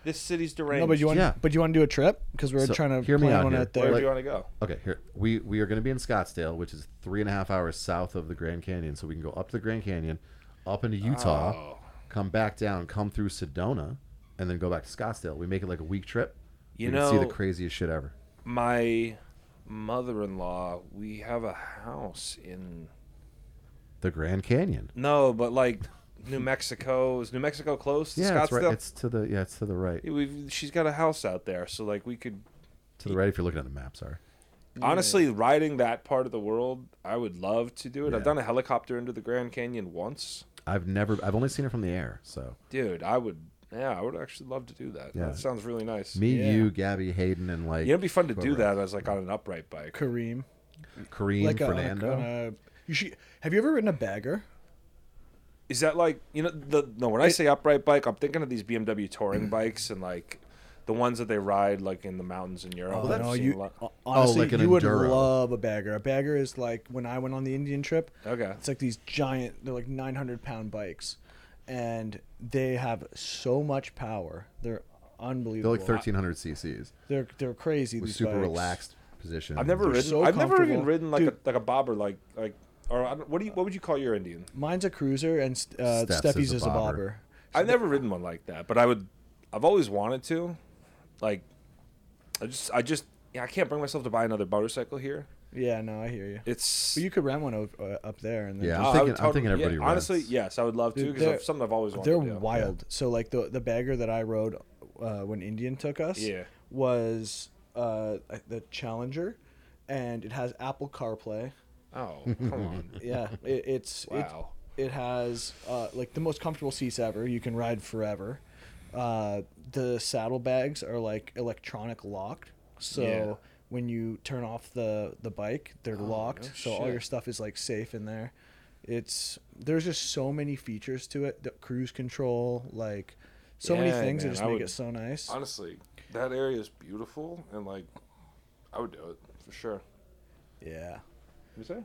C: this city's deranged.
A: No, but you want,
D: Yeah.
A: but you want to do a trip because we're
D: So,
A: trying to
D: hear me
A: plan
D: out
A: one
D: here.
A: out
C: Where
A: there.
C: do you want to go?
D: Okay, here we we are gonna be in Scottsdale, which is three and a half hours south of the Grand Canyon, so we can go up to the Grand Canyon, up into Utah,
C: Oh.
D: come back down, come through Sedona, and then go back to Scottsdale. We make it like a week trip.
C: You
D: we can see
C: know-
D: the craziest shit ever.
C: My mother-in-law, we have a house in
D: The Grand Canyon.
C: No, but like New Mexico. Is New Mexico close to
D: Yeah,
C: Scottsdale?
D: it's right. It's to the yeah, it's to the right.
C: Yeah, We've, she's got a house out there, so like we could
D: To the right if you're looking at the map. Sorry.
C: honestly riding that part of the world. I would love to do it. I've
D: Yeah.
C: done a helicopter into the Grand Canyon once,
D: I've never. I've only seen it from the air. So.
C: dude. I would. Yeah, I would actually love to do that.
D: Yeah.
C: That sounds really nice.
D: Me,
A: Yeah.
D: you, Gabby, Hayden, and like
C: You know, it'd be fun to do
D: whoever
C: that as like on an upright bike.
A: Kareem,
D: Kareem,
A: like a, on a-
D: Fernando.
A: on a- you should, have you ever ridden a bagger?
C: Is that like you know the no? When I say upright bike, I'm thinking of these BMW
A: Mm.
C: touring bikes and like the ones that they ride like in the mountains in Europe.
A: Oh,
C: I've
A: no,
C: seen
A: you
C: a lot-
A: hon- honestly,
D: like an
A: you would
D: enduro.
A: love a bagger. A bagger is like when I went on the Indian trip.
C: Okay.
A: it's like these giant, they're like 900 pound bikes, and they have so much power. They're
D: They're
A: unbelievable.
D: like 1300 cc's.
A: They're they're crazy.
D: With
A: these
D: super
A: bikes.
D: relaxed position.
C: I've never
D: They're
C: ridden.
A: so
C: I've never even
A: comfortable.
C: ridden like
A: Dude.
C: a like a bobber like like or I don't, what do you what would you call your Indian?
A: Mine's a cruiser, and uh,
D: Steps
A: Steffi's is a bobber.
C: I've never ridden one like that, but I would. I've always wanted to. Like, I just I just yeah, I can't bring myself to buy another motorcycle here.
A: Yeah, no, I hear you.
C: It's
A: But you could rent one over, uh, up there, and then
D: Yeah.
A: just-
D: I'm
C: I would
D: thinking- I'm thinking
C: yeah,
D: everybody rents.
C: honestly, yes, I would love to
A: Dude,
C: because
A: they're-
C: it's something I've always wanted.
A: They're
C: to do.
A: wild. So like the the bagger that I rode uh, when Indian took us
C: Yeah.
A: was uh, the Challenger, and it has Apple CarPlay.
C: Oh come on!
A: Yeah, it, it's it-
C: Wow.
A: It, has uh, like the most comfortable seats ever. You can ride forever. Uh, the saddlebags are like electronic locked, so
C: Yeah. Oh,
A: when you turn off the the bike, they're locked.
C: no
A: so all
C: shit.
A: your stuff is like safe in there. It's there's just so many features to it. The cruise control, like so many
C: Yeah,
A: things
C: man,
A: that just
C: I
A: make
C: would-
A: it so nice.
C: Honestly, that area is beautiful, and like, I would do it for sure.
A: Yeah,
C: You say?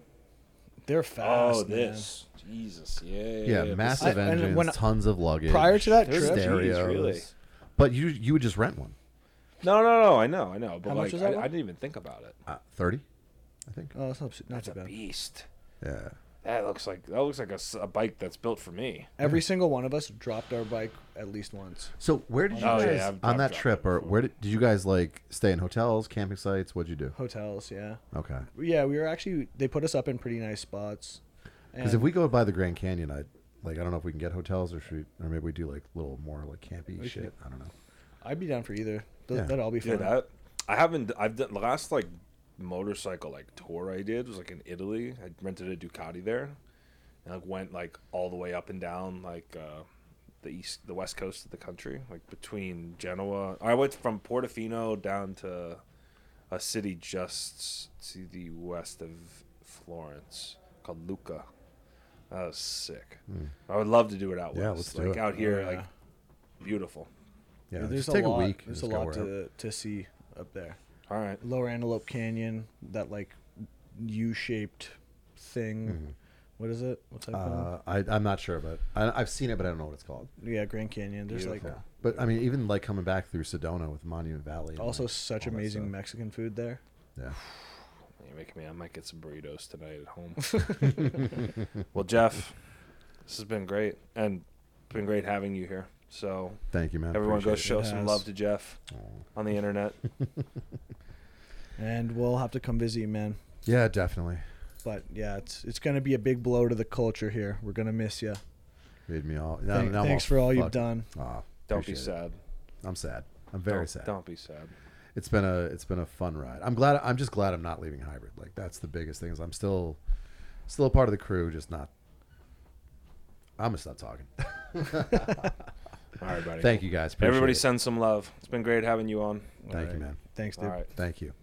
A: they're fast. man.
C: oh, this Jesus, yeah,
D: Yeah,
C: this-
D: massive
A: I- and
D: engines,
A: when I-
D: tons of luggage.
A: Prior to that
C: There's
A: trip,
C: Jeez,
D: stereos.
C: really?
D: But you you would just rent one.
C: No, no, no. I know, I know. But
A: How much
C: like,
A: was that
C: I,
A: one?
C: I didn't even think about it.
D: Uh, 30, I think.
A: oh, it's not, not
C: That's
A: too
C: a
A: bad.
C: beast.
D: Yeah.
C: That looks like that looks like a, s- a bike that's built for me.
A: Every single one of us dropped our bike at least once.
D: So where did you
C: Oh, yeah,
D: guys
C: I've-
D: on
C: I've
D: that
C: dropped
D: trip,
C: it
D: or
C: before.
D: where did, did you guys like stay in hotels, camping sites? What'd you do?
A: Hotels, yeah.
D: Okay.
A: Yeah, we were actually they put us up in pretty nice spots.
D: Because
A: And
D: if we go by the Grand Canyon, I like I don't know if we can get hotels or should we, or maybe we do like little more like campy
A: We should.
D: shit. I don't know.
A: I'd be down for either. Th-
D: Yeah.
A: That'd all be
C: Yeah,
A: fun.
C: that I haven't. I've done the last like motorcycle like tour I did was like in Italy. I rented a Ducati there, and like went like all the way up and down like uh, the east, the west coast of the country, like between Genoa. I went from Portofino down to a city just to the west of Florence called Lucca. That was sick. I would love to do it out west.
D: Hmm. Yeah, let's do
C: like
D: it.
C: out here,
A: yeah.
C: like beautiful.
D: Yeah,
A: there's
D: just
A: a
D: take
A: lot.
D: a week. and
A: there's a
D: just go
A: lot
D: wherever.
A: to to see up there.
C: All right.
A: Lower Antelope Canyon, that like U-shaped thing. What is it? What's that called?
D: Mm-hmm. Uh, I, I'm not sure, but I, I've seen it, but I don't know what it's called.
A: Yeah, Grand Canyon. There's
D: Yeah.
A: like
D: But I mean, even like coming back through Sedona with Monument Valley. and,
A: also
D: like,
A: such
D: all that
A: amazing
D: stuff.
A: Mexican food there.
D: Yeah.
C: You're making me. I might get some burritos tonight at home. well, Jeff, this has been great, and it's been great having you here. So
D: Thank you, man.
C: everyone go
D: Appreciate
C: show
A: It
C: some
A: has.
C: love to Jeff on the internet.
A: And we'll have to come visit you, man.
D: it. Yeah, definitely.
A: But yeah, it's it's gonna be a big blow to the culture here. We're gonna miss you.
D: Made me all. now-
A: Thank,
D: now I'm
A: thanks
D: all
A: for all you've
D: fucked.
A: done.
D: Aw,
C: Don't be
D: appreciate it.
C: sad.
D: I'm sad. I'm very
C: Don't-
D: sad.
C: Don't be sad.
D: It's been a it's been a fun ride. I'm glad. I'm just glad I'm not leaving hybrid. Like that's the biggest thing. Is I'm still still a part of the crew, just not. I'm gonna stop talking.
C: All right, buddy.
D: Thank you guys. Appreciate
C: Everybody,
D: it.
C: send some love. It's been great having you on.
D: Thank you, man.
A: Thanks,
C: All
A: dude.
C: right.
D: Thank you.